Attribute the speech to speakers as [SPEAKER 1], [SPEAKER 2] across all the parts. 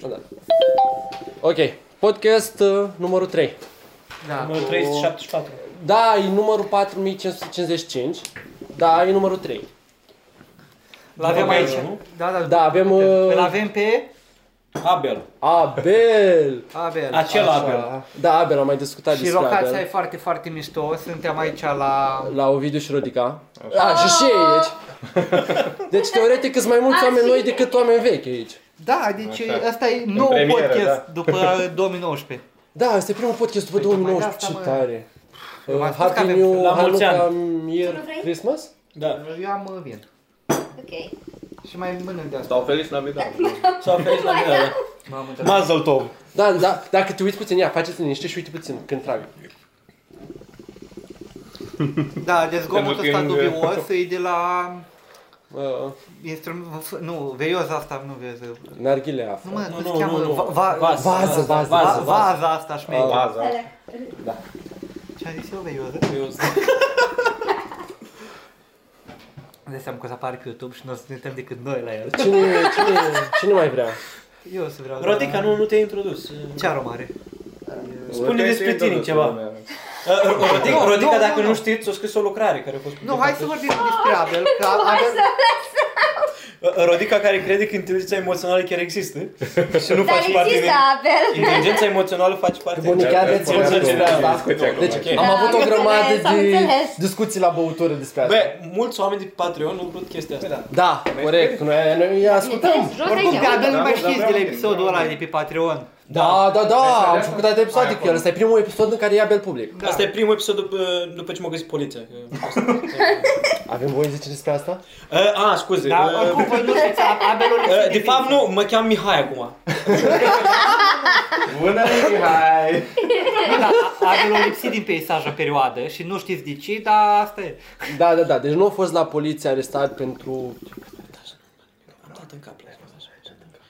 [SPEAKER 1] Da. Ok, podcast uh, numărul 3.
[SPEAKER 2] Da,
[SPEAKER 3] Numărul 374.
[SPEAKER 1] Da, e numărul 4555, da, e numărul 3.
[SPEAKER 2] L-avem
[SPEAKER 3] Bă,
[SPEAKER 2] aici.
[SPEAKER 3] nu?
[SPEAKER 2] Da, da,
[SPEAKER 1] Da, avem uh,
[SPEAKER 2] Îl avem pe
[SPEAKER 3] Abel.
[SPEAKER 1] Abel.
[SPEAKER 2] Abel.
[SPEAKER 3] Acel
[SPEAKER 2] Așa.
[SPEAKER 3] Abel.
[SPEAKER 1] Da, Abel, am mai discutat
[SPEAKER 2] Și
[SPEAKER 1] despre
[SPEAKER 2] locația e
[SPEAKER 1] Abel.
[SPEAKER 2] foarte, foarte mișto. Suntem aici la...
[SPEAKER 1] La Ovidiu și Rodica.
[SPEAKER 2] Ah!
[SPEAKER 1] A, și și ei aici. Deci, teoretic, sunt mai mulți oameni noi decât oameni vechi aici.
[SPEAKER 2] Da, deci
[SPEAKER 4] Așa.
[SPEAKER 2] ăsta e nou
[SPEAKER 4] premieră,
[SPEAKER 2] podcast
[SPEAKER 4] da.
[SPEAKER 2] după 2019.
[SPEAKER 1] Da, este primul podcast după
[SPEAKER 2] Păi, tocmai
[SPEAKER 1] 2019. Ce
[SPEAKER 2] de asta, mă.
[SPEAKER 1] tare.
[SPEAKER 2] Eu
[SPEAKER 1] Uh,
[SPEAKER 2] v-am spus că
[SPEAKER 1] Happy
[SPEAKER 2] avem-
[SPEAKER 1] New
[SPEAKER 3] La mulți
[SPEAKER 1] Hanukkah
[SPEAKER 3] ani.
[SPEAKER 1] Year
[SPEAKER 5] Tu nu vrei?
[SPEAKER 1] Christmas?
[SPEAKER 3] Da.
[SPEAKER 2] Eu am uh, vin.
[SPEAKER 5] Ok.
[SPEAKER 2] Și mai mănânc de asta.
[SPEAKER 4] Sau Feliz Navidad.
[SPEAKER 3] S-a ferit la mine. da.
[SPEAKER 2] M-am întrebat.
[SPEAKER 3] Mazel tov.
[SPEAKER 1] Da, da, dacă te uiți puțin, ia, faceți liniște și uite puțin când trag.
[SPEAKER 2] Da, deci zgomotul
[SPEAKER 4] Pentru că
[SPEAKER 2] ăsta
[SPEAKER 4] în-
[SPEAKER 3] uh,
[SPEAKER 2] dubios e de la...
[SPEAKER 1] Uh,
[SPEAKER 2] instrument- f- Nu, veioza asta, nu veioza.
[SPEAKER 1] narghile află.
[SPEAKER 2] Nu mă,
[SPEAKER 3] Nu,
[SPEAKER 2] cum se
[SPEAKER 3] nu,
[SPEAKER 2] cheamă?
[SPEAKER 3] nu, nu.
[SPEAKER 2] Va- va-
[SPEAKER 3] Vază,
[SPEAKER 1] vază,
[SPEAKER 2] va-
[SPEAKER 1] vază,
[SPEAKER 2] Vaza asta șmecheră.
[SPEAKER 4] Baza.
[SPEAKER 3] Da.
[SPEAKER 2] Ce-am zis eu, veioză?
[SPEAKER 3] Eu-
[SPEAKER 2] De seama că o să apare pe YouTube și nu o să ne uităm decât noi la el.
[SPEAKER 1] Cine, cine, cine mai vrea?
[SPEAKER 2] Eu o să vreau...
[SPEAKER 3] Rodica, nu, nu te-ai introdus.
[SPEAKER 2] Ce aromă are?
[SPEAKER 3] Spune despre tine ceva. Uh, Rodica,
[SPEAKER 2] Nu,
[SPEAKER 3] Rodica,
[SPEAKER 2] nu,
[SPEAKER 3] dacă
[SPEAKER 2] nu.
[SPEAKER 3] nu știți, o scris o lucrare care a fost
[SPEAKER 2] Nu, hai să
[SPEAKER 3] publicată.
[SPEAKER 2] vorbim despre Abel, că Abel...
[SPEAKER 3] Rodica Uh, care crede că inteligența emoțională chiar există și nu
[SPEAKER 5] Dar
[SPEAKER 3] faci parte din...
[SPEAKER 5] există Abel.
[SPEAKER 3] Inteligența emoțională faci parte din...
[SPEAKER 1] Bun, chiar veți
[SPEAKER 4] Bun,
[SPEAKER 1] vorbit
[SPEAKER 4] bun,
[SPEAKER 1] despre asta.
[SPEAKER 4] bun.
[SPEAKER 1] Deci
[SPEAKER 4] Ok.
[SPEAKER 1] am
[SPEAKER 5] Da,
[SPEAKER 1] avut o
[SPEAKER 5] am
[SPEAKER 1] grămadă
[SPEAKER 5] înțeles, am
[SPEAKER 1] de
[SPEAKER 5] înțeles.
[SPEAKER 1] discuții la băutură despre asta.
[SPEAKER 3] Bă, mulți oameni de pe Patreon nu văd chestia
[SPEAKER 2] Păi
[SPEAKER 3] asta.
[SPEAKER 1] Da, corect, noi,
[SPEAKER 5] Da,
[SPEAKER 1] noi îi ascultăm.
[SPEAKER 5] Jos
[SPEAKER 2] Oricum,
[SPEAKER 5] aici,
[SPEAKER 2] pe Abel nu mai
[SPEAKER 4] Da, da,
[SPEAKER 2] știți
[SPEAKER 4] da,
[SPEAKER 2] de la
[SPEAKER 4] da,
[SPEAKER 2] episodul
[SPEAKER 4] da,
[SPEAKER 2] ăla
[SPEAKER 4] da.
[SPEAKER 2] de pe Patreon.
[SPEAKER 1] Da, da, da, am
[SPEAKER 4] Vezi,
[SPEAKER 1] făcut atâtea episoade
[SPEAKER 4] Hai,
[SPEAKER 1] cu el. Ăsta e primul episod în care ia bel public.
[SPEAKER 2] Da.
[SPEAKER 3] Asta e primul episod după, după ce m-a găsit poliția. că-
[SPEAKER 1] Avem voie să zicem despre asta?
[SPEAKER 3] Uh, A, scuze.
[SPEAKER 2] Dar
[SPEAKER 3] uh,
[SPEAKER 2] Da, oricum, voi nu știți, Abelul
[SPEAKER 3] uh, de fapt, nu, mă cheam Mihai acum.
[SPEAKER 4] Bună, Mihai!
[SPEAKER 2] Abelul lipsit din peisaj o perioadă și nu știți de ce, dar asta e.
[SPEAKER 1] Da, da, da, deci nu a fost la poliție arestat pentru...
[SPEAKER 3] Am dat în cap la el, așa, așa, în cap.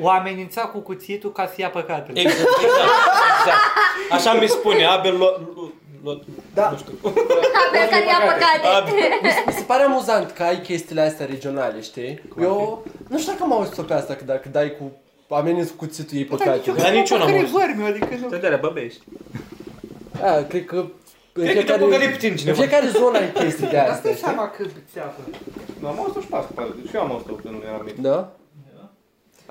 [SPEAKER 2] O amenința cu cuțitul ca să ia păcatele.
[SPEAKER 3] Exact, exact, exact. Așa mi spune, Abel lo, lo, lo,
[SPEAKER 1] Da.
[SPEAKER 3] nu știu.
[SPEAKER 5] Abel care ia păcate.
[SPEAKER 3] Abel.
[SPEAKER 1] Mi se pare amuzant că ai chestiile astea regionale, știi? Eu nu știu dacă am auzit-o pe asta, că dacă dai cu ameninți cu cuțitul ei păcate.
[SPEAKER 3] Exact. Dar nici eu n-am
[SPEAKER 2] Care
[SPEAKER 3] auzit.
[SPEAKER 2] vormi, adică nu.
[SPEAKER 4] Tot de alea băbești.
[SPEAKER 1] Da, cred că... în
[SPEAKER 3] Cred că te-a păcălit pe tine
[SPEAKER 1] în
[SPEAKER 3] cineva.
[SPEAKER 1] fiecare zonă ai chestii de
[SPEAKER 2] Dar
[SPEAKER 5] Da,
[SPEAKER 1] astea,
[SPEAKER 2] stai
[SPEAKER 1] știi?
[SPEAKER 2] seama că ți apă.
[SPEAKER 4] Nu, am auzit-o și pe asta, pare. Deci eu am auzit-o când eram mic.
[SPEAKER 1] Da?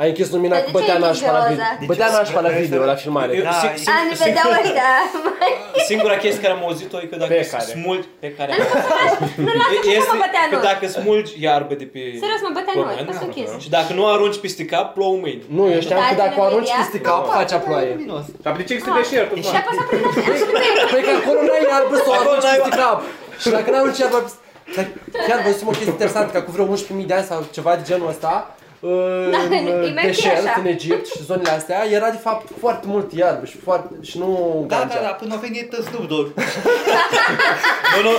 [SPEAKER 1] Ai închis lumina
[SPEAKER 5] Dar
[SPEAKER 1] cu
[SPEAKER 5] Păi de ce
[SPEAKER 1] bătea
[SPEAKER 5] ai
[SPEAKER 1] nașpa la
[SPEAKER 5] închis
[SPEAKER 1] video.
[SPEAKER 5] geloza?
[SPEAKER 1] Bătea nașpa la video, la
[SPEAKER 3] Eu-
[SPEAKER 1] filmare.
[SPEAKER 2] Da,
[SPEAKER 3] sing-
[SPEAKER 2] e-
[SPEAKER 3] sing-
[SPEAKER 5] Am vedeau ăștia.
[SPEAKER 3] Singura chestie care am auzit-o e că dacă
[SPEAKER 1] Pe care.
[SPEAKER 3] smulgi pe care
[SPEAKER 5] Nu lasă că mă bătea
[SPEAKER 3] că
[SPEAKER 5] noi.
[SPEAKER 3] dacă da. smulgi iarbă de pe
[SPEAKER 5] Serios, mă bătea noi,
[SPEAKER 3] pământ
[SPEAKER 5] pe
[SPEAKER 2] Da,
[SPEAKER 5] suchis.
[SPEAKER 3] și dacă nu arunci peste cap, plouă mâine.
[SPEAKER 1] Nu, eu știam
[SPEAKER 5] Da,
[SPEAKER 1] că dacă o arunci
[SPEAKER 5] telemedia.
[SPEAKER 1] peste cap, face ploaie.
[SPEAKER 2] Luminos.
[SPEAKER 4] Dar de ce există deșertul?
[SPEAKER 5] Și apoi s-a prins la fel, așa că
[SPEAKER 1] Păi că acolo n-ai iarbă să o
[SPEAKER 3] Acolo
[SPEAKER 1] arunci
[SPEAKER 3] n-ai-
[SPEAKER 1] peste cap. Și dacă n-ai arunci iarbă... Dar chiar văzusem o chestie interesantă, că cu vreo 11.000 de ani sau ceva de genul ăsta,
[SPEAKER 5] Da, e mai
[SPEAKER 1] în
[SPEAKER 5] bine
[SPEAKER 1] deșert,
[SPEAKER 5] așa.
[SPEAKER 1] în Egipt și zonele astea, era de fapt foarte mult iarbă și, foarte, și nu
[SPEAKER 2] Da,
[SPEAKER 1] ganja.
[SPEAKER 2] da, da, până a venit Snoop Dogg.
[SPEAKER 3] Nu, nu,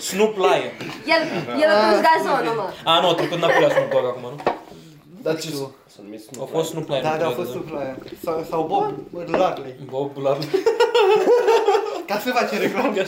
[SPEAKER 3] Snoop Lion.
[SPEAKER 5] El, el a dus gazonul, mă.
[SPEAKER 3] A, nu, a trecut înapoi la Snoop Dogg acum, nu?
[SPEAKER 1] Dar ce s-a numit
[SPEAKER 3] A
[SPEAKER 1] Snoop
[SPEAKER 3] fost Snoop Lion.
[SPEAKER 2] Da, da, a
[SPEAKER 3] cred,
[SPEAKER 2] fost sufla aia. Sau, sau Bob Marley.
[SPEAKER 3] Bob la...
[SPEAKER 2] Ca să facem reclamă.
[SPEAKER 1] Dogg?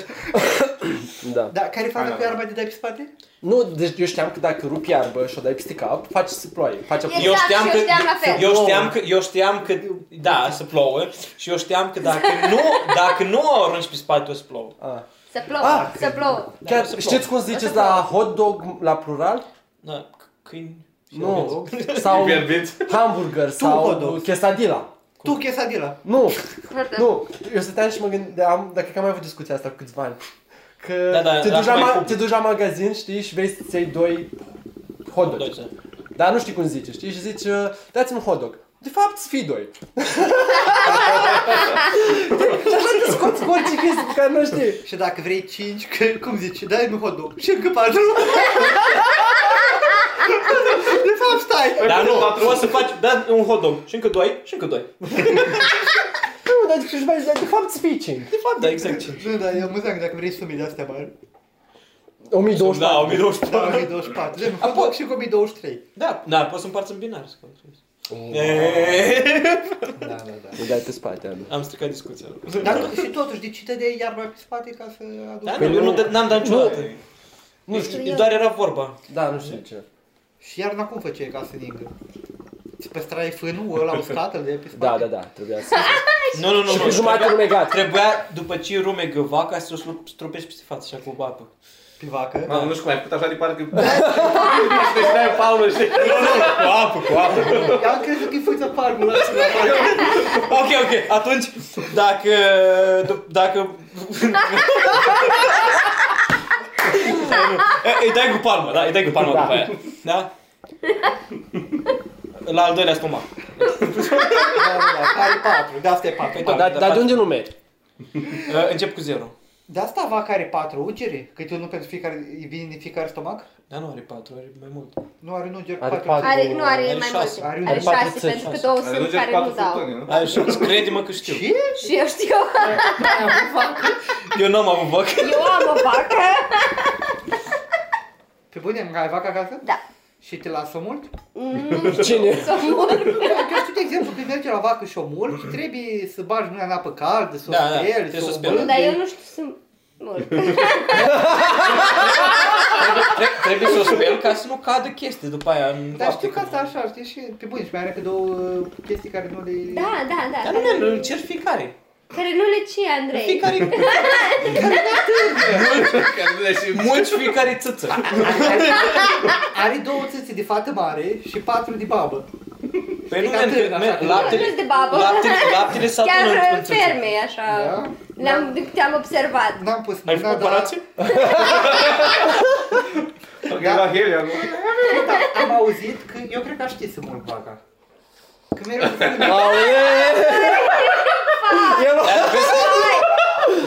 [SPEAKER 1] Da.
[SPEAKER 2] Da, care faza
[SPEAKER 4] Hai,
[SPEAKER 2] cu
[SPEAKER 4] da.
[SPEAKER 2] iarba de dai pe spate?
[SPEAKER 1] Nu, deci eu știam că dacă rupi iarbă și o dai peste cap, face să ploaie. Face
[SPEAKER 5] Exact,
[SPEAKER 1] ploaie.
[SPEAKER 3] Eu știam
[SPEAKER 5] și
[SPEAKER 3] că,
[SPEAKER 5] eu știam la fel.
[SPEAKER 3] eu știam că, eu știam că, da, să plouă și eu știam că dacă nu, dacă nu o arunci pe spate, o să plouă.
[SPEAKER 1] Ah.
[SPEAKER 5] Să plouă,
[SPEAKER 1] Ah.
[SPEAKER 5] să plouă.
[SPEAKER 1] Chiar,
[SPEAKER 3] o să
[SPEAKER 1] știți cum ziceți la hot dog la plural?
[SPEAKER 3] Da, c- câini.
[SPEAKER 1] Nu. Sau
[SPEAKER 4] Verbiți?
[SPEAKER 1] hamburger
[SPEAKER 2] hot
[SPEAKER 1] sau
[SPEAKER 2] dog.
[SPEAKER 1] quesadilla.
[SPEAKER 2] Tu, Chesadila.
[SPEAKER 1] Nu,
[SPEAKER 5] Iată.
[SPEAKER 1] nu. Eu stăteam și mă gândeam, dacă că am mai avut discuția asta cu câțiva ani. Că
[SPEAKER 3] Da, da,
[SPEAKER 1] te,
[SPEAKER 3] da,
[SPEAKER 1] duci la
[SPEAKER 3] mai
[SPEAKER 1] ma-
[SPEAKER 3] cum.
[SPEAKER 1] te duci la magazin, știi, și vei să-ți iei doi hot dog.
[SPEAKER 3] Doiță.
[SPEAKER 1] Dar nu știi cum zice, știi? Și zici, uh, dați-mi un hot dog. De fapt, să fii doi. și așa discuți cu orice chestie pe care nu știi.
[SPEAKER 2] Și dacă vrei 5, că, cum zici, dai nu hot dog. Și încă 4. De fapt, stai. Da,
[SPEAKER 3] Dar nu, trebuie să faci, da, un hot dog și încă doi, și încă doi.
[SPEAKER 1] Nu, dar de, de, de fapt, să fii cinci.
[SPEAKER 3] De fapt, da, exact cinci.
[SPEAKER 2] Nu, dar e amuzant că dacă vrei sume de astea mari.
[SPEAKER 1] 1024.
[SPEAKER 3] Da, 1024.
[SPEAKER 2] Da, 1024. Dai nu hot dog și cu 1023.
[SPEAKER 3] Da, da, poți să împarți în binar. să controlezi. Eh.
[SPEAKER 2] Da, da, da.
[SPEAKER 1] Îl dai pe spate, Anu.
[SPEAKER 3] Am stricat discuția.
[SPEAKER 2] Dar tu, și totuși, de ce te dai iarba pe spate ca să
[SPEAKER 3] Da,
[SPEAKER 2] aduci?
[SPEAKER 3] nu, eu nu, dat- n-am dat niciodată.
[SPEAKER 1] Nu
[SPEAKER 3] Doar era vorba.
[SPEAKER 1] Da, nu știu ce.
[SPEAKER 2] Și iarna cum făceai ca să ningă? Îți păstrai fânul ăla uscat, îl de pe spate?
[SPEAKER 1] Da, da, da, trebuia să...
[SPEAKER 3] Nu, nu, nu.
[SPEAKER 1] Și
[SPEAKER 3] nu,
[SPEAKER 1] pe jumătate
[SPEAKER 3] trebuia-
[SPEAKER 1] rumegat.
[SPEAKER 3] Trebuia, după ce rumegă vaca, să o slu- stropești peste față, așa cu apă.
[SPEAKER 2] Pivacă.
[SPEAKER 4] Mamă, nu știu cum ai făcut așa de parcă...
[SPEAKER 5] Da.
[SPEAKER 4] Deci dai în palmă și...
[SPEAKER 3] Cu apă, cu apă.
[SPEAKER 2] Eu am crezut că e fâța palmă la ceva.
[SPEAKER 3] Ok, ok, atunci, dacă... d- dacă... E, Îi dai cu palma, da? Îi dai cu palma
[SPEAKER 1] Da.
[SPEAKER 3] după aia. Da? La al doilea stomac.
[SPEAKER 2] Da, da, da, care patru, de asta e patru.
[SPEAKER 3] Da,
[SPEAKER 1] Dar dar de unde nu mergi?
[SPEAKER 3] E, Ă, Încep cu zero.
[SPEAKER 2] De asta vaca are patru ungeri? Câte unul pentru fiecare, vine din fiecare stomac?
[SPEAKER 3] Dar Da, nu are patru, are mai mult.
[SPEAKER 2] Nu are un unger cu
[SPEAKER 1] Are
[SPEAKER 2] patru.
[SPEAKER 1] patru.
[SPEAKER 5] Are, nu, are,
[SPEAKER 3] Are
[SPEAKER 5] mai
[SPEAKER 3] șase.
[SPEAKER 5] multe. Are,
[SPEAKER 2] Are
[SPEAKER 5] șase,
[SPEAKER 1] patru
[SPEAKER 5] pentru că
[SPEAKER 3] țări.
[SPEAKER 5] două
[SPEAKER 4] Are
[SPEAKER 5] sunt
[SPEAKER 4] dungeri
[SPEAKER 5] care
[SPEAKER 4] patru
[SPEAKER 5] nu dau.
[SPEAKER 4] furtuni, nu?
[SPEAKER 3] Are șase. Crede-mă că știu.
[SPEAKER 2] Ce?
[SPEAKER 5] Și eu știu,
[SPEAKER 3] Eu n-am avut vacă.
[SPEAKER 5] eu am o vacă.
[SPEAKER 2] Pe bune, ai vaca acasă?
[SPEAKER 5] Da.
[SPEAKER 2] Și te lasă mult? Păi,
[SPEAKER 5] Nu
[SPEAKER 1] Cine?
[SPEAKER 5] Să mor.
[SPEAKER 2] Eu știu de exemplu când merge la vacă și o mult și trebuie să bagi mâna în apă caldă, să o
[SPEAKER 3] Da, da,
[SPEAKER 2] speli,
[SPEAKER 3] trebuie să o
[SPEAKER 2] să o
[SPEAKER 3] speli.
[SPEAKER 2] bângâi.
[SPEAKER 5] Dar eu nu știu să mor.
[SPEAKER 3] Tre- Trebuie să o speli ca să nu cadă chestii după aia în
[SPEAKER 2] Dar știu că
[SPEAKER 3] lapte.
[SPEAKER 2] asta așa, știi, și pe bune, și mai are pe două uh, chestii care nu le...
[SPEAKER 5] Da, da, da.
[SPEAKER 3] Dar nu,
[SPEAKER 5] care-
[SPEAKER 3] nu, nu, cer fiecare.
[SPEAKER 5] Care nu le ce, Andrei?
[SPEAKER 3] Fiecare... Mulți fiecare țâță.
[SPEAKER 2] Are două țâțe de fată mare și patru de babă.
[SPEAKER 3] Păi nu,
[SPEAKER 2] Fiecare tânăr,
[SPEAKER 3] men,
[SPEAKER 2] așa,
[SPEAKER 3] men,
[SPEAKER 2] cum
[SPEAKER 3] laptele,
[SPEAKER 5] Laptele de babă.
[SPEAKER 3] laptele, laptele s-a
[SPEAKER 5] Chiar uh,
[SPEAKER 3] tunat
[SPEAKER 5] ferme, așa.
[SPEAKER 2] Da?
[SPEAKER 5] Le-am, te-am observat.
[SPEAKER 2] N-am pus
[SPEAKER 3] Ai făcut
[SPEAKER 2] dar
[SPEAKER 3] comparație?
[SPEAKER 5] Da.
[SPEAKER 4] Era Heli acum.
[SPEAKER 2] am auzit că eu cred că aș ști să mult vaca. Că mereu îmi spune,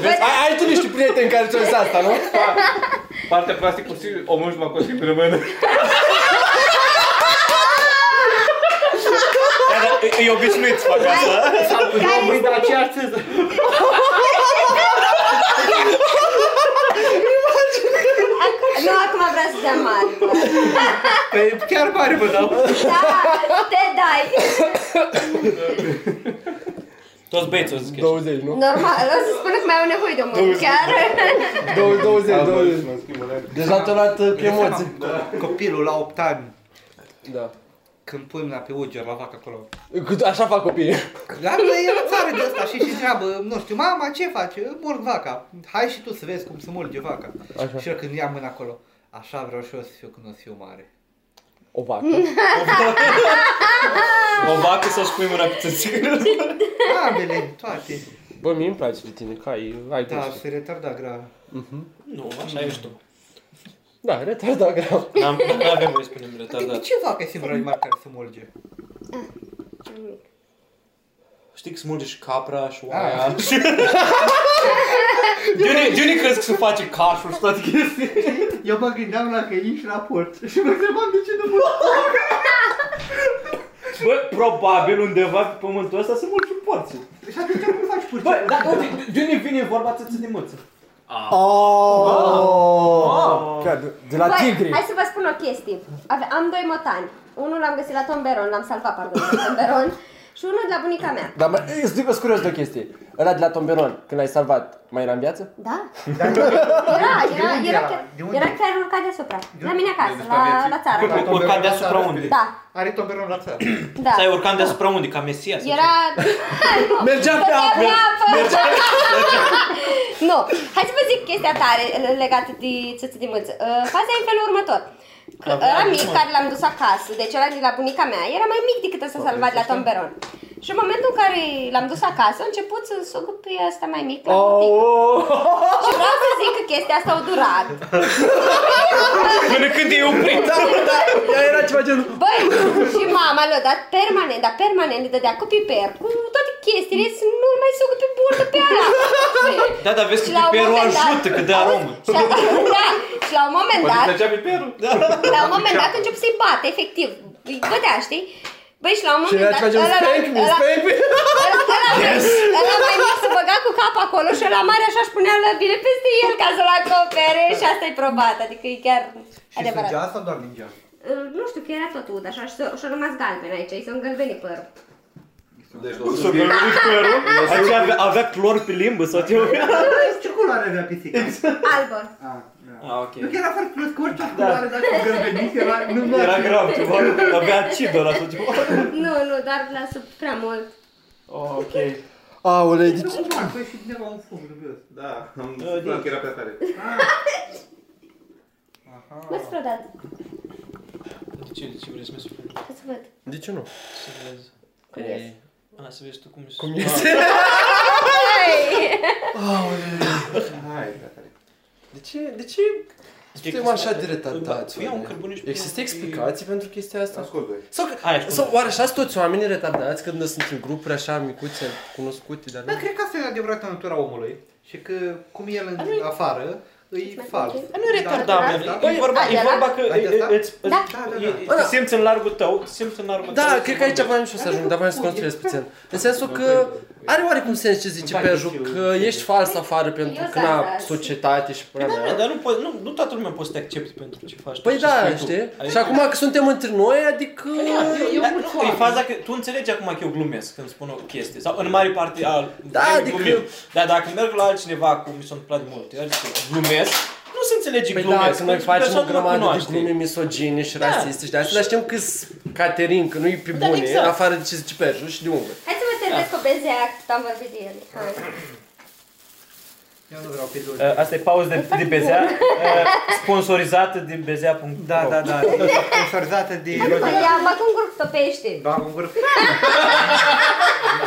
[SPEAKER 1] Vezi, ai, ai tu niște prieteni care ți-au zis asta, nu?
[SPEAKER 4] Partea plastică, omul și mă costit în mână.
[SPEAKER 3] Da, da, e- e obișnuit să fac asta.
[SPEAKER 2] am mâini de aceeași țâță.
[SPEAKER 5] Ac- nu, acum vreau să dea mare.
[SPEAKER 2] Păi chiar mare vă dau.
[SPEAKER 5] Da, te dai.
[SPEAKER 3] Toți băieți o zic așa.
[SPEAKER 1] 20, nu?
[SPEAKER 5] Normal, o să spună că mai au nevoie de o mână, chiar.
[SPEAKER 1] da. 20, 20,
[SPEAKER 4] Alba,
[SPEAKER 1] 20.
[SPEAKER 4] mă schimbă, da.
[SPEAKER 1] Deci l-am luat uh, pe emoții.
[SPEAKER 2] Copilul la 8 ani,
[SPEAKER 1] Da.
[SPEAKER 2] când pun la pe uger la vacă acolo.
[SPEAKER 1] Cât- Așa fac copiii.
[SPEAKER 2] Dar e o țară de asta și și treabă, nu știu, mama ce face? Murg vaca. Hai și tu să vezi cum se mulge vaca.
[SPEAKER 1] Așa.
[SPEAKER 2] Și eu când ia mâna acolo, așa vreau și eu să fiu când o să fiu mare.
[SPEAKER 1] O fac.
[SPEAKER 3] O vacă sau spui mâna pe țâță.
[SPEAKER 2] Ambele, Da, toate.
[SPEAKER 1] Bă, mie îmi place de tine, că ai, ai
[SPEAKER 2] Da,
[SPEAKER 1] gust.
[SPEAKER 2] se retarda grav.
[SPEAKER 3] Nu, așa ești tu.
[SPEAKER 1] Da, retardat grav.
[SPEAKER 3] N-am, n-avem voie să spunem
[SPEAKER 2] Dar de
[SPEAKER 3] retardat.
[SPEAKER 2] ce vaca e singura animal care se mulge?
[SPEAKER 3] Știi că smulge și capra și oaia. De unde, de unde crezi că se face cașul și toate chestii?
[SPEAKER 2] Eu mă gândeam la că ești la port și mă întrebam de ce nu mă...
[SPEAKER 6] Bă, probabil undeva pe pământul ăsta sunt mulți porți.
[SPEAKER 2] Și atunci cum faci pur?
[SPEAKER 6] Bă, dar uite, de unde vine vorba țăță de mâță?
[SPEAKER 1] Oh! Chiar de- De la
[SPEAKER 5] Băi,
[SPEAKER 1] tigri.
[SPEAKER 5] hai să vă spun o chestie. Ave- am doi motani. Unul l-am găsit la Tomberon, l-am salvat, pardon, la Tomberon. Și unul de la bunica mea.
[SPEAKER 1] Dar mă, îți zic sunt curios de o chestie. Ăla de la Tomberon, când l-ai salvat, mai era în viață?
[SPEAKER 5] Da? Era, era,
[SPEAKER 2] unde
[SPEAKER 5] era,
[SPEAKER 2] era?
[SPEAKER 5] chiar,
[SPEAKER 2] De unde?
[SPEAKER 5] era chiar urcat deasupra. La mine
[SPEAKER 4] De
[SPEAKER 5] acasă,
[SPEAKER 4] unde
[SPEAKER 5] la,
[SPEAKER 4] supraviețui?
[SPEAKER 5] la țară.
[SPEAKER 3] Urcat deasupra unde?
[SPEAKER 5] Da,
[SPEAKER 2] Are tomberon la țară.
[SPEAKER 5] da.
[SPEAKER 3] Stai urcând deasupra unde, ca Mesia? sau
[SPEAKER 5] Era... Nu.
[SPEAKER 1] Mergea pe
[SPEAKER 5] Stătea
[SPEAKER 1] apă.
[SPEAKER 5] Mergea Nu. Hai să vă zic chestia tare legată de țâță de mâță. Uh, Faza e în felul următor. Că
[SPEAKER 3] Aveam
[SPEAKER 5] Ăla mic
[SPEAKER 3] mult.
[SPEAKER 5] care l-am dus acasă, deci ăla de la bunica mea, era mai mic decât ăsta salvat la Tomberon. Și în momentul în care l-am dus acasă, a început să sugă pe ăsta mai mic la oh. Și vreau să zic că chestia asta o durat.
[SPEAKER 3] ceva? Până când e oprit.
[SPEAKER 1] Ea era ceva genul...
[SPEAKER 5] Băi, și mama le-a dat permanent, dar permanent le dădea cu piper, cu toate chestiile, să nu mai sugă pe burtă pe ala.
[SPEAKER 3] Da, dar vezi
[SPEAKER 5] Și
[SPEAKER 3] că
[SPEAKER 5] la un
[SPEAKER 3] piperul
[SPEAKER 5] moment dat-
[SPEAKER 3] ajută, că de aromă.
[SPEAKER 5] Și la, da, și la un moment
[SPEAKER 3] Da.
[SPEAKER 4] Poate
[SPEAKER 5] dat,
[SPEAKER 4] îți plăcea piperul?
[SPEAKER 5] la un moment dat încep să-i bate, efectiv. Îi bătea, știi? Băi, și la un
[SPEAKER 1] Și
[SPEAKER 5] moment
[SPEAKER 1] era
[SPEAKER 5] dat,
[SPEAKER 1] ceva genul,
[SPEAKER 5] ăla-
[SPEAKER 1] spank me,
[SPEAKER 5] ăla-
[SPEAKER 1] spank me.
[SPEAKER 5] ăla- ăla- ăla mai mic se băga cu capul acolo și la mare așa își punea lăbile peste el ca să-l acopere și asta e probat, adică e chiar
[SPEAKER 2] Și
[SPEAKER 5] adevărat.
[SPEAKER 2] sângea sau doar lingea?
[SPEAKER 5] Uh, Nu știu, că era tot ud, așa, și s-a- și-a rămas galben aici, i s-a îngălbenit părul.
[SPEAKER 4] Deci,
[SPEAKER 6] S-a gălbit părul, aceea avea, avea clor pe limbă sau ceva.
[SPEAKER 2] Ce culoare avea pisica?
[SPEAKER 5] Albă.
[SPEAKER 2] Ah, da. era.
[SPEAKER 3] Ah, ok.
[SPEAKER 2] Nu că era foarte frumos, cu orice
[SPEAKER 7] Da.
[SPEAKER 2] culoare, dacă o gălbenit era, nu mă...
[SPEAKER 7] Era grav ceva, avea acidă la tot ceva.
[SPEAKER 5] Nu, nu, dar lasă prea mult.
[SPEAKER 7] Oh, ok.
[SPEAKER 1] Aolei,
[SPEAKER 2] Nu
[SPEAKER 1] deci...
[SPEAKER 2] cumva, că și cineva un fum dubios.
[SPEAKER 4] Da, am
[SPEAKER 7] Da,
[SPEAKER 4] zis că era prea tare.
[SPEAKER 2] Aha.
[SPEAKER 5] Mă sfrădat,
[SPEAKER 3] De ce, de ce vrei să mă surprezi?
[SPEAKER 5] că să văd.
[SPEAKER 1] De ce nu?
[SPEAKER 3] Să vezi.
[SPEAKER 5] Cum ies.
[SPEAKER 3] A, să vezi tu cum ești.
[SPEAKER 1] Cum
[SPEAKER 3] Ah,
[SPEAKER 1] iese?
[SPEAKER 4] Hai, prea tare.
[SPEAKER 1] De ce? De ce? Suntem
[SPEAKER 3] există-
[SPEAKER 1] așa de
[SPEAKER 3] Da,
[SPEAKER 1] retardați.
[SPEAKER 3] tu ia un
[SPEAKER 1] oameni?
[SPEAKER 3] cărbune și pune
[SPEAKER 1] Există
[SPEAKER 3] un-
[SPEAKER 1] explicații pentru chestia asta?
[SPEAKER 4] Ascult, doi.
[SPEAKER 1] Sau,
[SPEAKER 3] Aia
[SPEAKER 1] că,
[SPEAKER 3] și
[SPEAKER 1] sau
[SPEAKER 3] cum.
[SPEAKER 1] oare așa sunt toți oamenii retardați când sunt în grupuri așa micuțe, cunoscute, dar nu?
[SPEAKER 2] Da, cred că asta e adevărata natura omului și că cum el în afară,
[SPEAKER 3] Deci
[SPEAKER 2] e
[SPEAKER 5] mai
[SPEAKER 2] fals.
[SPEAKER 5] merge?
[SPEAKER 3] Dar Nu e retardabil,
[SPEAKER 2] Da,
[SPEAKER 3] e vorba,
[SPEAKER 5] Ai de
[SPEAKER 3] e
[SPEAKER 5] la?
[SPEAKER 3] vorba că
[SPEAKER 2] Ai de
[SPEAKER 3] e-
[SPEAKER 2] asta?
[SPEAKER 3] e- îți-
[SPEAKER 5] Da.
[SPEAKER 2] Da, da,
[SPEAKER 3] e-
[SPEAKER 2] da.
[SPEAKER 3] te simți în largul tău, te simți în largul tău.
[SPEAKER 1] Da,
[SPEAKER 3] și
[SPEAKER 1] cred că aici
[SPEAKER 3] vorbești.
[SPEAKER 1] voiam și eu să ajung, dar voiam să construiesc puțin. În sensul că are oarecum sens ce zice pe joc că ești fals afară pentru
[SPEAKER 5] Eu
[SPEAKER 1] că na,
[SPEAKER 5] sunt
[SPEAKER 1] societate și până
[SPEAKER 3] Da,
[SPEAKER 1] mea.
[SPEAKER 3] dar nu, poți, nu, nu toată lumea poți să te accepti pentru ce faci.
[SPEAKER 1] Păi
[SPEAKER 3] ce spui
[SPEAKER 1] da,
[SPEAKER 3] tu.
[SPEAKER 1] știi? Și
[SPEAKER 3] Adică-
[SPEAKER 1] acum că suntem între noi, adică...
[SPEAKER 3] Eu da, nu, e faza că tu înțelegi acum că eu glumesc când spun o chestie sau în mare parte al
[SPEAKER 1] Da,
[SPEAKER 3] al
[SPEAKER 1] adică-
[SPEAKER 3] glumim. Dar dacă merg la altcineva cum mi s-a întâmplat de multe ori și glumesc, nu se înțelege
[SPEAKER 1] Păi da,
[SPEAKER 3] glumesc.
[SPEAKER 1] că noi
[SPEAKER 3] pentru că
[SPEAKER 1] facem o
[SPEAKER 3] persoana nu mă
[SPEAKER 1] grămadă de
[SPEAKER 3] cunoaște.
[SPEAKER 1] glume misogine și
[SPEAKER 3] Da.
[SPEAKER 1] rasiste și de astea, dar știm că Caterin, că nu-i pe
[SPEAKER 3] Da,
[SPEAKER 1] bune,
[SPEAKER 3] exact.
[SPEAKER 1] afară de ce zice pe jos și de unde.
[SPEAKER 5] Hai să vă
[SPEAKER 3] Da.
[SPEAKER 5] terminez cu bezea, că am vorbit de el. Hai.
[SPEAKER 2] Eu nu vreau pe doi.
[SPEAKER 7] Uh, Asta e pauză de, de bezea, uh, sponsorizată din bezea.ro
[SPEAKER 2] Da, da, da, e sponsorizată de
[SPEAKER 5] Păi
[SPEAKER 2] Roger.
[SPEAKER 5] ia, bag un grup pe pește.
[SPEAKER 2] Da, un grup.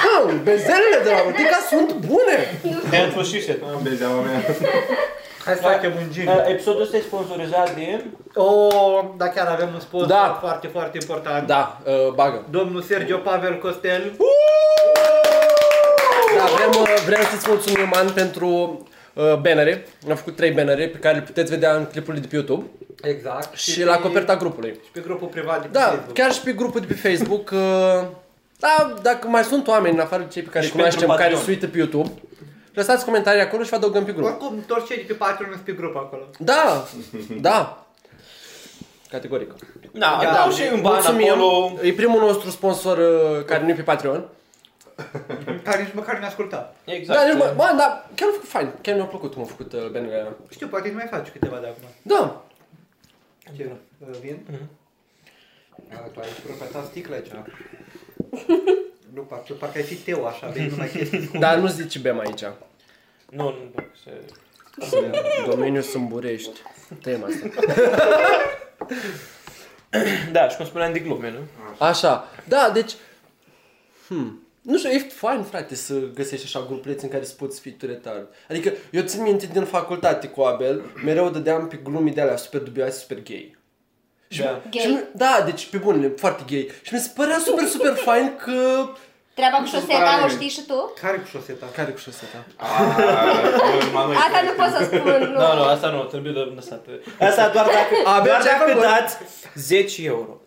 [SPEAKER 1] Hă, bezelele de la Rotica sunt bune!
[SPEAKER 7] Dance for
[SPEAKER 3] Uh,
[SPEAKER 7] Shit.
[SPEAKER 4] Am bezeaua mea.
[SPEAKER 2] Hai să facem un gin.
[SPEAKER 7] Uh, Episodul ăsta e sponsorizat de...
[SPEAKER 2] O, da, chiar avem un sponsor
[SPEAKER 1] Da.
[SPEAKER 2] foarte, foarte important.
[SPEAKER 1] Da, uh, bagă.
[SPEAKER 2] Domnul Sergio Pavel Costel.
[SPEAKER 1] Da, vrem, uh, vrem să-ți mulțumim, An, pentru uh, bannere. Am făcut trei bannere pe care le puteți vedea în clipurile de pe YouTube
[SPEAKER 2] Exact.
[SPEAKER 1] și la coperta grupului.
[SPEAKER 2] Și pe grupul privat de pe
[SPEAKER 1] Da,
[SPEAKER 2] Facebook.
[SPEAKER 1] chiar și pe grupul de pe Facebook. uh, Da, dacă mai sunt oameni în afară de cei pe care îi
[SPEAKER 3] Și
[SPEAKER 1] cunoaștem,
[SPEAKER 3] pentru
[SPEAKER 1] care
[SPEAKER 3] Patreon.
[SPEAKER 1] se uită pe YouTube, lăsați comentarii acolo și vă adăugăm pe grup.
[SPEAKER 2] Oricum, toți cei de pe Patreon sunt pe grup acolo.
[SPEAKER 1] Da, da. Categoric.
[SPEAKER 3] Da,
[SPEAKER 2] Da,
[SPEAKER 3] dau și eu un ban acolo.
[SPEAKER 1] E primul nostru sponsor uh, care nu e pe Patreon.
[SPEAKER 2] Care nici măcar nu asculta.
[SPEAKER 3] Exact.
[SPEAKER 1] Da, deci, mă, mă, da, chiar am făcut fain. Chiar mi-a plăcut cum a făcut uh, bannerele alea.
[SPEAKER 2] Știu, poate nu mai faci câteva de acum.
[SPEAKER 1] Da,
[SPEAKER 2] Ce? uh, Vin? A, tu ai proprietat sticla aici. Nu, parcă, parcă ai fi Teo așa, vezi numai chestii scumpe.
[SPEAKER 1] dar nu zici bem aici.
[SPEAKER 3] Nu, nu, nu, se-
[SPEAKER 1] Domeniul Sâmburești. Tema asta.
[SPEAKER 3] Da, și cum spuneam de glume, nu?
[SPEAKER 1] Așa. Da, deci... Hmm. Nu știu, e fain, frate, să găsești așa grupulețe în care să poți fi tu retard. Adică, eu țin minte din facultate cu Abel, mereu dădeam pe glumii de alea super dubioase, super gay. Și,
[SPEAKER 3] Da.
[SPEAKER 1] Și,
[SPEAKER 5] Gay.
[SPEAKER 1] mi- da, deci pe bunele, foarte gay. Și mi se părea super, super fain că...
[SPEAKER 5] Treaba cu șoseta, o
[SPEAKER 4] Paralel.
[SPEAKER 5] știi și tu?
[SPEAKER 2] Care cu șoseta?
[SPEAKER 1] Care cu șoseta?
[SPEAKER 4] Ah,
[SPEAKER 5] Asta nu pot să spun, nu.
[SPEAKER 3] Da, Nu, nu, asta nu, trebuie de lăsat. Asta doar dacă,
[SPEAKER 1] Abia
[SPEAKER 3] doar
[SPEAKER 1] ce ai
[SPEAKER 3] dacă
[SPEAKER 1] făcut?
[SPEAKER 3] dați 10 euro.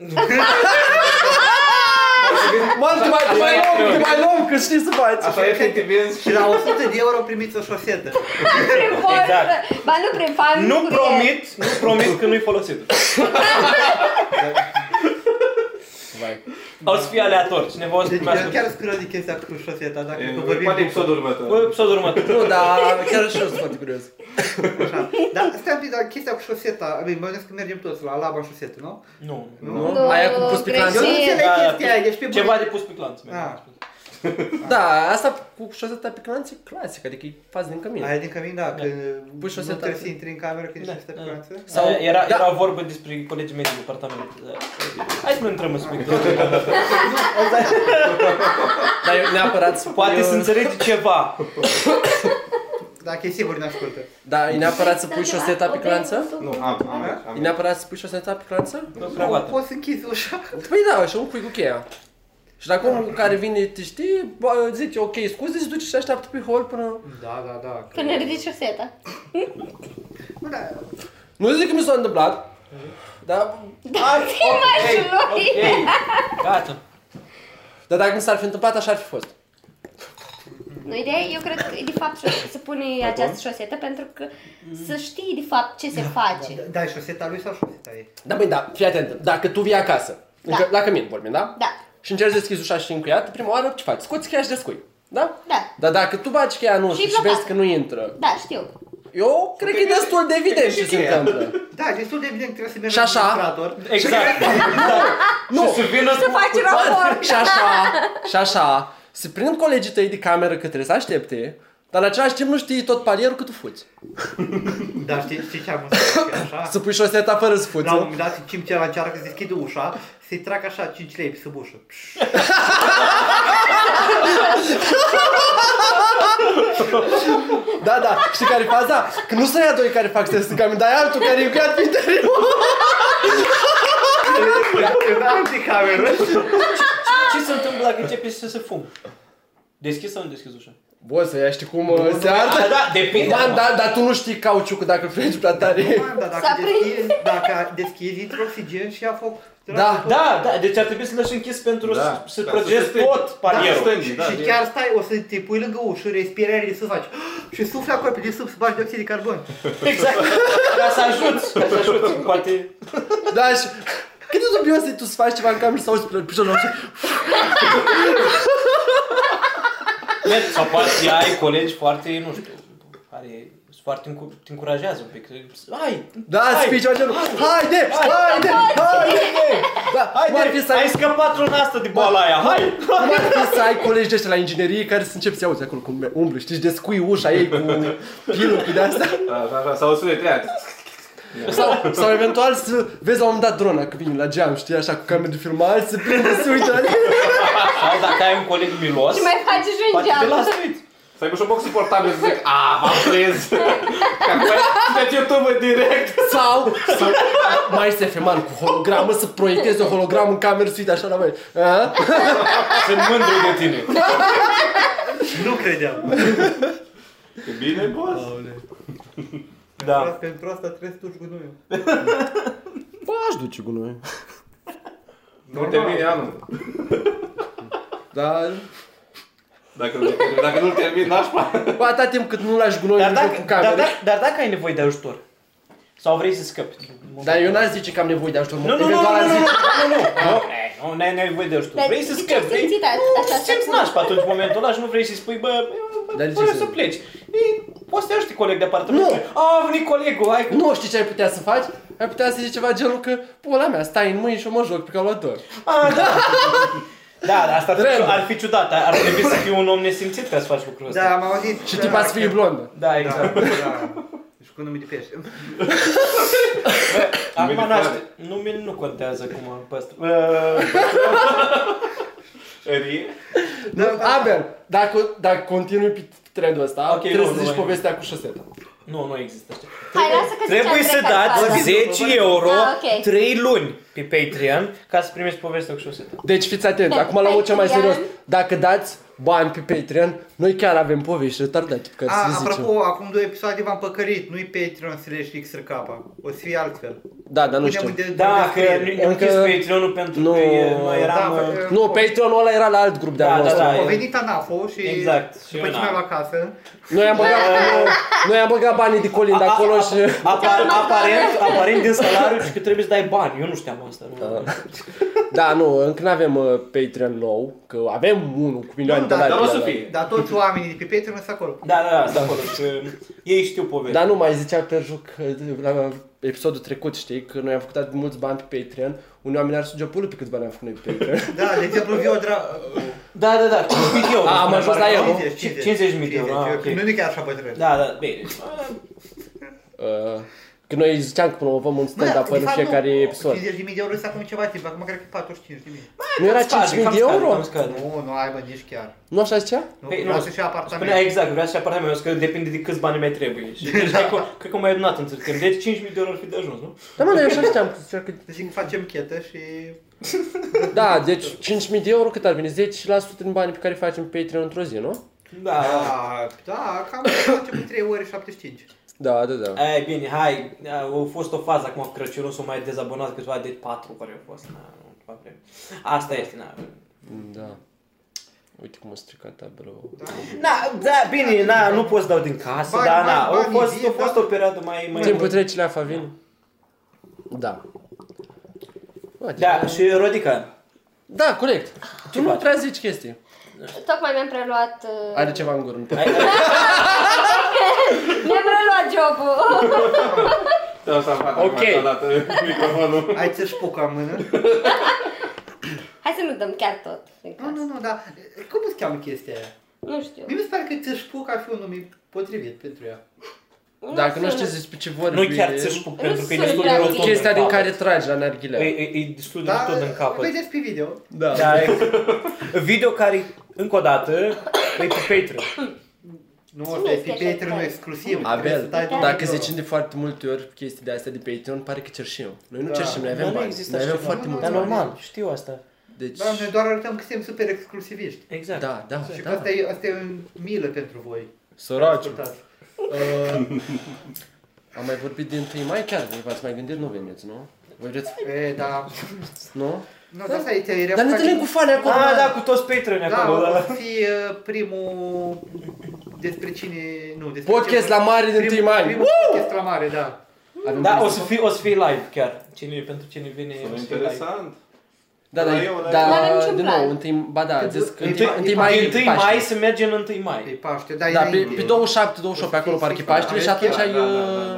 [SPEAKER 1] Mă, te mai, te mai luăm, te mai luăm, că știi să faci.
[SPEAKER 4] Așa e efectivez
[SPEAKER 2] Și la 100 de euro primiți o șosetă.
[SPEAKER 5] Prin poștă.
[SPEAKER 3] Exact.
[SPEAKER 5] Ba nu prin fan.
[SPEAKER 3] Nu
[SPEAKER 5] cu
[SPEAKER 3] promit, nu promit că nu-i folosit.
[SPEAKER 1] Vai.
[SPEAKER 3] O să fie aleator, cineva o să
[SPEAKER 2] Deci eu
[SPEAKER 3] primească.
[SPEAKER 2] chiar sunt curios de chestia cu șoseta, dacă
[SPEAKER 4] E,
[SPEAKER 2] că vorbim
[SPEAKER 4] Poate
[SPEAKER 2] după.
[SPEAKER 4] episodul următor.
[SPEAKER 3] Episodul următor.
[SPEAKER 1] Nu, dar chiar și eu sunt foarte curios.
[SPEAKER 2] Așa. Dar stai un pic, dar chestia cu șoseta, bine, mă gândesc că mergem toți la laba în șosetă, nu?
[SPEAKER 3] Nu.
[SPEAKER 1] Nu?
[SPEAKER 5] Nu,
[SPEAKER 1] Aia cu pus pe
[SPEAKER 5] greșit.
[SPEAKER 1] clanț.
[SPEAKER 2] Eu nu înțeleg
[SPEAKER 3] Da,
[SPEAKER 2] chestia aia, ești pe bune.
[SPEAKER 3] Ceva de pus pe clanț. mereu.
[SPEAKER 2] Ah.
[SPEAKER 1] Da, asta cu șoseta pe clanț e clasic, adică e fază din cămin.
[SPEAKER 2] Aia din cămin, da, că
[SPEAKER 1] Pui
[SPEAKER 2] nu
[SPEAKER 1] șoseta.
[SPEAKER 2] trebuie să intri în cameră când
[SPEAKER 3] Da,
[SPEAKER 2] ești
[SPEAKER 3] da.
[SPEAKER 2] pe
[SPEAKER 1] Sau-
[SPEAKER 3] Sau, era,
[SPEAKER 1] da.
[SPEAKER 3] era vorba despre colegii mei din departament. Da. Hai să nu intrăm în subiectul ăsta.
[SPEAKER 1] Dar eu neapărat să
[SPEAKER 3] Poate
[SPEAKER 1] eu...
[SPEAKER 3] să înțelegi ceva.
[SPEAKER 2] Dacă e sigur ne ascultă.
[SPEAKER 1] Da, e neapărat să
[SPEAKER 5] Să
[SPEAKER 1] pui
[SPEAKER 5] te fac
[SPEAKER 1] șoseta
[SPEAKER 5] o
[SPEAKER 1] pe clanță?
[SPEAKER 5] beiuță.
[SPEAKER 4] Nu, am, am,
[SPEAKER 1] E
[SPEAKER 4] am.
[SPEAKER 1] neapărat să pui șoseta pe clanță?
[SPEAKER 3] Cravată.
[SPEAKER 2] Poți să închizi ușa.
[SPEAKER 1] Păi da, și un cui cu cheia. Și dacă omul care vine te știe, bă, zice ok, scuze și duce și așteaptă pe hol până...
[SPEAKER 2] Da, da, da.
[SPEAKER 5] Până ridici șoseta.
[SPEAKER 2] Bă, da,
[SPEAKER 1] Nu zic că mi s-a întâmplat, dar...
[SPEAKER 5] Da, mai și noi.
[SPEAKER 3] Ei, gata.
[SPEAKER 1] Dar dacă mi s-ar fi întâmplat, așa ar fi fost.
[SPEAKER 5] Nu ideea, e, eu cred că de fapt șo- se pune această șosetă pentru că
[SPEAKER 3] Mm-hmm.
[SPEAKER 5] să știi de fapt ce se face.
[SPEAKER 2] da, e șoseta lui sau șoseta ei?
[SPEAKER 1] Da, băi, da, fii atent. Dacă tu vii acasă,
[SPEAKER 5] Da.
[SPEAKER 1] încă, la cămin vorbim, da?
[SPEAKER 5] Da.
[SPEAKER 1] Și încerci să deschizi ușa și încuiat, prima oară ce faci? Scoți cheia și descui. Da?
[SPEAKER 5] Da.
[SPEAKER 1] Dar dacă tu bagi cheia în ușă
[SPEAKER 5] Și-i
[SPEAKER 1] și, vezi
[SPEAKER 5] blocat.
[SPEAKER 1] că nu intră,
[SPEAKER 5] Da, știu.
[SPEAKER 1] Eu cred că e destul de evident ce se întâmplă.
[SPEAKER 2] Da, e destul de evident că trebuie să mergem
[SPEAKER 1] Și așa?
[SPEAKER 2] la administrator.
[SPEAKER 3] Exact.
[SPEAKER 1] Nu,
[SPEAKER 8] Să vină
[SPEAKER 5] Să faci raport.
[SPEAKER 1] și așa, și așa, se prind colegii tăi de cameră că trebuie să aștepte, dar în același timp nu știi tot palierul cât tu fuți.
[SPEAKER 2] Dar știi, știi ce am înțeles? că e Așa?
[SPEAKER 1] Să pui șoseta fără sfuță.
[SPEAKER 2] La un moment dat, cim ce la încearcă să deschidă ușa, se trag așa 5 lei pe sub ușă. Pș,
[SPEAKER 1] Da, da, știi care e faza? Că nu sunt aia doi care fac stres în cameră, dar e altul care e cu interior.
[SPEAKER 2] În alte cameră.
[SPEAKER 3] Ce se întâmplă dacă începe să se fum? Deschis sau nu deschis ușa?
[SPEAKER 1] Bă, să ia știi cum uh, se arde?
[SPEAKER 3] Da, da, depinde.
[SPEAKER 1] Da,
[SPEAKER 3] acum.
[SPEAKER 1] da, dar tu nu știi cauciucul dacă îl frângi prea tare.
[SPEAKER 2] Dar
[SPEAKER 5] S-a
[SPEAKER 2] dacă deschizi, dacă deschizi, intră oxigen și ia foc.
[SPEAKER 1] Da,
[SPEAKER 3] Da, da, deci ar trebui să-l lași închis pentru
[SPEAKER 4] Da.
[SPEAKER 3] să- să
[SPEAKER 4] Da,
[SPEAKER 3] protejezi
[SPEAKER 4] să se
[SPEAKER 3] tot
[SPEAKER 4] Da,
[SPEAKER 3] palierul.
[SPEAKER 4] să
[SPEAKER 2] Și,
[SPEAKER 4] da,
[SPEAKER 2] și
[SPEAKER 4] e-
[SPEAKER 2] chiar stai, o să te pui lângă ușă, respiri aer de sus, faci și sufli acolo pe de sub, să bagi dioxid de carbon.
[SPEAKER 3] Exact. Ca să ajuți, ca să ajuți. Poate...
[SPEAKER 1] da, și... Cât de dubios e tu să faci ceva în cameră și să auzi pe piciorul și...
[SPEAKER 3] Mergi. Sau poate ai colegi foarte, nu știu, care sunt foarte încu- te încurajează un pic. Hai,
[SPEAKER 1] Da,
[SPEAKER 3] hai,
[SPEAKER 1] spici genul. Haide, haide, haide! Da, cum ar fi să ai,
[SPEAKER 8] ai scăpat luna asta de boala aia, hai!
[SPEAKER 1] cum ar fi să ai colegi de ăștia la inginerie care să începi să auzi acolo cum umbli, știi, și descui ușa ei cu pilul cu de-asta.
[SPEAKER 4] Așa, așa, sau sunet treia.
[SPEAKER 1] Sau, sau eventual să vezi la un moment dat drona că vine la geam, știi, așa cu camere de filmare, se prinde, se uită la tine.
[SPEAKER 3] Sau dacă ai un coleg milos,
[SPEAKER 5] Și mai faci și în
[SPEAKER 3] poate te
[SPEAKER 5] geam.
[SPEAKER 3] lasă, uite.
[SPEAKER 4] Să aibă și un box suportabil să zic, a, m-am prins. Că acum pe YouTube direct.
[SPEAKER 1] Sau să mai se feman cu hologramă, să proiectezi o hologramă în cameră, să uite așa la mai. A?
[SPEAKER 3] Sunt mândru de tine.
[SPEAKER 2] Nu credeam.
[SPEAKER 4] E bine, boss?
[SPEAKER 3] Da.
[SPEAKER 2] Pentru asta trebuie să duci gunoiul.
[SPEAKER 1] Bă, aș duce gunoi.
[SPEAKER 4] Nu termine anul.
[SPEAKER 1] Dar,
[SPEAKER 4] Dacă, nu- dacă nu-l termin, nașpa.
[SPEAKER 1] bă, atâta timp cât nu lași gunoi
[SPEAKER 3] Dar
[SPEAKER 1] în joc
[SPEAKER 3] dacă,
[SPEAKER 1] cu
[SPEAKER 3] dar,
[SPEAKER 1] camere.
[SPEAKER 3] dacă, dar dacă ai nevoie de ajutor, sau vrei să scapi?
[SPEAKER 1] Dar eu Ah. n-aș zice că am nevoie de ajutor.
[SPEAKER 3] Nu, nu, nu, nu, nu,
[SPEAKER 1] Eventual
[SPEAKER 3] nu,
[SPEAKER 1] aș
[SPEAKER 3] nu,
[SPEAKER 1] zice-
[SPEAKER 3] nu, nu, Eh, nu, n-ai nevoie de ajutor.
[SPEAKER 5] Dar
[SPEAKER 3] Vrei să
[SPEAKER 5] de ce
[SPEAKER 3] scapi,
[SPEAKER 5] ai
[SPEAKER 3] vrei?
[SPEAKER 5] simțit a-
[SPEAKER 3] Nu,
[SPEAKER 5] așa
[SPEAKER 3] simți
[SPEAKER 5] ceva?
[SPEAKER 3] nașpa atunci, în momentul ăla și nu vrei să-i spui, bă, bă,
[SPEAKER 1] Dar de ce
[SPEAKER 3] fără
[SPEAKER 1] să-
[SPEAKER 3] să pleci. Ei, Poți să te ajute coleg de apartament.
[SPEAKER 1] Nu.
[SPEAKER 3] A, a venit colegul, hai.
[SPEAKER 1] Nu știi ce ai putea să faci? Ai putea să zici ceva genul că, pula mea, stai în mâini și eu mă joc pe calculator.
[SPEAKER 3] A, da. Da, dar asta ar fi,
[SPEAKER 1] Trebuie.
[SPEAKER 3] ciu- ar fi ciudat, ar ar trebui să fii un om nesimțit ca să faci lucrul ăsta.
[SPEAKER 2] Da, am auzit.
[SPEAKER 1] Și tipa să fie blondă.
[SPEAKER 3] Da,
[SPEAKER 2] Da,
[SPEAKER 3] exact.
[SPEAKER 2] da. Și cu nume de pește.
[SPEAKER 3] Acum
[SPEAKER 4] Numele
[SPEAKER 3] naște,
[SPEAKER 4] care?
[SPEAKER 3] numele nu contează cum am păstrat.
[SPEAKER 4] Rie.
[SPEAKER 2] Da, da.
[SPEAKER 1] Abel, dacă, dacă continui pe trendul ăsta,
[SPEAKER 3] Ok,
[SPEAKER 1] trebuie
[SPEAKER 3] nu,
[SPEAKER 1] să
[SPEAKER 3] nu
[SPEAKER 1] zici
[SPEAKER 3] mai-
[SPEAKER 1] povestea cu șoseta.
[SPEAKER 3] Nu, nu există așa.
[SPEAKER 5] Hai, lasă că
[SPEAKER 3] Trebuie
[SPEAKER 5] ziceam
[SPEAKER 3] să
[SPEAKER 5] trei
[SPEAKER 3] dați
[SPEAKER 5] care
[SPEAKER 3] 10 euro
[SPEAKER 5] Ah, da. ok.
[SPEAKER 3] 3 luni pe Patreon ca să primești povestea cu șoseta.
[SPEAKER 1] Deci fiți atenți,
[SPEAKER 5] Da, Pe
[SPEAKER 1] acum la mult cel mai
[SPEAKER 5] Patreon.
[SPEAKER 1] serios. Dacă dați bani pe Patreon, noi chiar avem povești retardate pe care să
[SPEAKER 2] A,
[SPEAKER 1] le zicem.
[SPEAKER 2] apropo, acum două episoade v-am păcărit, nu-i Patreon slash XRK, o să fie altfel.
[SPEAKER 1] Da, dar nu
[SPEAKER 2] Punem
[SPEAKER 1] știu.
[SPEAKER 2] de- de
[SPEAKER 3] Da, că
[SPEAKER 2] descriere.
[SPEAKER 3] nu
[SPEAKER 1] Încă-
[SPEAKER 3] închis Patreon-ul pentru
[SPEAKER 1] Nu.
[SPEAKER 3] că e- noi eram...
[SPEAKER 2] Da,
[SPEAKER 3] uh,
[SPEAKER 2] că-
[SPEAKER 1] Nu, Patreon-ul ăla era la alt grup de-al
[SPEAKER 3] Da, da,
[SPEAKER 1] nostru.
[SPEAKER 3] da,
[SPEAKER 2] A
[SPEAKER 3] e-
[SPEAKER 2] venit Anafo și
[SPEAKER 3] Exact, și
[SPEAKER 2] după
[SPEAKER 3] eu
[SPEAKER 2] ce
[SPEAKER 3] n-am.
[SPEAKER 2] mi-am luat casă,
[SPEAKER 1] Noi am băgat, noi am băgat banii de Colin de acolo și...
[SPEAKER 3] Apar, aparent, aparent din salariu și că trebuie să dai bani. Eu nu știam asta. Nu.
[SPEAKER 1] Da, nu, încă nu avem uh, Patreon nou, că avem unul cu milioane
[SPEAKER 2] Nu,
[SPEAKER 1] de
[SPEAKER 2] dar-
[SPEAKER 1] dolari.
[SPEAKER 4] dar o să
[SPEAKER 1] da, da.
[SPEAKER 4] fie.
[SPEAKER 2] dar toți oamenii de pe Patreon sunt acolo.
[SPEAKER 3] Da, da, da, da, acolo. Că ei știu povestea.
[SPEAKER 1] Dar nu, mai zicea că joc uh, la episodul trecut, știi, că noi am făcut atât de mulți bani pe Patreon, unii oameni ar suge pulul pe câți bani am făcut noi pe Patreon.
[SPEAKER 2] Da, de exemplu, Viodra,
[SPEAKER 3] Da, da, da. Cât video?
[SPEAKER 1] A, am ajuns la el.
[SPEAKER 2] 50, 50,
[SPEAKER 3] 50 de euro, ah, ok.
[SPEAKER 2] Nu e chiar așa bătrân.
[SPEAKER 3] Da, da, bine.
[SPEAKER 1] Uh, că noi ziceam că promovăm un
[SPEAKER 2] Mă,
[SPEAKER 1] stand-up
[SPEAKER 2] de
[SPEAKER 1] în
[SPEAKER 2] fapt, nu,
[SPEAKER 1] fiecare episod.
[SPEAKER 2] 50.000 de euro este acum ceva timp, acum cred că 45 de mii.
[SPEAKER 1] Nu era 5.000
[SPEAKER 3] Cam scade, cam
[SPEAKER 1] de
[SPEAKER 3] scade,
[SPEAKER 1] euro?
[SPEAKER 3] cam scade.
[SPEAKER 2] Nu, nu ai, bă, nici chiar.
[SPEAKER 1] Nu așa zicea?
[SPEAKER 2] Nu,
[SPEAKER 3] Păi,
[SPEAKER 2] păi,
[SPEAKER 3] nu,
[SPEAKER 2] nu, și
[SPEAKER 3] Spunea
[SPEAKER 2] apartament.
[SPEAKER 3] exact, vrea să apartament, eu zic că depinde de câți bani mai trebuie. Și
[SPEAKER 2] Da.
[SPEAKER 3] deci, cred, că, cred că mai adunat între timp. Deci 5.000 de euro ar fi de ajuns, nu?
[SPEAKER 1] Da, mă, noi așa știam că zicea că...
[SPEAKER 2] Deci facem chetă și...
[SPEAKER 1] Da, deci 5.000 de euro cât ar veni? 10% din banii pe care îi facem pe Patreon într-o zi, nu?
[SPEAKER 3] Da.
[SPEAKER 2] Da, da, cam facem 3 ore 75.
[SPEAKER 1] Da, da, da.
[SPEAKER 3] Ai, bine, hai. A fost o fază acum cu Crăciunul, s-au mai dezabonat câteva de 4 care au fost. Na, nu, ceva vreme. Asta este, na.
[SPEAKER 1] Da. Uite cum a stricat tabelul.
[SPEAKER 3] Na, da, bine, na, nu pot să dau din casă,
[SPEAKER 2] Bani,
[SPEAKER 3] dar na,
[SPEAKER 2] bani,
[SPEAKER 3] a
[SPEAKER 2] bani,
[SPEAKER 3] fost,
[SPEAKER 2] zi,
[SPEAKER 3] a fost
[SPEAKER 2] da.
[SPEAKER 3] o perioadă mai... mai
[SPEAKER 1] Timpul trece la Favin. Da.
[SPEAKER 3] Da, și Rodica.
[SPEAKER 1] Da, corect. Tu nu prea zici chestii.
[SPEAKER 5] Tocmai mi-am preluat... uh,
[SPEAKER 1] Are ceva în gură. nu te-
[SPEAKER 3] Ai- ai-
[SPEAKER 5] Mi-am reluat jobul.
[SPEAKER 4] Te-o să fac acum
[SPEAKER 1] Ok.
[SPEAKER 4] toată microfonul.
[SPEAKER 2] Ai ți-și puca în mână?
[SPEAKER 5] Hai să nu dăm chiar tot. din
[SPEAKER 2] Nu,
[SPEAKER 5] casă.
[SPEAKER 2] nu, nu, dar cum îți cheamă chestia aia?
[SPEAKER 5] Nu știu.
[SPEAKER 2] Mie mi se pare că ți-și puca ar fi un nume potrivit pentru ea.
[SPEAKER 1] Dacă nu
[SPEAKER 5] sună.
[SPEAKER 1] știți despre ce vorbim,
[SPEAKER 9] Nu chiar Păi,
[SPEAKER 1] e
[SPEAKER 9] ți pentru că e
[SPEAKER 5] sunt
[SPEAKER 9] destul de
[SPEAKER 5] prea
[SPEAKER 9] rotund.
[SPEAKER 1] chestia
[SPEAKER 9] în
[SPEAKER 1] din
[SPEAKER 9] capăt.
[SPEAKER 1] adică care tragi la narghilea.
[SPEAKER 9] E, e, e destul de
[SPEAKER 2] Dar
[SPEAKER 9] rotund în capăt.
[SPEAKER 2] vedeți pe video.
[SPEAKER 1] Da.
[SPEAKER 9] Da, e video care, încă o dată, e pe Patreon.
[SPEAKER 2] Nu,
[SPEAKER 5] Cine
[SPEAKER 2] asta e
[SPEAKER 5] este
[SPEAKER 2] pe
[SPEAKER 5] așa
[SPEAKER 2] Patreon
[SPEAKER 5] tare? Da,
[SPEAKER 2] exclusiv. trebuie
[SPEAKER 1] Abel,
[SPEAKER 2] să dai doar
[SPEAKER 1] dacă
[SPEAKER 2] video.
[SPEAKER 1] zicem de foarte multe ori chestii de astea de Patreon, pare că cerșim. Noi nu
[SPEAKER 2] Da.
[SPEAKER 1] cerșim, noi avem
[SPEAKER 9] Dar nu
[SPEAKER 1] bani.
[SPEAKER 9] există
[SPEAKER 1] Noi
[SPEAKER 9] așa
[SPEAKER 1] avem
[SPEAKER 9] ceva.
[SPEAKER 1] foarte
[SPEAKER 2] Nu, nu,
[SPEAKER 1] mulți
[SPEAKER 9] Dar
[SPEAKER 2] nu.
[SPEAKER 1] bani.
[SPEAKER 9] normal, știu asta.
[SPEAKER 1] Deci,
[SPEAKER 2] Da, noi doar arătăm că suntem super exclusiviști.
[SPEAKER 9] Exact.
[SPEAKER 1] da, da,
[SPEAKER 2] Și că
[SPEAKER 1] da.
[SPEAKER 2] asta e, asta e un milă pentru voi.
[SPEAKER 1] Săraci.
[SPEAKER 2] Ascultați.
[SPEAKER 1] Am mai vorbit din 1 mai chiar, voi v-ați mai gândit, nu veniți, nu? Voi vreți,
[SPEAKER 2] E, da.
[SPEAKER 1] nu?
[SPEAKER 2] Nu, dar asta e ți-ai
[SPEAKER 1] Dar ne întâlnim cu fani acolo.
[SPEAKER 9] Ah, da, cu toți Patreon
[SPEAKER 2] Da,
[SPEAKER 9] acolo.
[SPEAKER 2] o
[SPEAKER 9] Da.
[SPEAKER 2] să fie primul despre cine... Nu, despre
[SPEAKER 1] Podcast
[SPEAKER 2] ce-
[SPEAKER 1] la mare din
[SPEAKER 2] primul-
[SPEAKER 1] 1 mai.
[SPEAKER 2] Primul podcast la mare, da.
[SPEAKER 1] Avem
[SPEAKER 9] Da, o
[SPEAKER 1] chestii.
[SPEAKER 9] să fie, o să fie live chiar. Cine, pentru cine vine, o
[SPEAKER 4] Sună
[SPEAKER 9] să fie live.
[SPEAKER 4] interesant.
[SPEAKER 1] Da, da,
[SPEAKER 4] La eu, la
[SPEAKER 5] eu. Nu avem
[SPEAKER 1] da,
[SPEAKER 5] niciun
[SPEAKER 1] din
[SPEAKER 5] plan.
[SPEAKER 1] nou, întâi, ba da,
[SPEAKER 2] Că
[SPEAKER 1] zis că
[SPEAKER 2] e
[SPEAKER 1] întâi-
[SPEAKER 2] pa- e
[SPEAKER 1] întâi
[SPEAKER 2] pa-
[SPEAKER 1] mai
[SPEAKER 9] Mai
[SPEAKER 1] e
[SPEAKER 9] 1
[SPEAKER 1] Paște.
[SPEAKER 9] mai să mergem în 1
[SPEAKER 2] E
[SPEAKER 9] mai.
[SPEAKER 2] Paște, da, e
[SPEAKER 1] Da, pe,
[SPEAKER 2] înainte.
[SPEAKER 1] pe 27, 28 acolo parcă e Paștele și atunci
[SPEAKER 4] Da,
[SPEAKER 1] ai... uh,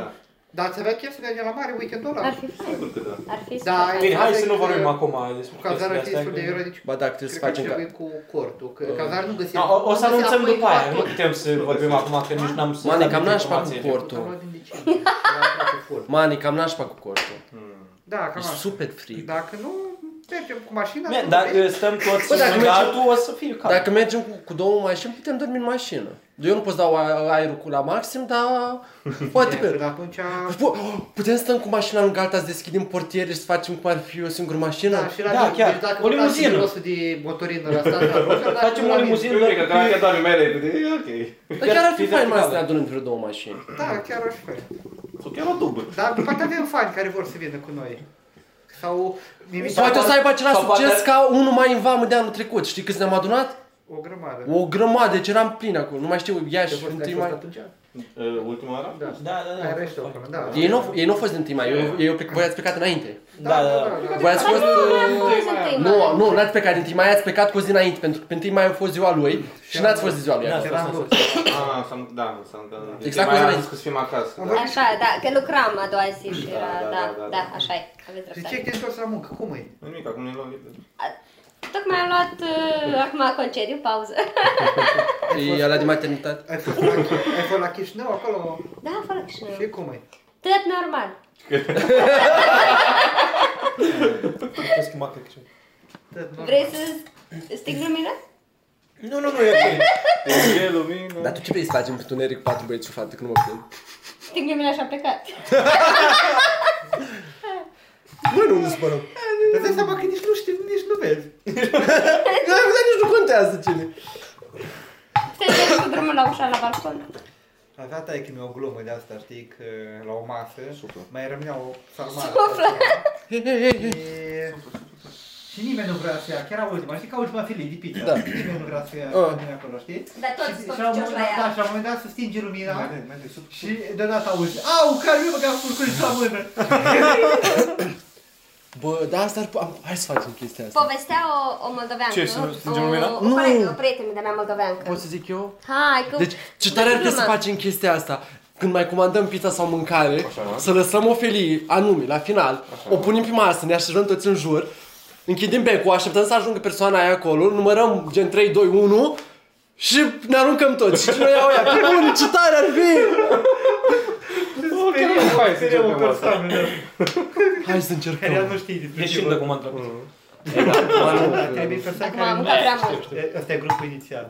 [SPEAKER 2] Dar ați avea chef să mergem la mare weekendul ăla?
[SPEAKER 5] Ar fi fain.
[SPEAKER 4] Sigur că da.
[SPEAKER 5] Ar fi
[SPEAKER 2] Da,
[SPEAKER 5] super.
[SPEAKER 9] Bine, hai
[SPEAKER 2] Asta
[SPEAKER 9] să
[SPEAKER 2] e
[SPEAKER 9] nu
[SPEAKER 2] că-
[SPEAKER 9] vorbim acum
[SPEAKER 2] Cu
[SPEAKER 9] despre
[SPEAKER 2] cazarea
[SPEAKER 9] chestia asta.
[SPEAKER 2] ar fi destul de
[SPEAKER 9] că-
[SPEAKER 2] euro, deci
[SPEAKER 1] Ba da, că trebuie să
[SPEAKER 2] cred că
[SPEAKER 1] facem ca...
[SPEAKER 2] trebuie cu cortul, că cazarea nu găsim.
[SPEAKER 9] No, Da, o, o să
[SPEAKER 2] Nu găseam
[SPEAKER 9] anunțăm
[SPEAKER 2] apoi
[SPEAKER 9] după aia,
[SPEAKER 2] la
[SPEAKER 9] nu
[SPEAKER 2] tot.
[SPEAKER 9] putem să vorbim acum că nici n-am să
[SPEAKER 1] Mane,
[SPEAKER 9] stabilim
[SPEAKER 1] cam nașpa cu
[SPEAKER 9] informațiile.
[SPEAKER 2] Am luat
[SPEAKER 1] cortul.
[SPEAKER 2] din decembrie. am luat cu cortul.
[SPEAKER 1] Mane, cam nașpa cu cortul.
[SPEAKER 2] Da,
[SPEAKER 1] E
[SPEAKER 2] cam așa.
[SPEAKER 1] super frig.
[SPEAKER 2] Dacă nu, mergem cu mașina.
[SPEAKER 9] Bine,
[SPEAKER 2] nu
[SPEAKER 9] Dacă
[SPEAKER 2] vezi.
[SPEAKER 9] stăm toți
[SPEAKER 1] Bă, dacă
[SPEAKER 9] în
[SPEAKER 1] mergem-
[SPEAKER 9] gatul, o să fie cald.
[SPEAKER 1] Dacă mergem cu, cu două mașini, putem dormi în mașină. Eu nu pot să dau a- aerul cu la maxim, dar poate
[SPEAKER 2] Până
[SPEAKER 1] pe...
[SPEAKER 2] atunci...
[SPEAKER 1] Pu- Putem să stăm cu mașina lângă alta, să deschidem portiere și să facem cum ar fi o singură mașină?
[SPEAKER 2] Da, și la
[SPEAKER 9] Da,
[SPEAKER 2] da,
[SPEAKER 9] chiar.
[SPEAKER 2] chiar. Deci dacă
[SPEAKER 9] O
[SPEAKER 2] vă dați
[SPEAKER 9] limuzină.
[SPEAKER 2] mirosul de motorină la asta, da, la roșu, dați-vă
[SPEAKER 9] Facem
[SPEAKER 2] la
[SPEAKER 9] o
[SPEAKER 2] mine.
[SPEAKER 9] limuzină.
[SPEAKER 4] Eu cred că dacă doamne mai repede, e ok.
[SPEAKER 1] Dar Păi chiar ar fi
[SPEAKER 9] fi
[SPEAKER 1] fain mai să ne
[SPEAKER 9] verticală.
[SPEAKER 1] adunăm vreo două mașini.
[SPEAKER 2] Da, chiar aș face.
[SPEAKER 4] Sau chiar o dubă.
[SPEAKER 2] Dar poate avem fani care vor să vină cu noi. Sau... mie mi se
[SPEAKER 1] Poate o să
[SPEAKER 2] pare
[SPEAKER 1] aibă același
[SPEAKER 9] sau
[SPEAKER 1] succes
[SPEAKER 9] poate-
[SPEAKER 1] ca unul mai în vamă de anul trecut. Știi câți ne-am adunat?
[SPEAKER 2] O grămadă.
[SPEAKER 1] O grămadă, deci eram plin acolo. Nu mai știu,
[SPEAKER 2] Ce
[SPEAKER 1] Iași,
[SPEAKER 2] vârstă ai
[SPEAKER 1] întâi
[SPEAKER 2] fost
[SPEAKER 1] mai...
[SPEAKER 2] atunci?
[SPEAKER 4] Uh, Ultima oară?
[SPEAKER 2] Da.
[SPEAKER 9] Da, da,
[SPEAKER 2] Ai
[SPEAKER 9] da.
[SPEAKER 2] rește acolo, da.
[SPEAKER 1] Ei nu, ei nu au fost din prima, eu, eu, voi ați plecat înainte.
[SPEAKER 9] Da, da, da.
[SPEAKER 1] Voi ați fost... uh,
[SPEAKER 5] Nu, sunt
[SPEAKER 1] Nu, nu, n-ați plecat din Timai, ați plecat cu o zi înainte, pentru că pe 1 mai a fost ziua lui și n-ați fost de ziua lui.
[SPEAKER 9] Da.
[SPEAKER 1] acolo.
[SPEAKER 2] Eram rupt.
[SPEAKER 4] Ah, s-am, da, s-am dat.
[SPEAKER 1] Exact cum
[SPEAKER 4] mai
[SPEAKER 1] ziceai.
[SPEAKER 4] am zis că să fim acasă.
[SPEAKER 2] Am
[SPEAKER 4] da.
[SPEAKER 2] vorbit.
[SPEAKER 5] Așa, da, că lucram a doua zi și era,
[SPEAKER 4] da,
[SPEAKER 5] da,
[SPEAKER 4] da, da,
[SPEAKER 5] da,
[SPEAKER 4] da.
[SPEAKER 5] așa e, aveți
[SPEAKER 2] Și ce
[SPEAKER 5] dreptate.
[SPEAKER 2] te întors la muncă? Cum e?
[SPEAKER 4] Nu nimic, acum ne luăm liber.
[SPEAKER 5] Tocmai am luat uh, acum concediu, pauză.
[SPEAKER 1] E ala de maternitate.
[SPEAKER 2] Ai fost la, ai fost la Chișinău acolo?
[SPEAKER 5] Da, fără Chișinău.
[SPEAKER 2] Și cum e?
[SPEAKER 5] Tot normal.
[SPEAKER 9] Putem schimba că cred.
[SPEAKER 5] Vrei să stic lumina?
[SPEAKER 9] Nu, nu, nu, e ok.
[SPEAKER 4] E lumină.
[SPEAKER 1] Dar tu ce vrei să facem întuneric cu patru băieți și o fată când mă plâng?
[SPEAKER 5] Stic lumina și am plecat.
[SPEAKER 1] Noi nu ne spărăm.
[SPEAKER 2] Îți dai seama că nici nu știi, nici nu vezi.
[SPEAKER 1] Dar nici nu contează cine.
[SPEAKER 5] Stai să cu drumul la ușa la balcon.
[SPEAKER 2] Avea taie când o glumă de asta, știi, că la o masă
[SPEAKER 4] Suflă.
[SPEAKER 2] mai rămânea o sarmală.
[SPEAKER 5] Suflă.
[SPEAKER 2] E- Și nimeni nu vrea să ia, chiar a ultima, știi că ultima filie de pizza,
[SPEAKER 1] Da.
[SPEAKER 2] nimeni nu vrea să ia
[SPEAKER 1] Ah.
[SPEAKER 2] nimeni acolo, știi?
[SPEAKER 5] Dar Da, toți,
[SPEAKER 2] Și-
[SPEAKER 5] toți
[SPEAKER 2] și la un
[SPEAKER 5] cioci
[SPEAKER 2] moment
[SPEAKER 5] la
[SPEAKER 2] dat, da,
[SPEAKER 5] ea.
[SPEAKER 2] și la un moment dat se stinge lumina și deodată auzi, au, care mi-a băgat furculița la mână.
[SPEAKER 1] Bă, dar asta ar... am- Hai să facem chestia asta.
[SPEAKER 5] Povestea o, o moldoveancă.
[SPEAKER 9] Ce, să nu stingem lumina?
[SPEAKER 5] O, o,
[SPEAKER 1] Nu.
[SPEAKER 5] colegă, o prietenă de-a mea moldoveancă.
[SPEAKER 1] Pot să zic eu?
[SPEAKER 5] Hai, că...
[SPEAKER 1] Deci, ce tare ar fi să
[SPEAKER 5] Glumă.
[SPEAKER 1] facem chestia asta? Când mai comandăm pizza sau mâncare, să lăsăm o felie anume, la final, o punem pe masă, ne așezăm toți în jur, închidem becul, așteptăm să ajungă persoana aia acolo, numărăm gen 3, 2, 1 și ne aruncăm toți. Și noi iau ea, pe bune, ce tare ar fi!
[SPEAKER 2] Sperie,
[SPEAKER 4] hai să
[SPEAKER 2] sperie o
[SPEAKER 4] începem asta.
[SPEAKER 2] persoană
[SPEAKER 1] Hai să
[SPEAKER 2] care ea
[SPEAKER 1] încercăm.
[SPEAKER 2] nu știe despre ce
[SPEAKER 9] Ieșim de
[SPEAKER 2] vorbim.
[SPEAKER 9] comandă.
[SPEAKER 2] Da, trebuie persoane
[SPEAKER 5] Acum am
[SPEAKER 2] care nu
[SPEAKER 5] mâncat Da, prea mult.
[SPEAKER 2] E- Asta e grupul inițial.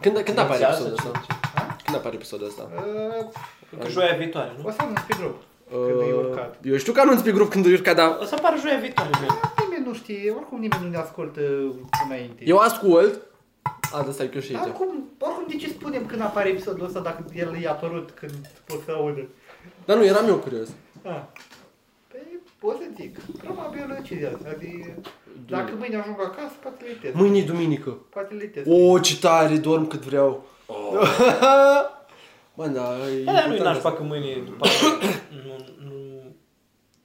[SPEAKER 1] Când, când apare
[SPEAKER 9] Inițial,
[SPEAKER 1] episodul
[SPEAKER 9] să
[SPEAKER 1] ăsta? Când apare episodul ăsta?
[SPEAKER 2] Uh,
[SPEAKER 9] Că joia viitoare, nu?
[SPEAKER 2] O să anunț pe grup. Când e urcat.
[SPEAKER 1] Uh, Eu știu că anunț pe grup când e urcat, dar
[SPEAKER 9] O să apară joia viitoare, bine.
[SPEAKER 2] Nimeni nu știe, oricum nimeni nu ne ascultă înainte.
[SPEAKER 1] eu ascult. A, da, stai că eu și
[SPEAKER 2] Dar
[SPEAKER 1] aici.
[SPEAKER 2] cum, oricum de ce spunem când apare episodul ăsta dacă el i-a apărut când pot să audă?
[SPEAKER 1] Dar nu, eram eu curios.
[SPEAKER 2] Ah. Păi pot să zic, probabil ce de asta, adică dacă mâine ajung acasă, poate le test.
[SPEAKER 1] Mâine e duminică.
[SPEAKER 2] Poate le test.
[SPEAKER 1] O, ce tare, dorm cât vreau.
[SPEAKER 4] Oh.
[SPEAKER 1] Bă, da, e
[SPEAKER 9] Dar nu-i
[SPEAKER 1] important
[SPEAKER 9] n-aș
[SPEAKER 1] asta.
[SPEAKER 9] facă mâine după... nu, nu,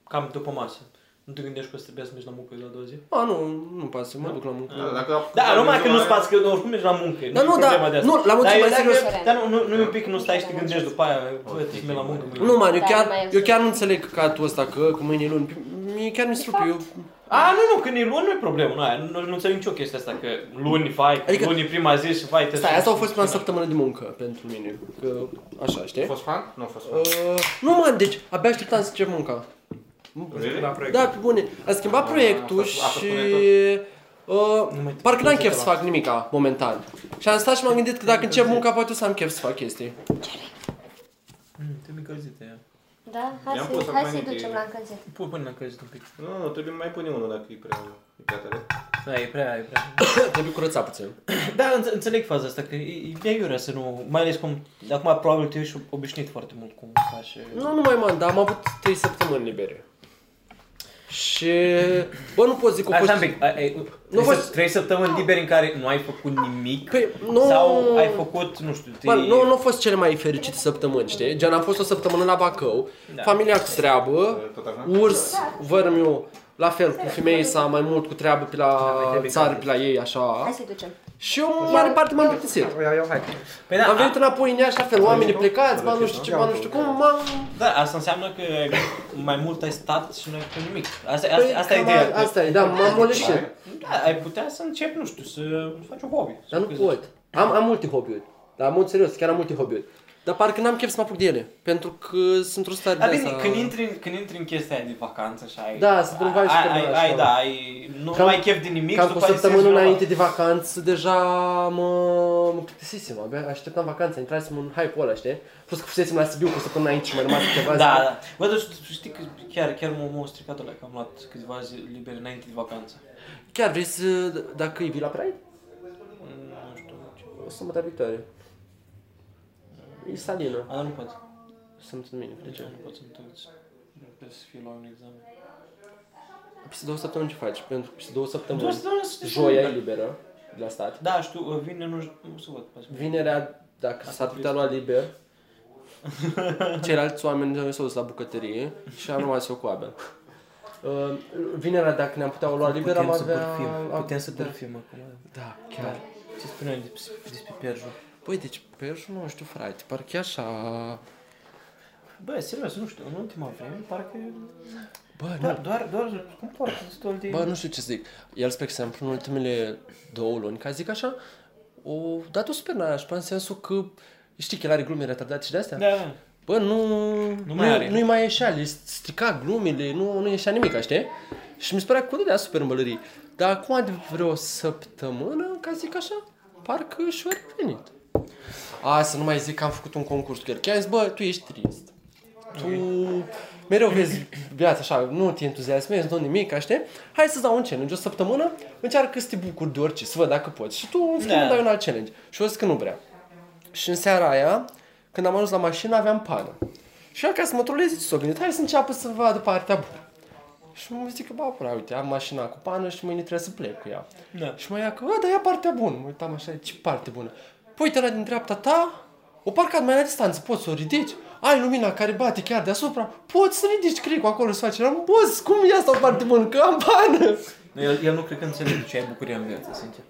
[SPEAKER 9] cam după masă.
[SPEAKER 3] Nu te gândești că o să trebuie să mergi la muncă la două zile?
[SPEAKER 1] A, nu, nu pasă, mă duc la muncă.
[SPEAKER 4] Da, dacă
[SPEAKER 3] Da, numai că nu-ți pasă, că oricum ești la muncă.
[SPEAKER 1] Da, nu,
[SPEAKER 3] e
[SPEAKER 1] da,
[SPEAKER 3] problema de asta.
[SPEAKER 1] nu, la muncă
[SPEAKER 3] Dar
[SPEAKER 1] mai
[SPEAKER 3] eu
[SPEAKER 1] serios.
[SPEAKER 3] dacă- Dar nu, nu, nu e un pic, nu stai și te gândești după aia, bă, trebuie să merg la muncă. mâine.
[SPEAKER 1] Nu, man, eu
[SPEAKER 5] Da,
[SPEAKER 1] chiar,
[SPEAKER 5] mai e
[SPEAKER 1] eu chiar nu înțeleg catul ăsta că, că mâine e luni. Mie chiar mi se rupe. Eu,
[SPEAKER 3] A, nu, nu, când e luni nu e problemă, nu, aia, nu, nu înțeleg nicio chestie asta, că luni, vai,
[SPEAKER 1] Adică-
[SPEAKER 3] adică... luni e prima zi și vai, te
[SPEAKER 1] stai, asta a fost prima săptămână de muncă pentru mine. Că, așa, știi?
[SPEAKER 4] a fost fan? Nu a fost fan.
[SPEAKER 1] Uh, nu, man, deci abia așteptam să încep munca.
[SPEAKER 4] Really?
[SPEAKER 1] Da, pe bune. A schimbat
[SPEAKER 4] A,
[SPEAKER 1] proiectul
[SPEAKER 4] Ah, a fost- a fost
[SPEAKER 1] și...
[SPEAKER 4] proiectul.
[SPEAKER 1] Uh, parcă n-am chef să fac nimica momentan. Și am stat și m-am gândit că dacă încep munca, poate o să am chef să fac chestii.
[SPEAKER 3] Mm, Te mi încălzită ea.
[SPEAKER 5] Da, hai
[SPEAKER 4] I-am pus
[SPEAKER 5] să, hai să
[SPEAKER 4] acum
[SPEAKER 5] ducem
[SPEAKER 4] în
[SPEAKER 5] la încălzit.
[SPEAKER 3] Pui până la încălzit un pic.
[SPEAKER 4] Nu, nu, trebuie mai pune unul dacă e prea... e prea tare.
[SPEAKER 3] Da, e prea, e prea.
[SPEAKER 1] Trebuie curățat puțin.
[SPEAKER 3] Da, înțe- înțeleg faza asta, că e, e prea iurea să nu... Mai ales cum... Acum probabil te ești obișnuit foarte mult cum faci...
[SPEAKER 1] Nu, nu mai man, dar am avut 3 săptămâni libere. Și... Bă, nu pot zic că a
[SPEAKER 3] Așa
[SPEAKER 1] fost...
[SPEAKER 3] un pic, ai, ai,
[SPEAKER 1] Nu
[SPEAKER 3] nu
[SPEAKER 1] fost-
[SPEAKER 3] fost... trei săptămâni liberi în care nu ai făcut nimic
[SPEAKER 1] Păi, nu...
[SPEAKER 3] sau ai făcut, nu știu, te...
[SPEAKER 1] Bă, nu, nu au fost cele mai fericite săptămâni, știi? Gen, am fost o săptămână la Bacău,
[SPEAKER 3] Da.
[SPEAKER 1] familia cu treabă,
[SPEAKER 4] Tot așa?
[SPEAKER 1] urs, vărmiu, la fel cu femei sau mai mult cu treabă pe
[SPEAKER 3] Da,
[SPEAKER 1] la țară, pe la ei,
[SPEAKER 5] Hai
[SPEAKER 1] așa.
[SPEAKER 5] să ducem.
[SPEAKER 1] Și eu, în mare parte, m-am plictisit.
[SPEAKER 10] Ia, ia, hai.
[SPEAKER 3] Păi
[SPEAKER 1] Am
[SPEAKER 3] da,
[SPEAKER 1] venit înapoi în ea și la fel, oamenii plecați, ba nu știu ce, ba nu știu cum, m-am...
[SPEAKER 3] Da, asta înseamnă că mai mult ai stat și nu ai făcut nimic. Asta,
[SPEAKER 1] Păi,
[SPEAKER 3] asta, asta e
[SPEAKER 1] cam
[SPEAKER 3] ideea. Păi,
[SPEAKER 1] a- Asta e, da, m-am moleșit.
[SPEAKER 3] Da, ai putea să începi, nu știu, să faci o hobby.
[SPEAKER 1] Dar nu
[SPEAKER 3] Să-
[SPEAKER 1] pot. Am, am multe hobby-uri. Dar am mult serios, chiar am multe hobby-uri. Dar parcă n-am chef să mă apuc de ele. Pentru că sunt o stare de
[SPEAKER 3] Dar bine,
[SPEAKER 1] asta.
[SPEAKER 3] când intri, în- când intri în chestia aia de vacanță și ai...
[SPEAKER 1] Da, să drum vai și
[SPEAKER 3] ai,
[SPEAKER 1] pe
[SPEAKER 3] ai,
[SPEAKER 1] mână, așa.
[SPEAKER 3] ai, da, ai, nu
[SPEAKER 1] Cam-
[SPEAKER 3] mai ai chef de nimic
[SPEAKER 1] Cam
[SPEAKER 3] și
[SPEAKER 1] cu o
[SPEAKER 3] după aia
[SPEAKER 1] săptămână
[SPEAKER 3] simți
[SPEAKER 1] înainte de vacanță, deja mă, mă plictisisem, abia așteptam vacanța, intrasem în hype-ul ăla, știi? Plus că fusesem la Sibiu cu o săptămână înainte și mai rămas câteva
[SPEAKER 3] Da,
[SPEAKER 1] zile.
[SPEAKER 3] da. Bă, dar știi- știi că chiar, chiar m-au m-au stricat ăla, că am luat câteva zile libere înainte de vacanță.
[SPEAKER 1] Chiar vrei să, dacă îi vii la Pride?
[SPEAKER 3] Nu știu. ce-
[SPEAKER 1] O să mă dea victorie. E salină.
[SPEAKER 3] A, dar nu pot.
[SPEAKER 1] Sunt în mine, de
[SPEAKER 3] Deci
[SPEAKER 1] ce?
[SPEAKER 3] nu pot să întâlți. Nu Trebuie să fiu la un examen.
[SPEAKER 1] Peste două săptămâni ce faci? Pentru că peste două
[SPEAKER 3] Două
[SPEAKER 1] săptămâni.
[SPEAKER 3] săptămâni să te da.
[SPEAKER 1] Joia e
[SPEAKER 3] spun.
[SPEAKER 1] liberă de la stat.
[SPEAKER 3] Da, știu, vine, nu știu, nu se văd.
[SPEAKER 1] Vinerea, dacă s-ar putea lua liber, ceilalți oameni s-au dus la bucătărie și am rămas eu cu Abel. Uh, Vinerea, dacă ne-am putea lua liber, am avea... putea-
[SPEAKER 3] acum.
[SPEAKER 1] Da, chiar.
[SPEAKER 3] Ce spuneam despre, despre Pierjul?
[SPEAKER 1] Păi, deci, Perjul, nu știu, frate, parcă e așa...
[SPEAKER 3] Bă, serios, nu știu, în ultima vreme, parcă...
[SPEAKER 1] Bă,
[SPEAKER 3] Doar,
[SPEAKER 1] nu,
[SPEAKER 3] doar, doar se comportă destul de...
[SPEAKER 1] bă, nu știu ce să zic. El, spre exemplu, în ultimele două luni, ca zic așa, o dat-o super nașpa, în sensul că Știi că el are glume retardate și de-astea?
[SPEAKER 3] Da, da.
[SPEAKER 1] Bă, nu...
[SPEAKER 3] Nu mai are.
[SPEAKER 1] Nu-i mai ieșea, le strica glumele, nu, nu ieșea nimic, știi? Și mi se părea că de super mălării. Dar acum de vreo săptămână, ca zic așa, parcă și-o revenit. A, să nu mai zic că am făcut un concurs cu el. Chiar am zis, bă, tu ești trist. Tu mereu vezi viața așa, nu te entuziasmezi, nu nimic, știi? Hai să-ți dau un challenge, o săptămână, încearcă să te bucuri de orice, să văd dacă poți. Și tu, în fine,
[SPEAKER 3] Da.
[SPEAKER 1] îmi dai un alt challenge. Și o zis că nu vrea. Și în seara aia, când am ajuns la mașină, aveam pană. Și eu, ca să mă troleze, ce s-a gândit? Hai să înceapă să vadă partea bună. Și mă zic că, bă, până, uite, am mașina cu pană și mâine trebuie să plec cu ea.
[SPEAKER 3] Da.
[SPEAKER 1] Și mă ia că, bă, dar ia partea bună. Mă uitam așa, ce parte bună? Păi, uite la din dreapta ta, o parcat mai la distanță, poți să o ridici. Ai lumina care bate chiar deasupra, poți să ridici cricul acolo să faci. Eram, boss, cum e asta o parte bună, că am pană.
[SPEAKER 3] Nu, El, el nu cred că înțelege ce ai bucuria în viață, sincer.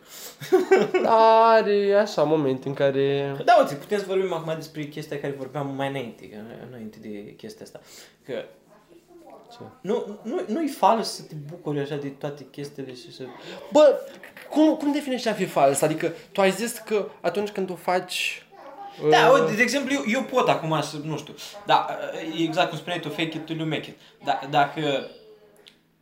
[SPEAKER 1] Dar e așa moment în care...
[SPEAKER 3] Da, uite, putem să vorbim acum despre chestia care vorbeam mai înainte, că- înainte de chestia asta. Că
[SPEAKER 1] Ce?
[SPEAKER 3] nu, nu, nu-i fals să te bucuri așa de toate chestiile și să...
[SPEAKER 1] Bă, cum, cum definești a fi fals? Adică tu ai zis că atunci când o faci...
[SPEAKER 3] Da,
[SPEAKER 1] uh,
[SPEAKER 3] uite, de exemplu, eu, eu pot acum să, nu știu, da, e exact cum spuneai tu, fake it till you make it. Da, dacă,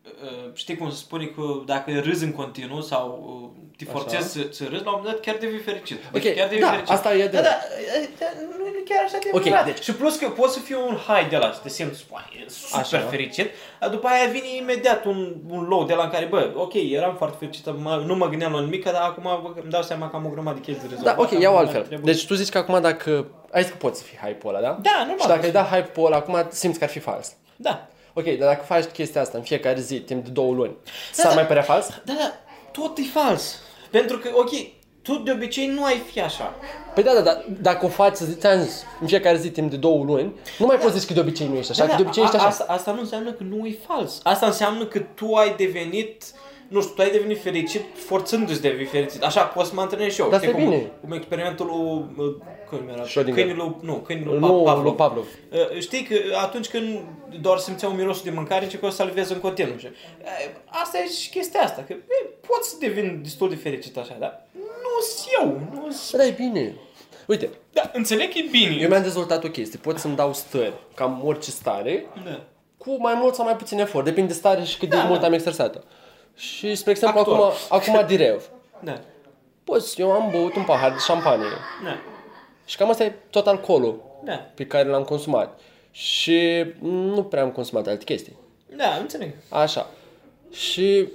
[SPEAKER 3] uh, știi cum se spune că dacă râzi în continuu sau uh, te forțezi să, să râzi, la un moment dat chiar devii fericit. Deci
[SPEAKER 1] Ok,
[SPEAKER 3] chiar devii
[SPEAKER 1] da,
[SPEAKER 3] fericit.
[SPEAKER 1] asta e
[SPEAKER 3] da, da,
[SPEAKER 1] adevărat.
[SPEAKER 3] e- da, nu e chiar așa de
[SPEAKER 1] Ok,
[SPEAKER 3] adevărat.
[SPEAKER 1] deci-
[SPEAKER 3] Și plus că poți să fii un high de la, să te simți uai, super
[SPEAKER 1] Așa.
[SPEAKER 3] așa. fericit, dar după aia vine imediat un, un low de la în care, bă, ok, eram foarte fericit, mă- nu mă gândeam la nimic, dar acum bă, îmi dau seama că am o grămadă de chestii de
[SPEAKER 1] Da,
[SPEAKER 3] rezolvat.
[SPEAKER 1] ok,
[SPEAKER 3] am-
[SPEAKER 1] iau altfel.
[SPEAKER 3] trebuie-
[SPEAKER 1] Deci tu zici că acum dacă... Ai zis că poți să fii hype-ul ăla, da?
[SPEAKER 3] Da, normal.
[SPEAKER 1] Și dacă ai dat hype-ul ăla, acum simți că ar fi fals.
[SPEAKER 3] Da.
[SPEAKER 1] Ok, dar dacă faci chestia asta în fiecare zi, timp de două luni, s-ar
[SPEAKER 3] da.
[SPEAKER 1] mai părea fals?
[SPEAKER 3] Da, da, tot e fals. Pentru că, ok, tu de obicei nu ai fi așa.
[SPEAKER 1] Păi da, da, da, dacă o faci, să zici, ți-am zis, în fiecare zi timp de două luni, nu mai poți zice că de obicei nu ești așa,
[SPEAKER 3] Da,
[SPEAKER 1] că de
[SPEAKER 3] da,
[SPEAKER 1] obicei ești
[SPEAKER 3] a-
[SPEAKER 1] așa.
[SPEAKER 3] Asta, asta nu înseamnă că nu e fals. Asta înseamnă că tu ai devenit nu știu, tu ai devenit fericit forțându-ți să devii fericit. Așa pot să mă antrenez și eu.
[SPEAKER 1] Dar
[SPEAKER 3] Știi
[SPEAKER 1] asta e
[SPEAKER 3] cum,
[SPEAKER 1] bine.
[SPEAKER 3] cum experimentul lui, uh, cum era?
[SPEAKER 1] Schrödinger.
[SPEAKER 3] Câinii lui, nu, câinii lui
[SPEAKER 1] Nu,
[SPEAKER 3] Pavlov.
[SPEAKER 1] lui Pavlov.
[SPEAKER 3] Uh, Știi că atunci când doar simțeau mirosul de mâncare, începeau să salveze în continuu. Și, uh, Asta e și chestia asta, că e, pot să devin destul de fericit așa, dar nu sunt eu. Nu
[SPEAKER 1] Păi
[SPEAKER 3] sunt-
[SPEAKER 1] da, e bine. Uite,
[SPEAKER 3] da, înțeleg că e bine.
[SPEAKER 1] eu mi-am dezvoltat o chestie, pot să-mi dau stări, cam orice stare,
[SPEAKER 3] Da.
[SPEAKER 1] cu mai mult sau mai puțin efort, depinde de stare și cât de mult am exersată. Și, spre exemplu,
[SPEAKER 3] Actual.
[SPEAKER 1] acum, acum direv.
[SPEAKER 3] Da.
[SPEAKER 1] Poți, eu am băut un pahar de șampanie.
[SPEAKER 3] Da.
[SPEAKER 1] Și cam asta e tot alcoolul
[SPEAKER 3] Da.
[SPEAKER 1] pe care l-am consumat. Și nu prea am consumat alte chestii.
[SPEAKER 3] Da, înțeleg.
[SPEAKER 1] Așa. Și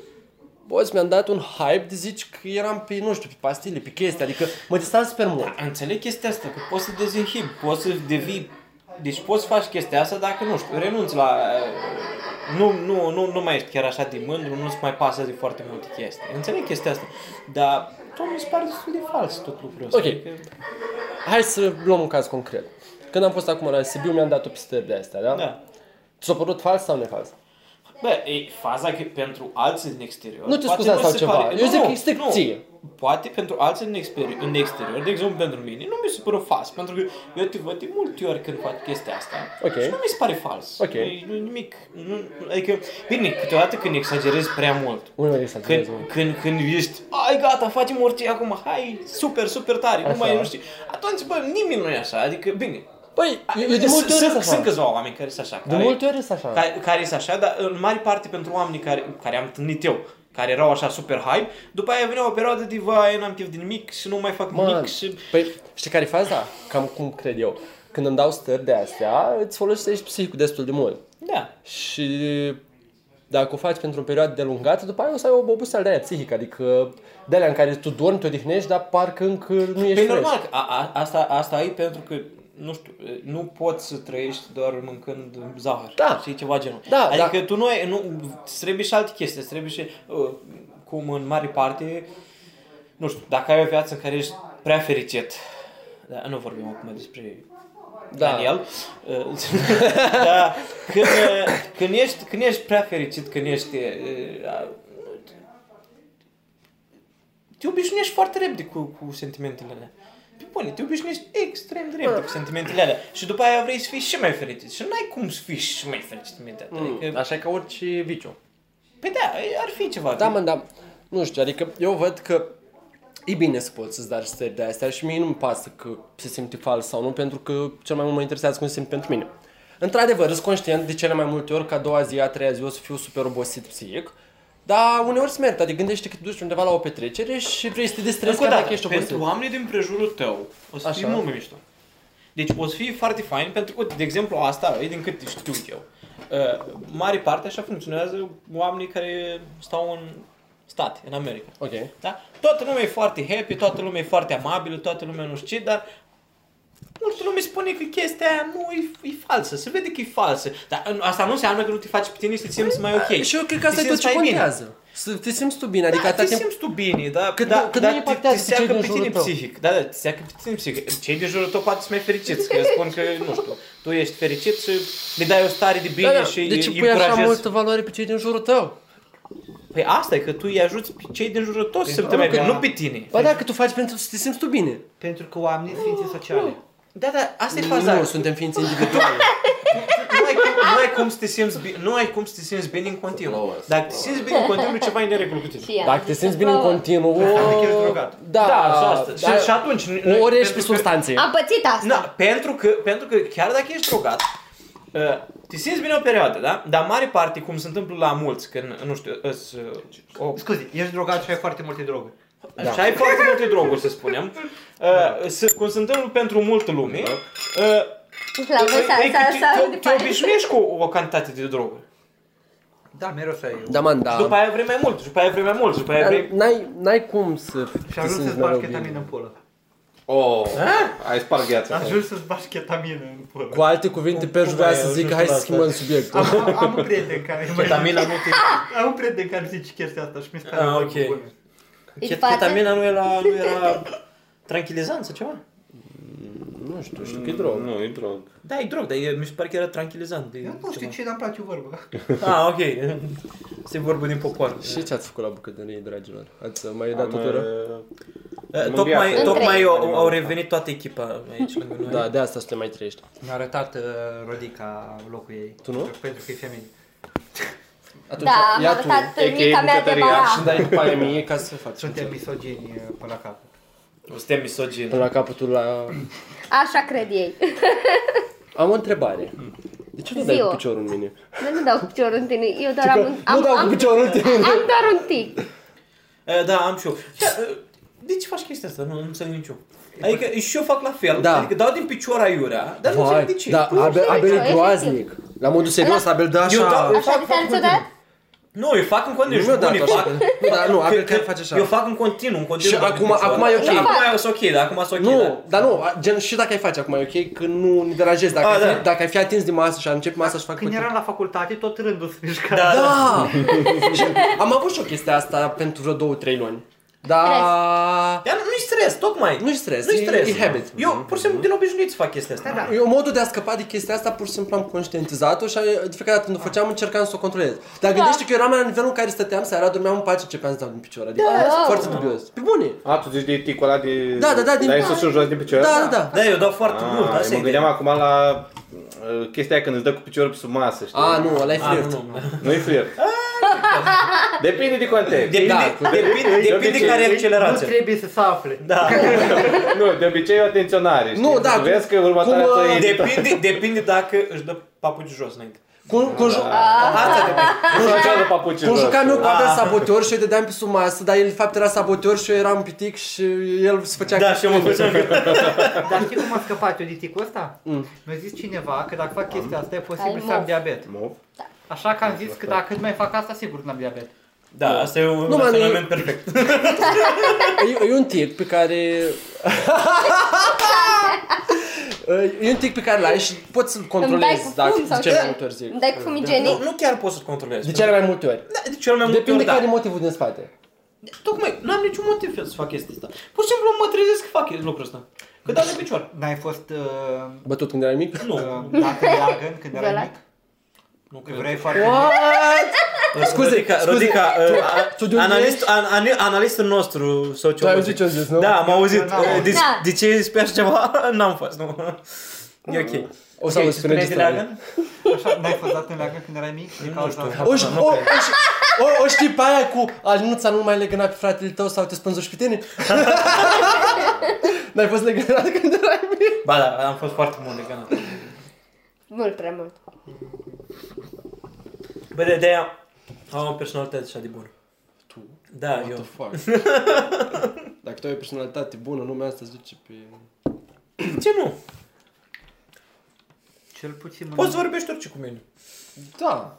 [SPEAKER 1] Boss, mi-am dat un hype de zici că eram pe, nu știu, pe pastile, pe chestii, adică mă distram super mult.
[SPEAKER 3] Înțeleg chestia asta, că poți să dezinhibi, poți să devii... Deci poți să faci chestia asta dacă, nu știu, renunți la... uh, Nu, nu, nu, nu mai ești chiar așa de mândru, nu-ți mai pasă de foarte multe chestii. Înțeleg chestia asta, dar tot mi se pare destul de fals tot lucrul ăsta. adică,
[SPEAKER 1] Ok. Hai să luăm un caz concret. Când am fost acum la Sibiu, mi-am dat o pistă de astea, da?
[SPEAKER 3] da.
[SPEAKER 1] Ți s-a părut fals sau nefals?
[SPEAKER 3] Bă, e faza că pentru alții din exterior...
[SPEAKER 1] Nu te
[SPEAKER 3] poate
[SPEAKER 1] scuza
[SPEAKER 3] mi
[SPEAKER 1] sau
[SPEAKER 3] se
[SPEAKER 1] ceva.
[SPEAKER 3] pare-
[SPEAKER 1] Eu
[SPEAKER 3] Nu,
[SPEAKER 1] zic
[SPEAKER 3] nu,
[SPEAKER 1] că e strict
[SPEAKER 3] nu.
[SPEAKER 1] ție.
[SPEAKER 3] Poate pentru alții din exterior, în exterior, de exemplu pentru mine, nu mi se pare fals, pentru că eu te văd de multe ori când fac chestia asta
[SPEAKER 1] Ok.
[SPEAKER 3] și nu mi se pare fals.
[SPEAKER 1] Ok.
[SPEAKER 3] Nu- Nu, nimic. Nu, adică, bine, câteodată când exagerezi prea mult,
[SPEAKER 1] Unul exagerez,
[SPEAKER 3] când,
[SPEAKER 1] mă.
[SPEAKER 3] când, când ești, ai gata, facem orice acum, hai, super, super tare, nu mai nu știu. Atunci, bă, nimeni nu e așa, adică, bine.
[SPEAKER 1] Păi, eu, eu de
[SPEAKER 3] sunt-
[SPEAKER 1] multe ori
[SPEAKER 3] sunt,
[SPEAKER 1] sunt
[SPEAKER 3] sunt
[SPEAKER 1] așa.
[SPEAKER 3] câțiva oameni care sunt așa.
[SPEAKER 1] De
[SPEAKER 3] care-
[SPEAKER 1] multe ori sunt așa.
[SPEAKER 3] care, care sunt așa, dar în mare parte pentru oamenii care, care am întâlnit eu, care erau așa super hype, după aia venea o perioadă de vai, eu n-am chef de nimic și nu mai fac
[SPEAKER 1] Man,
[SPEAKER 3] nimic și...
[SPEAKER 1] păi, știi care e faza? Cam cum cred eu. Când îmi dau stări de astea, îți folosești psihicul destul de mult.
[SPEAKER 3] Da,
[SPEAKER 1] Și dacă o faci pentru o perioadă delungată, după aia o să ai o oboseală de aia psihică, adică de alea în care tu dormi, te odihnești, dar parcă încă nu ești fresh.
[SPEAKER 3] pe Păi normal, că a, a, asta, asta e pentru că, nu știu, nu poți să trăiești doar mâncând zahăr,
[SPEAKER 1] Da.
[SPEAKER 3] știi, ceva genul.
[SPEAKER 1] Da,
[SPEAKER 3] adică
[SPEAKER 1] da.
[SPEAKER 3] tu nu, ai, nu îți trebuie și alte chestii, îți trebuie și, uh, cum în mare parte, nu știu, dacă ai o viață în care ești prea fericit, da, nu vorbim acum despre
[SPEAKER 1] Da.
[SPEAKER 3] Daniel. da, când, când, ești, când ești prea fericit, când ești... uh, Te obișnuiești foarte repede cu, cu sentimentele alea. Pe bune, te obișnuiești extrem de repede cu sentimentele alea. Și după aia vrei să fii și mai fericit. Și n-ai cum să fii și mai fericit imediat. Adică,
[SPEAKER 1] Mm, Așa e ca orice viciu.
[SPEAKER 3] păi da, ar fi ceva.
[SPEAKER 1] Da, mă, da. Nu știu, adică eu văd că e bine să poți să-ți dai stări de astea și mie nu-mi pasă că se simte fals sau nu, pentru că cel mai mult mă interesează cum se simte pentru mine. Într-adevăr, sunt conștient de cele mai multe ori că a doua zi, a treia zi o să fiu super obosit psihic, dar uneori se merită, adică gândește că te duci undeva la o petrecere și vrei să te distrezi
[SPEAKER 3] Încă o
[SPEAKER 1] chiar
[SPEAKER 3] dată,
[SPEAKER 1] dacă Deci, ești obosit.
[SPEAKER 3] pentru oamenii din prejurul tău, o să fie
[SPEAKER 1] Așa.
[SPEAKER 3] mult mai mișto. Deci o să fie foarte fain, pentru că, uite, de exemplu, asta e din cât știu eu. Uh, mare parte așa funcționează oamenii care stau în state, în America.
[SPEAKER 1] Ok.
[SPEAKER 3] Da? Toată lumea e foarte happy, toată lumea e foarte amabilă, toată lumea nu știu ce, dar multă lume spune că chestia aia nu e, e falsă, se vede că e falsă. Dar în- asta nu înseamnă că nu te faci pe tine și te simți mai ok.
[SPEAKER 1] Și eu cred că asta
[SPEAKER 3] Te
[SPEAKER 1] e tot
[SPEAKER 3] simți
[SPEAKER 1] ce
[SPEAKER 3] mai bine.
[SPEAKER 1] contează. Să te simți tu bine, adică
[SPEAKER 3] Da, te
[SPEAKER 1] atâta timp...
[SPEAKER 3] simți tu bine, da,
[SPEAKER 1] Cât-
[SPEAKER 3] da,
[SPEAKER 1] cât
[SPEAKER 3] da,
[SPEAKER 1] nu impactează
[SPEAKER 3] te,
[SPEAKER 1] pe
[SPEAKER 3] te
[SPEAKER 1] cei
[SPEAKER 3] seacă
[SPEAKER 1] din
[SPEAKER 3] pe
[SPEAKER 1] jurul
[SPEAKER 3] tine
[SPEAKER 1] tău.
[SPEAKER 3] psihic. Da, da, te seacă pe tine psihic. Cei din jurul tău poate sunt mai fericiți, că eu spun că, nu știu, tu ești fericit și le dai o stare de bine
[SPEAKER 1] Da, da.
[SPEAKER 3] și îi
[SPEAKER 1] Deci
[SPEAKER 3] îi
[SPEAKER 1] pui așa
[SPEAKER 3] încurajezi.
[SPEAKER 1] multă valoare pe cei din jurul tău.
[SPEAKER 3] Păi asta e că tu îi ajuți pe cei din jurul tău să se simtă mai bine, nu pe tine.
[SPEAKER 1] Ba da, că tu faci pentru să te simți tu bine.
[SPEAKER 2] Pentru că oamenii sunt ființe sociale.
[SPEAKER 3] Da, da, asta e faza.
[SPEAKER 1] Nu, suntem ființe individuale.
[SPEAKER 3] Nu ai, cum, nu ai cum să te simți bine, nu ai cum să te simți bine în continuu. Dacă te simți bine în continuu, ceva e în regulă cu tine.
[SPEAKER 5] Și ea.
[SPEAKER 1] Dacă te simți bine în continuu...
[SPEAKER 2] Înseamnă că ești drogat.
[SPEAKER 1] Da,
[SPEAKER 3] Da, și asta. Și- și atunci, noi-
[SPEAKER 1] Ori ești
[SPEAKER 3] pentru
[SPEAKER 1] pe
[SPEAKER 3] că-
[SPEAKER 1] substanțe.
[SPEAKER 5] Am pățit asta.
[SPEAKER 3] Na, pentru că, pentru că chiar dacă ești drogat, uh, te simți bine o perioadă, da? Dar în mare parte, cum se întâmplă la mulți, când, nu știu, îs, uh, o,
[SPEAKER 2] Scuze, ești drogat și ai foarte multe droguri.
[SPEAKER 3] da. și ai foarte multe droguri, să spunem, uh, se- cum se întâmplă pentru multă lume, uh,
[SPEAKER 5] La voi s-a,
[SPEAKER 3] e- e că
[SPEAKER 5] s-a,
[SPEAKER 3] te-
[SPEAKER 5] s-a,
[SPEAKER 3] te, te obișnuiești cu o, o cantitate de droguri.
[SPEAKER 2] Da, mereu să ai.
[SPEAKER 1] Da, man, da.
[SPEAKER 3] După aia vrei mai mult, după aia vrei mai mult, după aia
[SPEAKER 5] Da.
[SPEAKER 1] Dar
[SPEAKER 3] vrei...
[SPEAKER 1] N-ai, n-ai cum să
[SPEAKER 2] Și
[SPEAKER 1] te
[SPEAKER 2] ajungi
[SPEAKER 1] simți mereu
[SPEAKER 2] să-ți bași
[SPEAKER 1] bine.
[SPEAKER 2] ketamină în pulă.
[SPEAKER 4] Oh, ai spart gheața.
[SPEAKER 2] Ajungi să-ți bași ketamină în pulă.
[SPEAKER 1] Cu alte cuvinte, pe vrea să zic, hai să schimbăm subiectul.
[SPEAKER 2] Am, am, am un prieten care
[SPEAKER 3] Ketamina nu te...
[SPEAKER 2] Am un prieten care zice chestia asta și mi se pare
[SPEAKER 3] Ah,
[SPEAKER 2] foarte
[SPEAKER 3] ok.
[SPEAKER 2] bună.
[SPEAKER 5] Din față.
[SPEAKER 3] Ketamina nu era, nu era tranquilizant sau ceva?
[SPEAKER 1] Nu știu, știu că e drog.
[SPEAKER 4] Nu, e drog.
[SPEAKER 3] Da, e drog, dar e, mi se pare că era tranquilizant. de
[SPEAKER 2] Eu nu știu
[SPEAKER 3] ceva.
[SPEAKER 2] ce, dar îmi place vorba.
[SPEAKER 3] Ah, ok. Se vorbă din popor.
[SPEAKER 1] Și ce ați făcut la bucătărie, dragilor? Ați uh, mai dat tutură?
[SPEAKER 3] Eh,
[SPEAKER 4] Mândria
[SPEAKER 3] Tocmai,
[SPEAKER 4] asta.
[SPEAKER 3] tocmai au, au revenit toată echipa aici lângă noi.
[SPEAKER 1] Da, de asta să te mai trăiești.
[SPEAKER 2] Mi-a arătat uh, Rodica locul ei.
[SPEAKER 1] Tu nu?
[SPEAKER 2] Pentru că e femeie.
[SPEAKER 1] Atunci,
[SPEAKER 5] Da,
[SPEAKER 1] ia
[SPEAKER 5] m-a
[SPEAKER 1] tu.
[SPEAKER 5] arătat
[SPEAKER 4] a.k.a.
[SPEAKER 5] mica mea de
[SPEAKER 4] bucătăria.
[SPEAKER 5] bara.
[SPEAKER 1] Și dai după aia mie ca să faci.
[SPEAKER 2] Suntem misogini uh, până la capăt.
[SPEAKER 3] Suntem misogini.
[SPEAKER 1] Până la capătul la...
[SPEAKER 5] Așa cred ei.
[SPEAKER 1] Am o întrebare. De ce nu dai
[SPEAKER 5] Zi-o.
[SPEAKER 1] cu piciorul în mine?
[SPEAKER 5] Eu nu dau cu piciorul în tine, eu doar
[SPEAKER 1] Că
[SPEAKER 5] am un...
[SPEAKER 1] nu
[SPEAKER 5] Am,
[SPEAKER 1] dau
[SPEAKER 5] am,
[SPEAKER 1] cu piciorul în tine.
[SPEAKER 5] am doar un tic.
[SPEAKER 3] Eh, Da, am și eu. Ce, eh, De ce faci chestia asta? Nu, nu înțeleg niciun. Adică și eu fac la fel,
[SPEAKER 1] Păi- Da.
[SPEAKER 3] adică dau din picior aiurea, dar nu
[SPEAKER 1] Vai,
[SPEAKER 3] înțeleg de ce.
[SPEAKER 1] da,
[SPEAKER 3] Nu
[SPEAKER 1] Abel,
[SPEAKER 5] știu de
[SPEAKER 1] Abel
[SPEAKER 5] ce,
[SPEAKER 1] e
[SPEAKER 5] efectiv.
[SPEAKER 1] groaznic. La modul serios, Abel dă
[SPEAKER 3] Eu da, dau-
[SPEAKER 1] așa...
[SPEAKER 3] eu
[SPEAKER 5] Așa
[SPEAKER 3] fac-
[SPEAKER 5] de
[SPEAKER 3] fac
[SPEAKER 5] te-am ciudat?
[SPEAKER 3] Nu, eu fac în
[SPEAKER 1] Nu
[SPEAKER 3] continuu.
[SPEAKER 1] mi-o dat
[SPEAKER 3] Unii
[SPEAKER 1] așa.
[SPEAKER 3] fac.
[SPEAKER 1] Nu, dar nu, Abel chiar
[SPEAKER 3] că-
[SPEAKER 1] face așa.
[SPEAKER 3] Eu fac în continuu, în continuu.
[SPEAKER 1] Și
[SPEAKER 3] dau din
[SPEAKER 1] acum-
[SPEAKER 3] picior.
[SPEAKER 1] acum e ok.
[SPEAKER 3] Acum e ok, da, acum e ok. da.
[SPEAKER 1] Nu, dar nu, a- gen și dacă ai face acum, e ok? Că nu ne deranjezi. Dacă,
[SPEAKER 3] A,
[SPEAKER 1] ai fi-
[SPEAKER 3] da.
[SPEAKER 1] dacă ai fi atins din masă și am început masa și fac...
[SPEAKER 2] Când
[SPEAKER 1] cu-
[SPEAKER 2] eram la facultate, tot rândul se mișca.
[SPEAKER 3] Da, da.
[SPEAKER 1] Da! Și am avut și o chestie asta pentru vreo două, trei luni. Da...
[SPEAKER 3] Dar nu- nu-i stres, tocmai.
[SPEAKER 1] Nu-i stres,
[SPEAKER 3] Nu-i
[SPEAKER 1] e-
[SPEAKER 3] stres.
[SPEAKER 1] e habit.
[SPEAKER 3] Eu, pur și simplu, din obișnuit să fac chestia asta.
[SPEAKER 2] Da, da.
[SPEAKER 1] Eu modul de a scăpa de chestia asta pur și simplu am conștientizat-o și eh, de fiecare dată când o făceam încercam să o controlez.
[SPEAKER 5] Da.
[SPEAKER 1] Dar gândește că eu eram la nivelul în care stăteam seara, dormeam în pace, începeam să dau din picior. Adică
[SPEAKER 5] Da.
[SPEAKER 1] foarte dubios. Pe bune.
[SPEAKER 4] A, tu zici de ticul ăla de...
[SPEAKER 1] Da, da, da, din-
[SPEAKER 4] Dai sus și jos din picior?
[SPEAKER 1] Da, da, da.
[SPEAKER 3] Da, eu dau foarte mult,
[SPEAKER 4] Ah,
[SPEAKER 3] asta e
[SPEAKER 4] mă gândeam
[SPEAKER 3] ideea.
[SPEAKER 4] acum la uh, chestia aia când îți dă cu piciorul pe sub masă, știi?
[SPEAKER 1] A, Ah, nu, ăla e
[SPEAKER 3] A, Ah, nu,
[SPEAKER 1] flirt.
[SPEAKER 3] nu.
[SPEAKER 4] Nu-i flirt. Depinde de context.
[SPEAKER 3] Depinde,
[SPEAKER 1] Da,
[SPEAKER 3] depinde, depinde
[SPEAKER 4] obicei.
[SPEAKER 3] care e
[SPEAKER 2] Nu
[SPEAKER 3] accelerația.
[SPEAKER 2] trebuie să se afle.
[SPEAKER 3] Da,
[SPEAKER 4] Nu, de obicei e o atenționare, știi?
[SPEAKER 1] Nu, da,
[SPEAKER 4] Vezi
[SPEAKER 1] cum-
[SPEAKER 4] că următoarea
[SPEAKER 1] cum,
[SPEAKER 4] tă
[SPEAKER 1] uh,
[SPEAKER 4] e...
[SPEAKER 3] depinde, depinde dacă își dă papuci jos înainte.
[SPEAKER 1] Cu, cu, ju-
[SPEAKER 3] Asta depinde.
[SPEAKER 4] Nu jocează papucii
[SPEAKER 1] cu
[SPEAKER 4] jos. uh, da.
[SPEAKER 1] jucam eu cu Abel saboteur și eu dădeam pe sub masă, dar el de fapt era saboteur și eu eram pitic și el se făcea...
[SPEAKER 3] Da, și eu mă făceam că...
[SPEAKER 2] Dar știi cum a scăpat eu de ticul ăsta?
[SPEAKER 3] Mm.
[SPEAKER 2] Mi-a zis cineva că dacă fac chestia asta e
[SPEAKER 5] Ai
[SPEAKER 2] posibil să
[SPEAKER 5] mof.
[SPEAKER 2] am diabet.
[SPEAKER 4] Mof?
[SPEAKER 2] Așa că am zis că dacă mai fac asta, sigur că n-am diabet.
[SPEAKER 3] Da, asta e un
[SPEAKER 1] Nu, mă,
[SPEAKER 3] raționament perfect.
[SPEAKER 1] E, e un tic pe care... e un tic pe care l-ai și poți să-l
[SPEAKER 5] Îmi dai cu
[SPEAKER 1] controlezi dacă
[SPEAKER 5] fum
[SPEAKER 1] de
[SPEAKER 5] sau
[SPEAKER 1] cele mai
[SPEAKER 5] ce?
[SPEAKER 1] multe ori zic.
[SPEAKER 5] Îmi dai cu
[SPEAKER 3] Nu,
[SPEAKER 5] fumigenic?
[SPEAKER 3] nu chiar poți să-l controlezi.
[SPEAKER 1] De cele mai multe ori.
[SPEAKER 3] Da, de cel mai multe
[SPEAKER 1] Depinde
[SPEAKER 3] ori, da.
[SPEAKER 1] care e motivul din spate.
[SPEAKER 3] Tocmai, n-am niciun motiv să fac chestia asta. Pur și simplu mă trezesc că fac lucrul ăsta. Că dau de picioare.
[SPEAKER 2] N-ai fost uh,
[SPEAKER 1] Bătut când erai mic?
[SPEAKER 3] Nu,
[SPEAKER 2] uh, dată leagăn când erai
[SPEAKER 5] Violat.
[SPEAKER 2] mic?
[SPEAKER 3] nu cred.
[SPEAKER 2] Vrei foarte mult.
[SPEAKER 1] What?
[SPEAKER 3] Scuze, Rodica,
[SPEAKER 1] scuze.
[SPEAKER 3] Rodica uh, a-
[SPEAKER 1] tu de unde
[SPEAKER 3] analist,
[SPEAKER 1] ești?
[SPEAKER 3] an, an, analistul nostru sociolog.
[SPEAKER 1] Tu ai auzit ce am zis, nu?
[SPEAKER 3] Da, am auzit.
[SPEAKER 2] Eu n-am
[SPEAKER 3] Uh,
[SPEAKER 2] auzit.
[SPEAKER 3] De,
[SPEAKER 5] Da.
[SPEAKER 3] de ce spui așa ceva? N-am fost, nu. E ok.
[SPEAKER 1] O să auzi
[SPEAKER 3] Ok, ce
[SPEAKER 1] pe
[SPEAKER 3] spuneai de
[SPEAKER 1] înregistrare.
[SPEAKER 3] Dragan?
[SPEAKER 2] Așa, n-ai fost dat în leagăn când erai mic? Din cauza asta.
[SPEAKER 1] O, ș- o, o, ș- o, o știi pe aia cu Alinuța nu mai legăna pe fratele tău sau te spânzuși pe tine? N-ai fost legănat când erai mic?
[SPEAKER 3] Ba da, am fost foarte mult de canal.
[SPEAKER 5] Mult prea mult.
[SPEAKER 3] Bă, de aia am o personalitate așa de bună.
[SPEAKER 1] Tu?
[SPEAKER 3] Da,
[SPEAKER 1] What the
[SPEAKER 3] eu.
[SPEAKER 1] fuck? Dacă tu ai o personalitate bună, numele asta îți duce pe...
[SPEAKER 3] De ce nu?
[SPEAKER 2] Cel puțin
[SPEAKER 3] Poți să vorbești orice cu mine.
[SPEAKER 1] Da.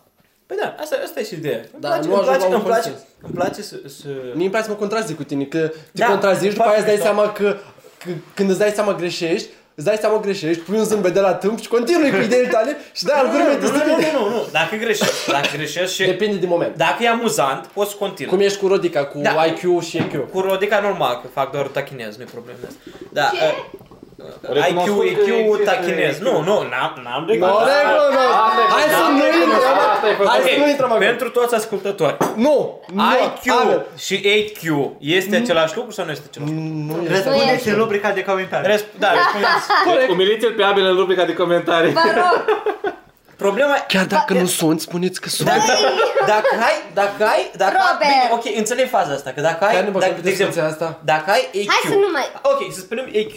[SPEAKER 3] Păi da, asta, asta e și ideea. Îmi
[SPEAKER 1] Da,
[SPEAKER 3] place,
[SPEAKER 1] nu
[SPEAKER 3] îmi
[SPEAKER 1] ajung
[SPEAKER 3] place,
[SPEAKER 1] la un
[SPEAKER 3] îmi place,
[SPEAKER 1] consens.
[SPEAKER 3] îmi place să, să...
[SPEAKER 1] Mie îmi place să mă contrazic cu tine, că te
[SPEAKER 3] Da,
[SPEAKER 1] contrazici, după
[SPEAKER 3] fac
[SPEAKER 1] aia îți dai
[SPEAKER 3] mișto.
[SPEAKER 1] seama că, că când îți dai seama greșești, îți dai seama greșești, pui un zâmbet de la tâmp și continui cu ideile tale și dai algoritmul
[SPEAKER 3] Nu,
[SPEAKER 1] te
[SPEAKER 3] nu, nu,
[SPEAKER 1] strâmbe.
[SPEAKER 3] nu, nu, nu. Dacă greșesc, dacă greșesc și...
[SPEAKER 1] Depinde de moment.
[SPEAKER 3] Dacă e amuzant, poți să continui.
[SPEAKER 1] Cum ești cu Rodica, cu
[SPEAKER 3] Da.
[SPEAKER 1] IQ și EQ.
[SPEAKER 3] Cu Rodica normal, că fac doar tachinez, nu-i problema asta. Da, uh, IQ,
[SPEAKER 4] Recunoscut că
[SPEAKER 3] IQ,
[SPEAKER 4] există
[SPEAKER 3] tachinez. Nu, nu, n-am, n-am de
[SPEAKER 1] Nu,
[SPEAKER 3] gând.
[SPEAKER 1] nu, nu. Da.
[SPEAKER 3] da.
[SPEAKER 1] Hai să nu intrăm,
[SPEAKER 4] Asta e
[SPEAKER 1] hai să nu
[SPEAKER 3] Ok,
[SPEAKER 1] intrăm acolo.
[SPEAKER 3] pentru toți ascultători,
[SPEAKER 1] Nu, nu,
[SPEAKER 3] IQ
[SPEAKER 1] Abel.
[SPEAKER 3] și 8Q este același lucru sau nu este același lucru?
[SPEAKER 2] Răspundeți în rubrica de comentarii.
[SPEAKER 3] Resp- da, răspundeți.
[SPEAKER 4] Deci, umiliți-l pe Abel în rubrica de comentarii.
[SPEAKER 5] Vă rog,
[SPEAKER 3] Problema e-
[SPEAKER 1] Chiar da. dacă nu sunt, spuneți că sunt.
[SPEAKER 3] dacă, dacă ai, dacă ai, dacă
[SPEAKER 5] Robert!
[SPEAKER 3] Bine, ok, înțeleg faza asta, că dacă ai,
[SPEAKER 1] Chiar ne băgăm
[SPEAKER 3] dacă,
[SPEAKER 1] pe
[SPEAKER 3] de exemplu,
[SPEAKER 1] discuția asta?
[SPEAKER 3] dacă ai EQ,
[SPEAKER 5] hai să nu mai...
[SPEAKER 3] Ok, să spunem, EQ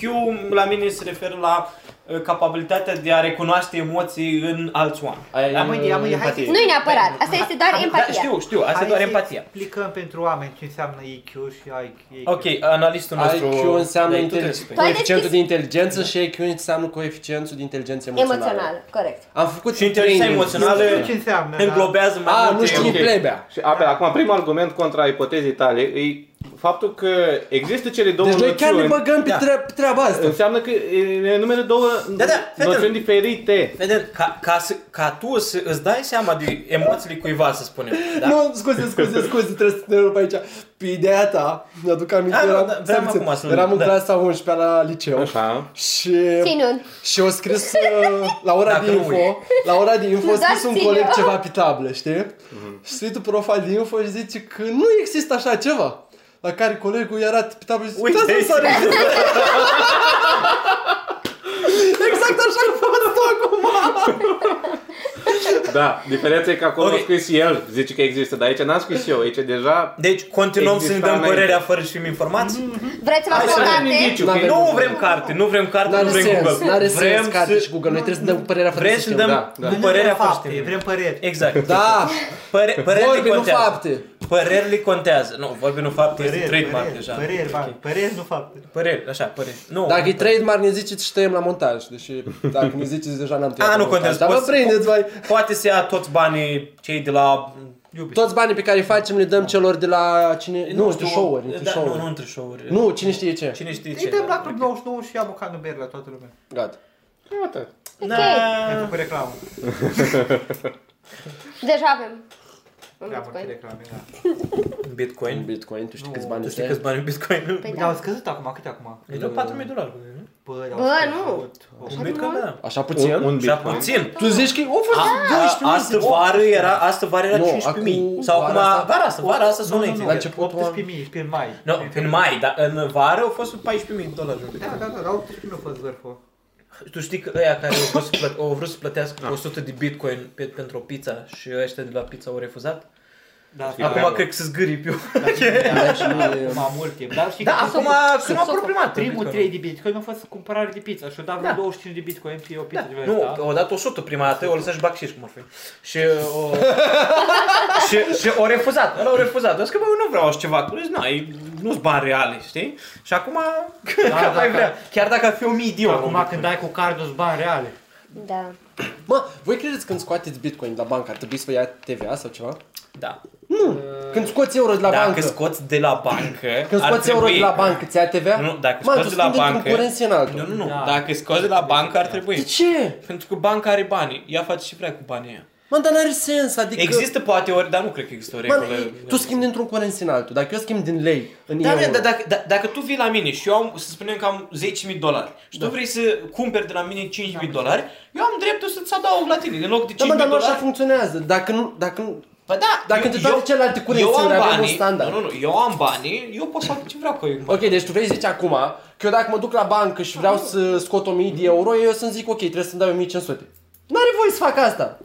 [SPEAKER 3] la mine se referă la uh, capabilitatea de a recunoaște emoții în alți oameni.
[SPEAKER 1] Ai,
[SPEAKER 2] Ia mâine, ia mâine, hai să
[SPEAKER 5] Nu-i neapărat, asta este doar
[SPEAKER 3] Da,
[SPEAKER 5] empatia.
[SPEAKER 3] știu, știu, asta e
[SPEAKER 2] hai
[SPEAKER 3] doar
[SPEAKER 2] să
[SPEAKER 3] empatia.
[SPEAKER 2] explicăm pentru oameni ce înseamnă IQ și IQ.
[SPEAKER 3] Ok, analistul nostru...
[SPEAKER 1] IQ înseamnă
[SPEAKER 3] Dai, tu
[SPEAKER 1] intelig-
[SPEAKER 3] trebuie să spui.
[SPEAKER 5] Tu ai
[SPEAKER 1] coeficientul de
[SPEAKER 5] deschis-
[SPEAKER 1] inteligență și EQ înseamnă coeficientul de inteligență emoțională.
[SPEAKER 5] Emoțional, corect.
[SPEAKER 1] Am făcut
[SPEAKER 3] Și inteligența
[SPEAKER 1] training.
[SPEAKER 3] emoțională
[SPEAKER 2] Nu știu ce înseamnă,
[SPEAKER 3] Englobează mai
[SPEAKER 1] A,
[SPEAKER 3] multe...
[SPEAKER 1] nu știu.
[SPEAKER 4] Ok.
[SPEAKER 1] Plebea.
[SPEAKER 4] Și Abel, acum primul argument contra ipotezii tale e faptul că există cele două
[SPEAKER 1] Deci noi chiar ne
[SPEAKER 4] noțiuni
[SPEAKER 1] băgăm pe tre- treaba asta.
[SPEAKER 4] înseamnă că e, ne numere două
[SPEAKER 3] Da, da, fetele.
[SPEAKER 4] noțiuni diferite.
[SPEAKER 3] Vedem, ca, ca, să, ca tu să îți dai seama de emoțiile cuiva, să spunem. Da.
[SPEAKER 1] Nu, scuze, scuze, scuze, trebuie să te rup aici. Pe ideea ta, mi-aduc aminte,
[SPEAKER 3] Ah, nu,
[SPEAKER 1] eram,
[SPEAKER 3] da, vreau
[SPEAKER 1] stai
[SPEAKER 3] acum
[SPEAKER 1] puțin,
[SPEAKER 3] să-
[SPEAKER 1] eram în
[SPEAKER 3] da.
[SPEAKER 1] clasa 11 la liceu.
[SPEAKER 4] Așa.
[SPEAKER 1] Și,
[SPEAKER 5] Ținut.
[SPEAKER 1] și o scris uh, la ora
[SPEAKER 3] Dacă
[SPEAKER 1] de
[SPEAKER 3] nu
[SPEAKER 1] info,
[SPEAKER 3] uit.
[SPEAKER 1] la ora de info, a
[SPEAKER 5] Da,
[SPEAKER 1] scris un
[SPEAKER 5] ține.
[SPEAKER 1] coleg ceva pe tablă, știi?
[SPEAKER 3] Mhm.
[SPEAKER 1] Și scritul profa de info și zice că nu există așa ceva. La care colegul i-a arată pe tablă și zice,
[SPEAKER 3] Uite,
[SPEAKER 1] "Da, asta nu s-a rezolvat." Exact așa a fost acum.
[SPEAKER 4] Da, diferența e că acolo
[SPEAKER 3] Ok.
[SPEAKER 4] okay. a scris el, zice că există, dar aici n-am scris eu, aici deja...
[SPEAKER 3] Deci continuăm să ne
[SPEAKER 4] Exista
[SPEAKER 3] dăm
[SPEAKER 4] înainte.
[SPEAKER 3] părerea fără să fim informați?
[SPEAKER 5] Vreți să vă
[SPEAKER 4] Hai să vedem
[SPEAKER 5] scocate?
[SPEAKER 4] Păi, indiciu, că
[SPEAKER 1] N-avem.
[SPEAKER 4] e-
[SPEAKER 3] Nu vrem carte, nu vrem carte, nu
[SPEAKER 1] N-are
[SPEAKER 3] vrem
[SPEAKER 1] sens,
[SPEAKER 3] Google.
[SPEAKER 1] n-are
[SPEAKER 3] vrem
[SPEAKER 1] sens carte
[SPEAKER 3] să-
[SPEAKER 1] și Google, noi trebuie să dăm părerea fără
[SPEAKER 3] Vrem
[SPEAKER 1] să
[SPEAKER 3] să ne
[SPEAKER 1] știm.
[SPEAKER 3] dăm
[SPEAKER 4] da.
[SPEAKER 3] cu
[SPEAKER 4] Nu
[SPEAKER 3] părerea fără să
[SPEAKER 2] fapte,
[SPEAKER 3] știm.
[SPEAKER 2] vrem păreri.
[SPEAKER 3] Exact.
[SPEAKER 1] Da,
[SPEAKER 3] Păre-
[SPEAKER 1] vorbe,
[SPEAKER 3] părerile
[SPEAKER 1] nu
[SPEAKER 3] contează.
[SPEAKER 1] fapte.
[SPEAKER 3] Părerile contează. Nu, vorbe nu fapte, este
[SPEAKER 2] Păreri,
[SPEAKER 3] trademark
[SPEAKER 2] păreri,
[SPEAKER 3] deja.
[SPEAKER 2] păreri, bani, păreri, nu fapte.
[SPEAKER 3] Păreri, așa, păreri. Nu.
[SPEAKER 1] Dacă e trademark, ne ziceți și tăiem la montaj. Deși dacă ne ziceți, deja n-am tăiat
[SPEAKER 3] A,
[SPEAKER 1] la
[SPEAKER 3] nu
[SPEAKER 1] montaj.
[SPEAKER 3] contează,
[SPEAKER 1] Dar vă
[SPEAKER 3] poți-
[SPEAKER 1] prindeți, vai.
[SPEAKER 3] Poate să ia toți banii cei de la...
[SPEAKER 1] Păi. Toți banii pe care îi facem le dăm celor de la cine... Nu, între show-uri, între
[SPEAKER 3] da,
[SPEAKER 1] show-uri.
[SPEAKER 3] Nu, nu între show-uri.
[SPEAKER 1] Nu, cine știe ce.
[SPEAKER 3] Cine știe
[SPEAKER 2] Îi
[SPEAKER 3] ce.
[SPEAKER 2] dăm la Club 99 și ia bocanul beri la toată lumea.
[SPEAKER 1] Gata.
[SPEAKER 4] Iată.
[SPEAKER 2] Mi-a
[SPEAKER 3] Da.
[SPEAKER 2] făcut reclamă.
[SPEAKER 5] Deja avem. Păi
[SPEAKER 2] Prea multe reclame, da.
[SPEAKER 1] În
[SPEAKER 3] Bitcoin.
[SPEAKER 1] Bitcoin, tu știi câți bani
[SPEAKER 3] Tu știi
[SPEAKER 1] este?
[SPEAKER 3] câți bani în Bitcoin?
[SPEAKER 5] Păi
[SPEAKER 2] Au
[SPEAKER 5] da.
[SPEAKER 2] scăzut acum, câte acum?
[SPEAKER 3] E doar 4.000 de dolari. nu?
[SPEAKER 2] Bă,
[SPEAKER 5] Bă,
[SPEAKER 2] au
[SPEAKER 5] nu.
[SPEAKER 2] scăzut. O,
[SPEAKER 3] Un Bitcoin, da.
[SPEAKER 1] Așa
[SPEAKER 4] Un,
[SPEAKER 1] puțin?
[SPEAKER 4] un
[SPEAKER 3] Și a
[SPEAKER 4] bitcoin.
[SPEAKER 3] puțin.
[SPEAKER 1] Tu zici că au fost
[SPEAKER 3] A,
[SPEAKER 1] 12
[SPEAKER 3] Astă vară era, astă vară era
[SPEAKER 1] Nu,
[SPEAKER 3] 15.000.
[SPEAKER 1] acum-
[SPEAKER 3] Sau acum,
[SPEAKER 1] vara asta-
[SPEAKER 3] vara asta, vara asta exact.
[SPEAKER 2] nu,
[SPEAKER 3] sunt
[SPEAKER 1] La
[SPEAKER 3] înainte.
[SPEAKER 1] început
[SPEAKER 2] 18.000 pe mai.
[SPEAKER 3] Nu, în mai, dar în vară au fost 14.000 de dolari. un
[SPEAKER 2] Da,
[SPEAKER 3] Bitcoin.
[SPEAKER 2] da, da, la 18.000 a fost vârful.
[SPEAKER 3] Tu știi că ăia care au vrut să, plăte- au vrut să plătească 100 de bitcoin pe, pentru o pizza și ăștia de la pizza au refuzat?
[SPEAKER 2] Da,
[SPEAKER 3] Acum cred că se zgâri pe
[SPEAKER 2] Acum mult timp. Dar știi
[SPEAKER 3] Da,
[SPEAKER 2] că
[SPEAKER 3] acum sunt
[SPEAKER 2] primul-
[SPEAKER 3] aproprimat.
[SPEAKER 2] Primul
[SPEAKER 3] Bitcoin.
[SPEAKER 2] 3 de bitcoin a fost cumpărare de pizza și-o dat vreo
[SPEAKER 3] Da.
[SPEAKER 2] 25 de bitcoin pe o pizza
[SPEAKER 3] Da,
[SPEAKER 2] de vreo
[SPEAKER 3] nu,
[SPEAKER 2] asta.
[SPEAKER 3] o dat 100 prima dată, o lăsat și bacșiș cum ar fi. Și o... și, și o refuzat, ăla o refuzat. Zic că bă, eu nu vreau așa ceva, tu zici, n-ai, nu-s bani reale, știi? Și acum, da,
[SPEAKER 2] da,
[SPEAKER 3] mai
[SPEAKER 2] da.
[SPEAKER 3] vrea, chiar dacă ar fi 1000 de euro.
[SPEAKER 2] Acum când ai cu cardul îți bani reale.
[SPEAKER 5] Da.
[SPEAKER 1] Mă, voi credeți când scoateți Bitcoin de la bancă ar trebui să vă ia TVA sau ceva?
[SPEAKER 3] Da.
[SPEAKER 1] Când scoți euro de la
[SPEAKER 3] Dacă
[SPEAKER 1] bancă,
[SPEAKER 3] scoți de la bancă,
[SPEAKER 1] când
[SPEAKER 3] ar
[SPEAKER 1] scoți euro de
[SPEAKER 3] trebui-
[SPEAKER 1] la bancă, ți ia TVA?
[SPEAKER 3] Nu, dacă
[SPEAKER 1] Mă,
[SPEAKER 3] scoți
[SPEAKER 1] tu
[SPEAKER 3] de la
[SPEAKER 1] schimbi dintr-un
[SPEAKER 3] bancă-
[SPEAKER 1] curent în altul.
[SPEAKER 3] Nu, nu, nu.
[SPEAKER 2] Da.
[SPEAKER 3] Dacă scoți de la bancă, ar trebui.
[SPEAKER 1] De ce?
[SPEAKER 3] Pentru că banca are bani, ea face și vrea cu banii ăia.
[SPEAKER 1] Mă, dar n-are sens, adică...
[SPEAKER 3] Există poate ori, dar nu cred că există o regulă.
[SPEAKER 1] Mă, tu schimbi dintr-un curent în altul. Dacă eu schimb din lei în
[SPEAKER 3] da, da,
[SPEAKER 1] euro...
[SPEAKER 3] da, dacă, da, dacă tu vii la mine și eu am, să spunem că am 10.000 dolari și
[SPEAKER 1] Da.
[SPEAKER 3] tu vrei să cumperi de la mine 5.000 dolari, eu am dreptul să-ți adaug la tine, în loc de 5.000
[SPEAKER 1] Da, mă, dar nu așa
[SPEAKER 3] dolari.
[SPEAKER 1] funcționează. Dacă nu, dacă nu,
[SPEAKER 3] Păi da,
[SPEAKER 1] Dacă
[SPEAKER 3] eu-
[SPEAKER 1] te toate
[SPEAKER 3] eu-
[SPEAKER 1] celelalte curențuri
[SPEAKER 3] eu
[SPEAKER 1] avem
[SPEAKER 3] am
[SPEAKER 1] un
[SPEAKER 3] banii-
[SPEAKER 1] standard.
[SPEAKER 3] Nu, nu, nu, eu am banii, eu pot să fac ce vreau cu ei.
[SPEAKER 1] Ok, deci tu vrei zici acum că eu dacă mă duc la bancă și vreau să scot 1000 de euro, eu să-mi zic ok, trebuie să-mi dau 1500. N-are voie să fac asta.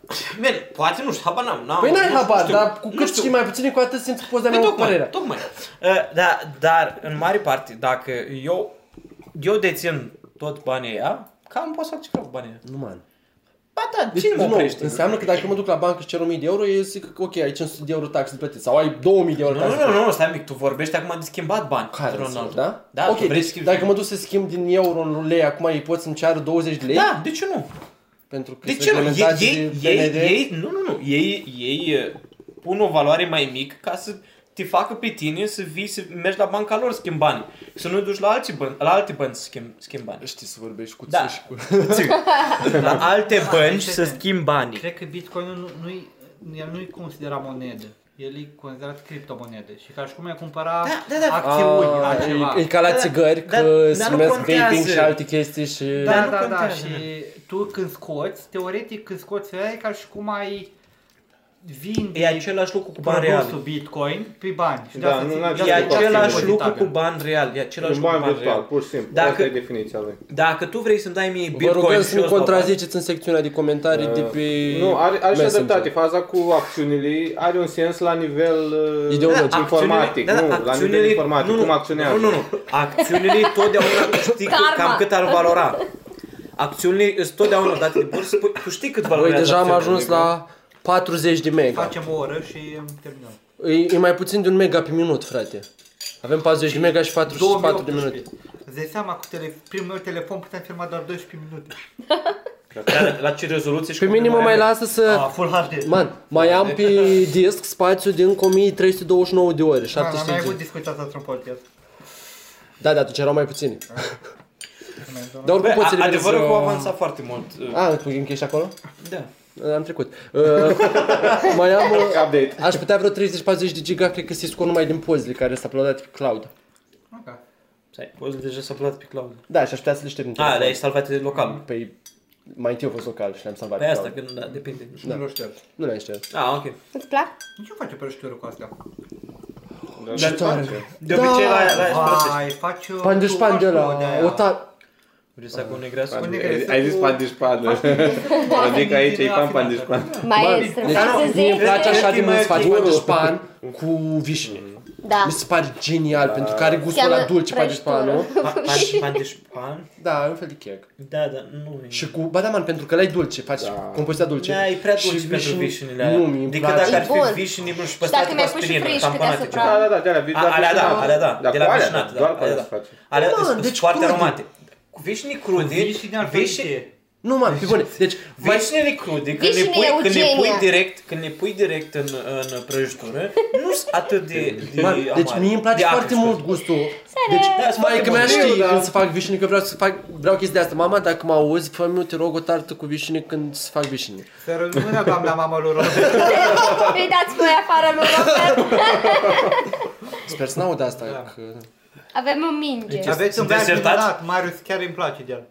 [SPEAKER 3] Man, poate nu știu, habar n-am. n-am-
[SPEAKER 1] Păi n-ai
[SPEAKER 3] nu
[SPEAKER 1] habar,
[SPEAKER 3] știu,
[SPEAKER 1] dar cu
[SPEAKER 3] nu
[SPEAKER 1] cât
[SPEAKER 3] știu.
[SPEAKER 1] știi mai puțin, cu atât simți că poți da mai
[SPEAKER 3] Păi
[SPEAKER 1] mult
[SPEAKER 3] tocmai,
[SPEAKER 1] părerea.
[SPEAKER 3] tocmai. Uh, da, dar în mare parte, dacă eu, eu dețin tot banii ăia, cam pot să fac ce vreau cu banii ăia.
[SPEAKER 1] Nu, man.
[SPEAKER 3] Ba da,
[SPEAKER 1] Deci,
[SPEAKER 3] cine mă
[SPEAKER 1] din nou,
[SPEAKER 3] oprește?
[SPEAKER 1] Înseamnă că dacă eu mă duc la bancă și cer 1000 de euro, eu zic că ok, ai 500 de euro taxe de plătit sau ai 2000 de euro
[SPEAKER 3] Nu,
[SPEAKER 1] taxe de
[SPEAKER 3] nu,
[SPEAKER 1] plătit.
[SPEAKER 3] nu, nu, stai mic, tu vorbești acum de schimbat bani.
[SPEAKER 1] Care
[SPEAKER 3] într-un
[SPEAKER 1] înseamnă,
[SPEAKER 3] altul.
[SPEAKER 1] da?
[SPEAKER 3] Da,
[SPEAKER 1] ok,
[SPEAKER 3] tu vrei să
[SPEAKER 1] deci
[SPEAKER 3] schimbi-
[SPEAKER 1] dacă mă duc să schimb din euro în lei, acum ei pot să-mi ceară 20 de lei?
[SPEAKER 3] Da, de ce nu?
[SPEAKER 1] Pentru că
[SPEAKER 3] De
[SPEAKER 1] sunt
[SPEAKER 3] ce nu? Ei,
[SPEAKER 1] reglementați
[SPEAKER 3] ei,
[SPEAKER 1] de
[SPEAKER 3] ei,
[SPEAKER 1] BND.
[SPEAKER 3] ei, nu, nu, nu, ei, ei uh, pun o valoare mai mică ca să te facă pe tine să vii să mergi la banca lor să schimbi bani. Să nu duci la alte bani, la alte bani să schimbi, schimbi bani.
[SPEAKER 1] Știi să vorbești cu
[SPEAKER 3] Da.
[SPEAKER 1] țâși cu...
[SPEAKER 3] La alte bănci să
[SPEAKER 2] să
[SPEAKER 3] schimbi banii.
[SPEAKER 2] Cred că bitcoinul nu, nu-i, el nu-i considera monedă. El e considerat criptomonedă. Și ca și cum ai cumpăra
[SPEAKER 3] Da, da, da.
[SPEAKER 2] acțiuni,
[SPEAKER 1] Ah,
[SPEAKER 2] altceva.
[SPEAKER 1] e, e ca la
[SPEAKER 3] Da,
[SPEAKER 1] țigări,
[SPEAKER 3] da,
[SPEAKER 1] că
[SPEAKER 3] dar
[SPEAKER 1] se
[SPEAKER 3] nu
[SPEAKER 1] numesc
[SPEAKER 3] contează.
[SPEAKER 1] vaping și alte chestii și...
[SPEAKER 2] Da,
[SPEAKER 3] Dar nu
[SPEAKER 2] da, da,
[SPEAKER 3] contează,
[SPEAKER 2] și tu când scoți, teoretic când scoți aia e ca și cum ai vinde
[SPEAKER 3] E același lucru cu bani
[SPEAKER 2] produsul
[SPEAKER 3] real.
[SPEAKER 2] bitcoin pe bani. Și de
[SPEAKER 4] Da,
[SPEAKER 2] asta
[SPEAKER 4] nu-
[SPEAKER 2] ți-
[SPEAKER 4] n-ai
[SPEAKER 2] de asta
[SPEAKER 3] E
[SPEAKER 4] Același lucru,
[SPEAKER 3] același
[SPEAKER 4] același
[SPEAKER 3] lucru cu bani real. E același
[SPEAKER 4] Un
[SPEAKER 3] lucru cu
[SPEAKER 4] bani
[SPEAKER 3] bani
[SPEAKER 4] virtual,
[SPEAKER 3] real.
[SPEAKER 4] pur și simplu.
[SPEAKER 3] Dacă-
[SPEAKER 4] Asta e definiția lui.
[SPEAKER 3] Dacă tu vrei să-mi dai mie
[SPEAKER 1] Vă rugăm
[SPEAKER 3] bitcoin
[SPEAKER 1] să
[SPEAKER 3] și
[SPEAKER 1] nu
[SPEAKER 3] da. eu îți dau bani,
[SPEAKER 1] contraziceți în secțiunea de comentarii de pe
[SPEAKER 4] Nu, are, are și
[SPEAKER 1] Messenger.
[SPEAKER 4] adaptate. Faza cu acțiunile are un sens la nivel uh,
[SPEAKER 1] Ideologic.
[SPEAKER 4] da, informatic.
[SPEAKER 3] Acțiunile-
[SPEAKER 4] nu, la nivel informatic.
[SPEAKER 3] nu, nu,
[SPEAKER 4] cum acționează.
[SPEAKER 3] Nu, nu, nu. Acțiunile totdeauna tu știi cât,
[SPEAKER 5] Karma.
[SPEAKER 3] cam cât ar valora. Acțiunile sunt totdeauna date de bursă, păi tu știi cât
[SPEAKER 1] Voi
[SPEAKER 3] valorează
[SPEAKER 1] deja am
[SPEAKER 3] acțiunile,
[SPEAKER 1] ajuns
[SPEAKER 3] bro.
[SPEAKER 1] la 40 de mega.
[SPEAKER 2] Facem o oră și terminăm.
[SPEAKER 1] E, e mai puțin de un mega pe minut, frate. Avem 40 de mega și 44 de minute.
[SPEAKER 2] 2018. Îți dai seama, cu tele, primul meu telefon puteam filma doar 12 minute.
[SPEAKER 3] La- La ce rezoluție și
[SPEAKER 1] Pe
[SPEAKER 3] cum
[SPEAKER 1] mine mă mai
[SPEAKER 3] are-
[SPEAKER 1] lasă să...
[SPEAKER 2] A, full HD.
[SPEAKER 1] Man, mai am pe disc spațiu de încă 1329 de ore,
[SPEAKER 2] Da, am mai avut
[SPEAKER 1] 75.
[SPEAKER 2] discuția asta într-un podcast.
[SPEAKER 1] Da, da, atunci erau mai puține.
[SPEAKER 2] Mulțumesc,
[SPEAKER 1] Dar oricum
[SPEAKER 3] Bă,
[SPEAKER 1] poți să
[SPEAKER 3] a- adevărul că
[SPEAKER 1] eliberezi,
[SPEAKER 3] au
[SPEAKER 1] uh,
[SPEAKER 3] avansat foarte mult. uh,
[SPEAKER 1] A, Ah, tu încheiești acolo?
[SPEAKER 3] Da.
[SPEAKER 1] Am trecut. Uh, mai am... uh,
[SPEAKER 4] Update.
[SPEAKER 1] Aș putea vreo 30-40 de giga, cred că se scot numai din pozele care s-a uploadat pe cloud.
[SPEAKER 2] doamne. Ok.
[SPEAKER 3] Stai, pozele deja s-a plătit pe cloud. da.
[SPEAKER 1] Da, și aș putea să le șterg din
[SPEAKER 3] A,
[SPEAKER 1] telefon.
[SPEAKER 3] le ai salvate local.
[SPEAKER 1] Păi, mai întâi au fost local și le-am salvat
[SPEAKER 3] Pe asta,
[SPEAKER 1] cloud.
[SPEAKER 3] că nu, da, depinde. nu știu.
[SPEAKER 2] Nu știu.
[SPEAKER 1] Nu le-am șters.
[SPEAKER 3] Ah, ok.
[SPEAKER 5] Îți plac?
[SPEAKER 2] Ce face prăjitură cu astea?
[SPEAKER 1] Ce tare.
[SPEAKER 3] De obicei la aia, la
[SPEAKER 1] Da.
[SPEAKER 3] aia spărățești.
[SPEAKER 2] Vai, faci uh, o...
[SPEAKER 1] Pan de șpan de la... O ta...
[SPEAKER 3] Vrei să cu negreasă?
[SPEAKER 2] Pan-
[SPEAKER 4] Ai zis pan de șpadă. Adică aici e pan pan de șpadă.
[SPEAKER 5] Maestru,
[SPEAKER 1] Deci,
[SPEAKER 5] vreau să
[SPEAKER 1] mie îmi
[SPEAKER 5] zic.
[SPEAKER 1] place așa de mult să faci pan de
[SPEAKER 3] Urul.
[SPEAKER 1] șpan cu vișine.
[SPEAKER 5] Da.
[SPEAKER 1] Mi se pare genial, pentru că are gustul
[SPEAKER 5] Seamănă
[SPEAKER 1] ăla dulce pan de șpan, nu?
[SPEAKER 5] prăjitură.
[SPEAKER 3] Pandeșpan?
[SPEAKER 1] Da, e un fel de chec.
[SPEAKER 3] Da, da, nu e.
[SPEAKER 1] Și cu, ba da, man, pentru că le-ai dulce, faci compoziția dulce.
[SPEAKER 3] Da, e prea dulce
[SPEAKER 1] Și
[SPEAKER 3] pentru
[SPEAKER 1] vișini-
[SPEAKER 3] vișinile alea.
[SPEAKER 1] Nu, mi-e
[SPEAKER 3] Adică
[SPEAKER 1] place.
[SPEAKER 3] dacă ar
[SPEAKER 5] E
[SPEAKER 3] fi
[SPEAKER 5] bun.
[SPEAKER 3] vișini, nu știu,
[SPEAKER 5] dacă
[SPEAKER 3] păstat cu
[SPEAKER 5] mi-ai pus și
[SPEAKER 3] aspirină,
[SPEAKER 5] friș,
[SPEAKER 3] tamponate
[SPEAKER 5] putea să
[SPEAKER 3] ceva.
[SPEAKER 5] fac.
[SPEAKER 4] Da, da, da, de la vișinat.
[SPEAKER 3] A- Alea da, alea da, de la vișinat, da,
[SPEAKER 4] Doar cu
[SPEAKER 3] alea
[SPEAKER 4] alea
[SPEAKER 3] da.
[SPEAKER 4] se face.
[SPEAKER 3] Alea
[SPEAKER 1] Man,
[SPEAKER 3] sunt
[SPEAKER 1] deci
[SPEAKER 3] foarte
[SPEAKER 1] crude.
[SPEAKER 3] aromate. Cu vișinii crude,
[SPEAKER 2] Vișini al
[SPEAKER 3] vișini-
[SPEAKER 1] Nu, man, pe bune. Deci, vai,
[SPEAKER 3] Vișinile crude, când le,
[SPEAKER 5] Vișinile
[SPEAKER 3] pui, când le pui
[SPEAKER 5] Eugenia.
[SPEAKER 3] direct, când le pui direct în, în prăjitură, nu sunt atât de, de
[SPEAKER 1] man, deci
[SPEAKER 3] amare,
[SPEAKER 1] mie îmi place
[SPEAKER 3] de acre,
[SPEAKER 1] foarte
[SPEAKER 3] scuze.
[SPEAKER 1] mult gustul. Deci,
[SPEAKER 3] sunt
[SPEAKER 1] mai
[SPEAKER 3] foarte
[SPEAKER 1] că mi-a
[SPEAKER 3] bune.
[SPEAKER 1] știi
[SPEAKER 4] Eu, da.
[SPEAKER 1] când să fac vișine, că vreau să fac, vreau chestia asta. Mama, dacă mă auzi, fă-mi, te rog, o tartă cu vișine când să fac vișine.
[SPEAKER 2] Să rămână doamna mama lui Rod.
[SPEAKER 5] Îi dați voi afară lui Robert.
[SPEAKER 1] Sper să n-aud asta, că...
[SPEAKER 5] Avem o minge.
[SPEAKER 1] Deci
[SPEAKER 2] Aveți un
[SPEAKER 3] Sunteți
[SPEAKER 2] băiat
[SPEAKER 3] iertați?
[SPEAKER 2] minunat, Marius chiar îmi place de el.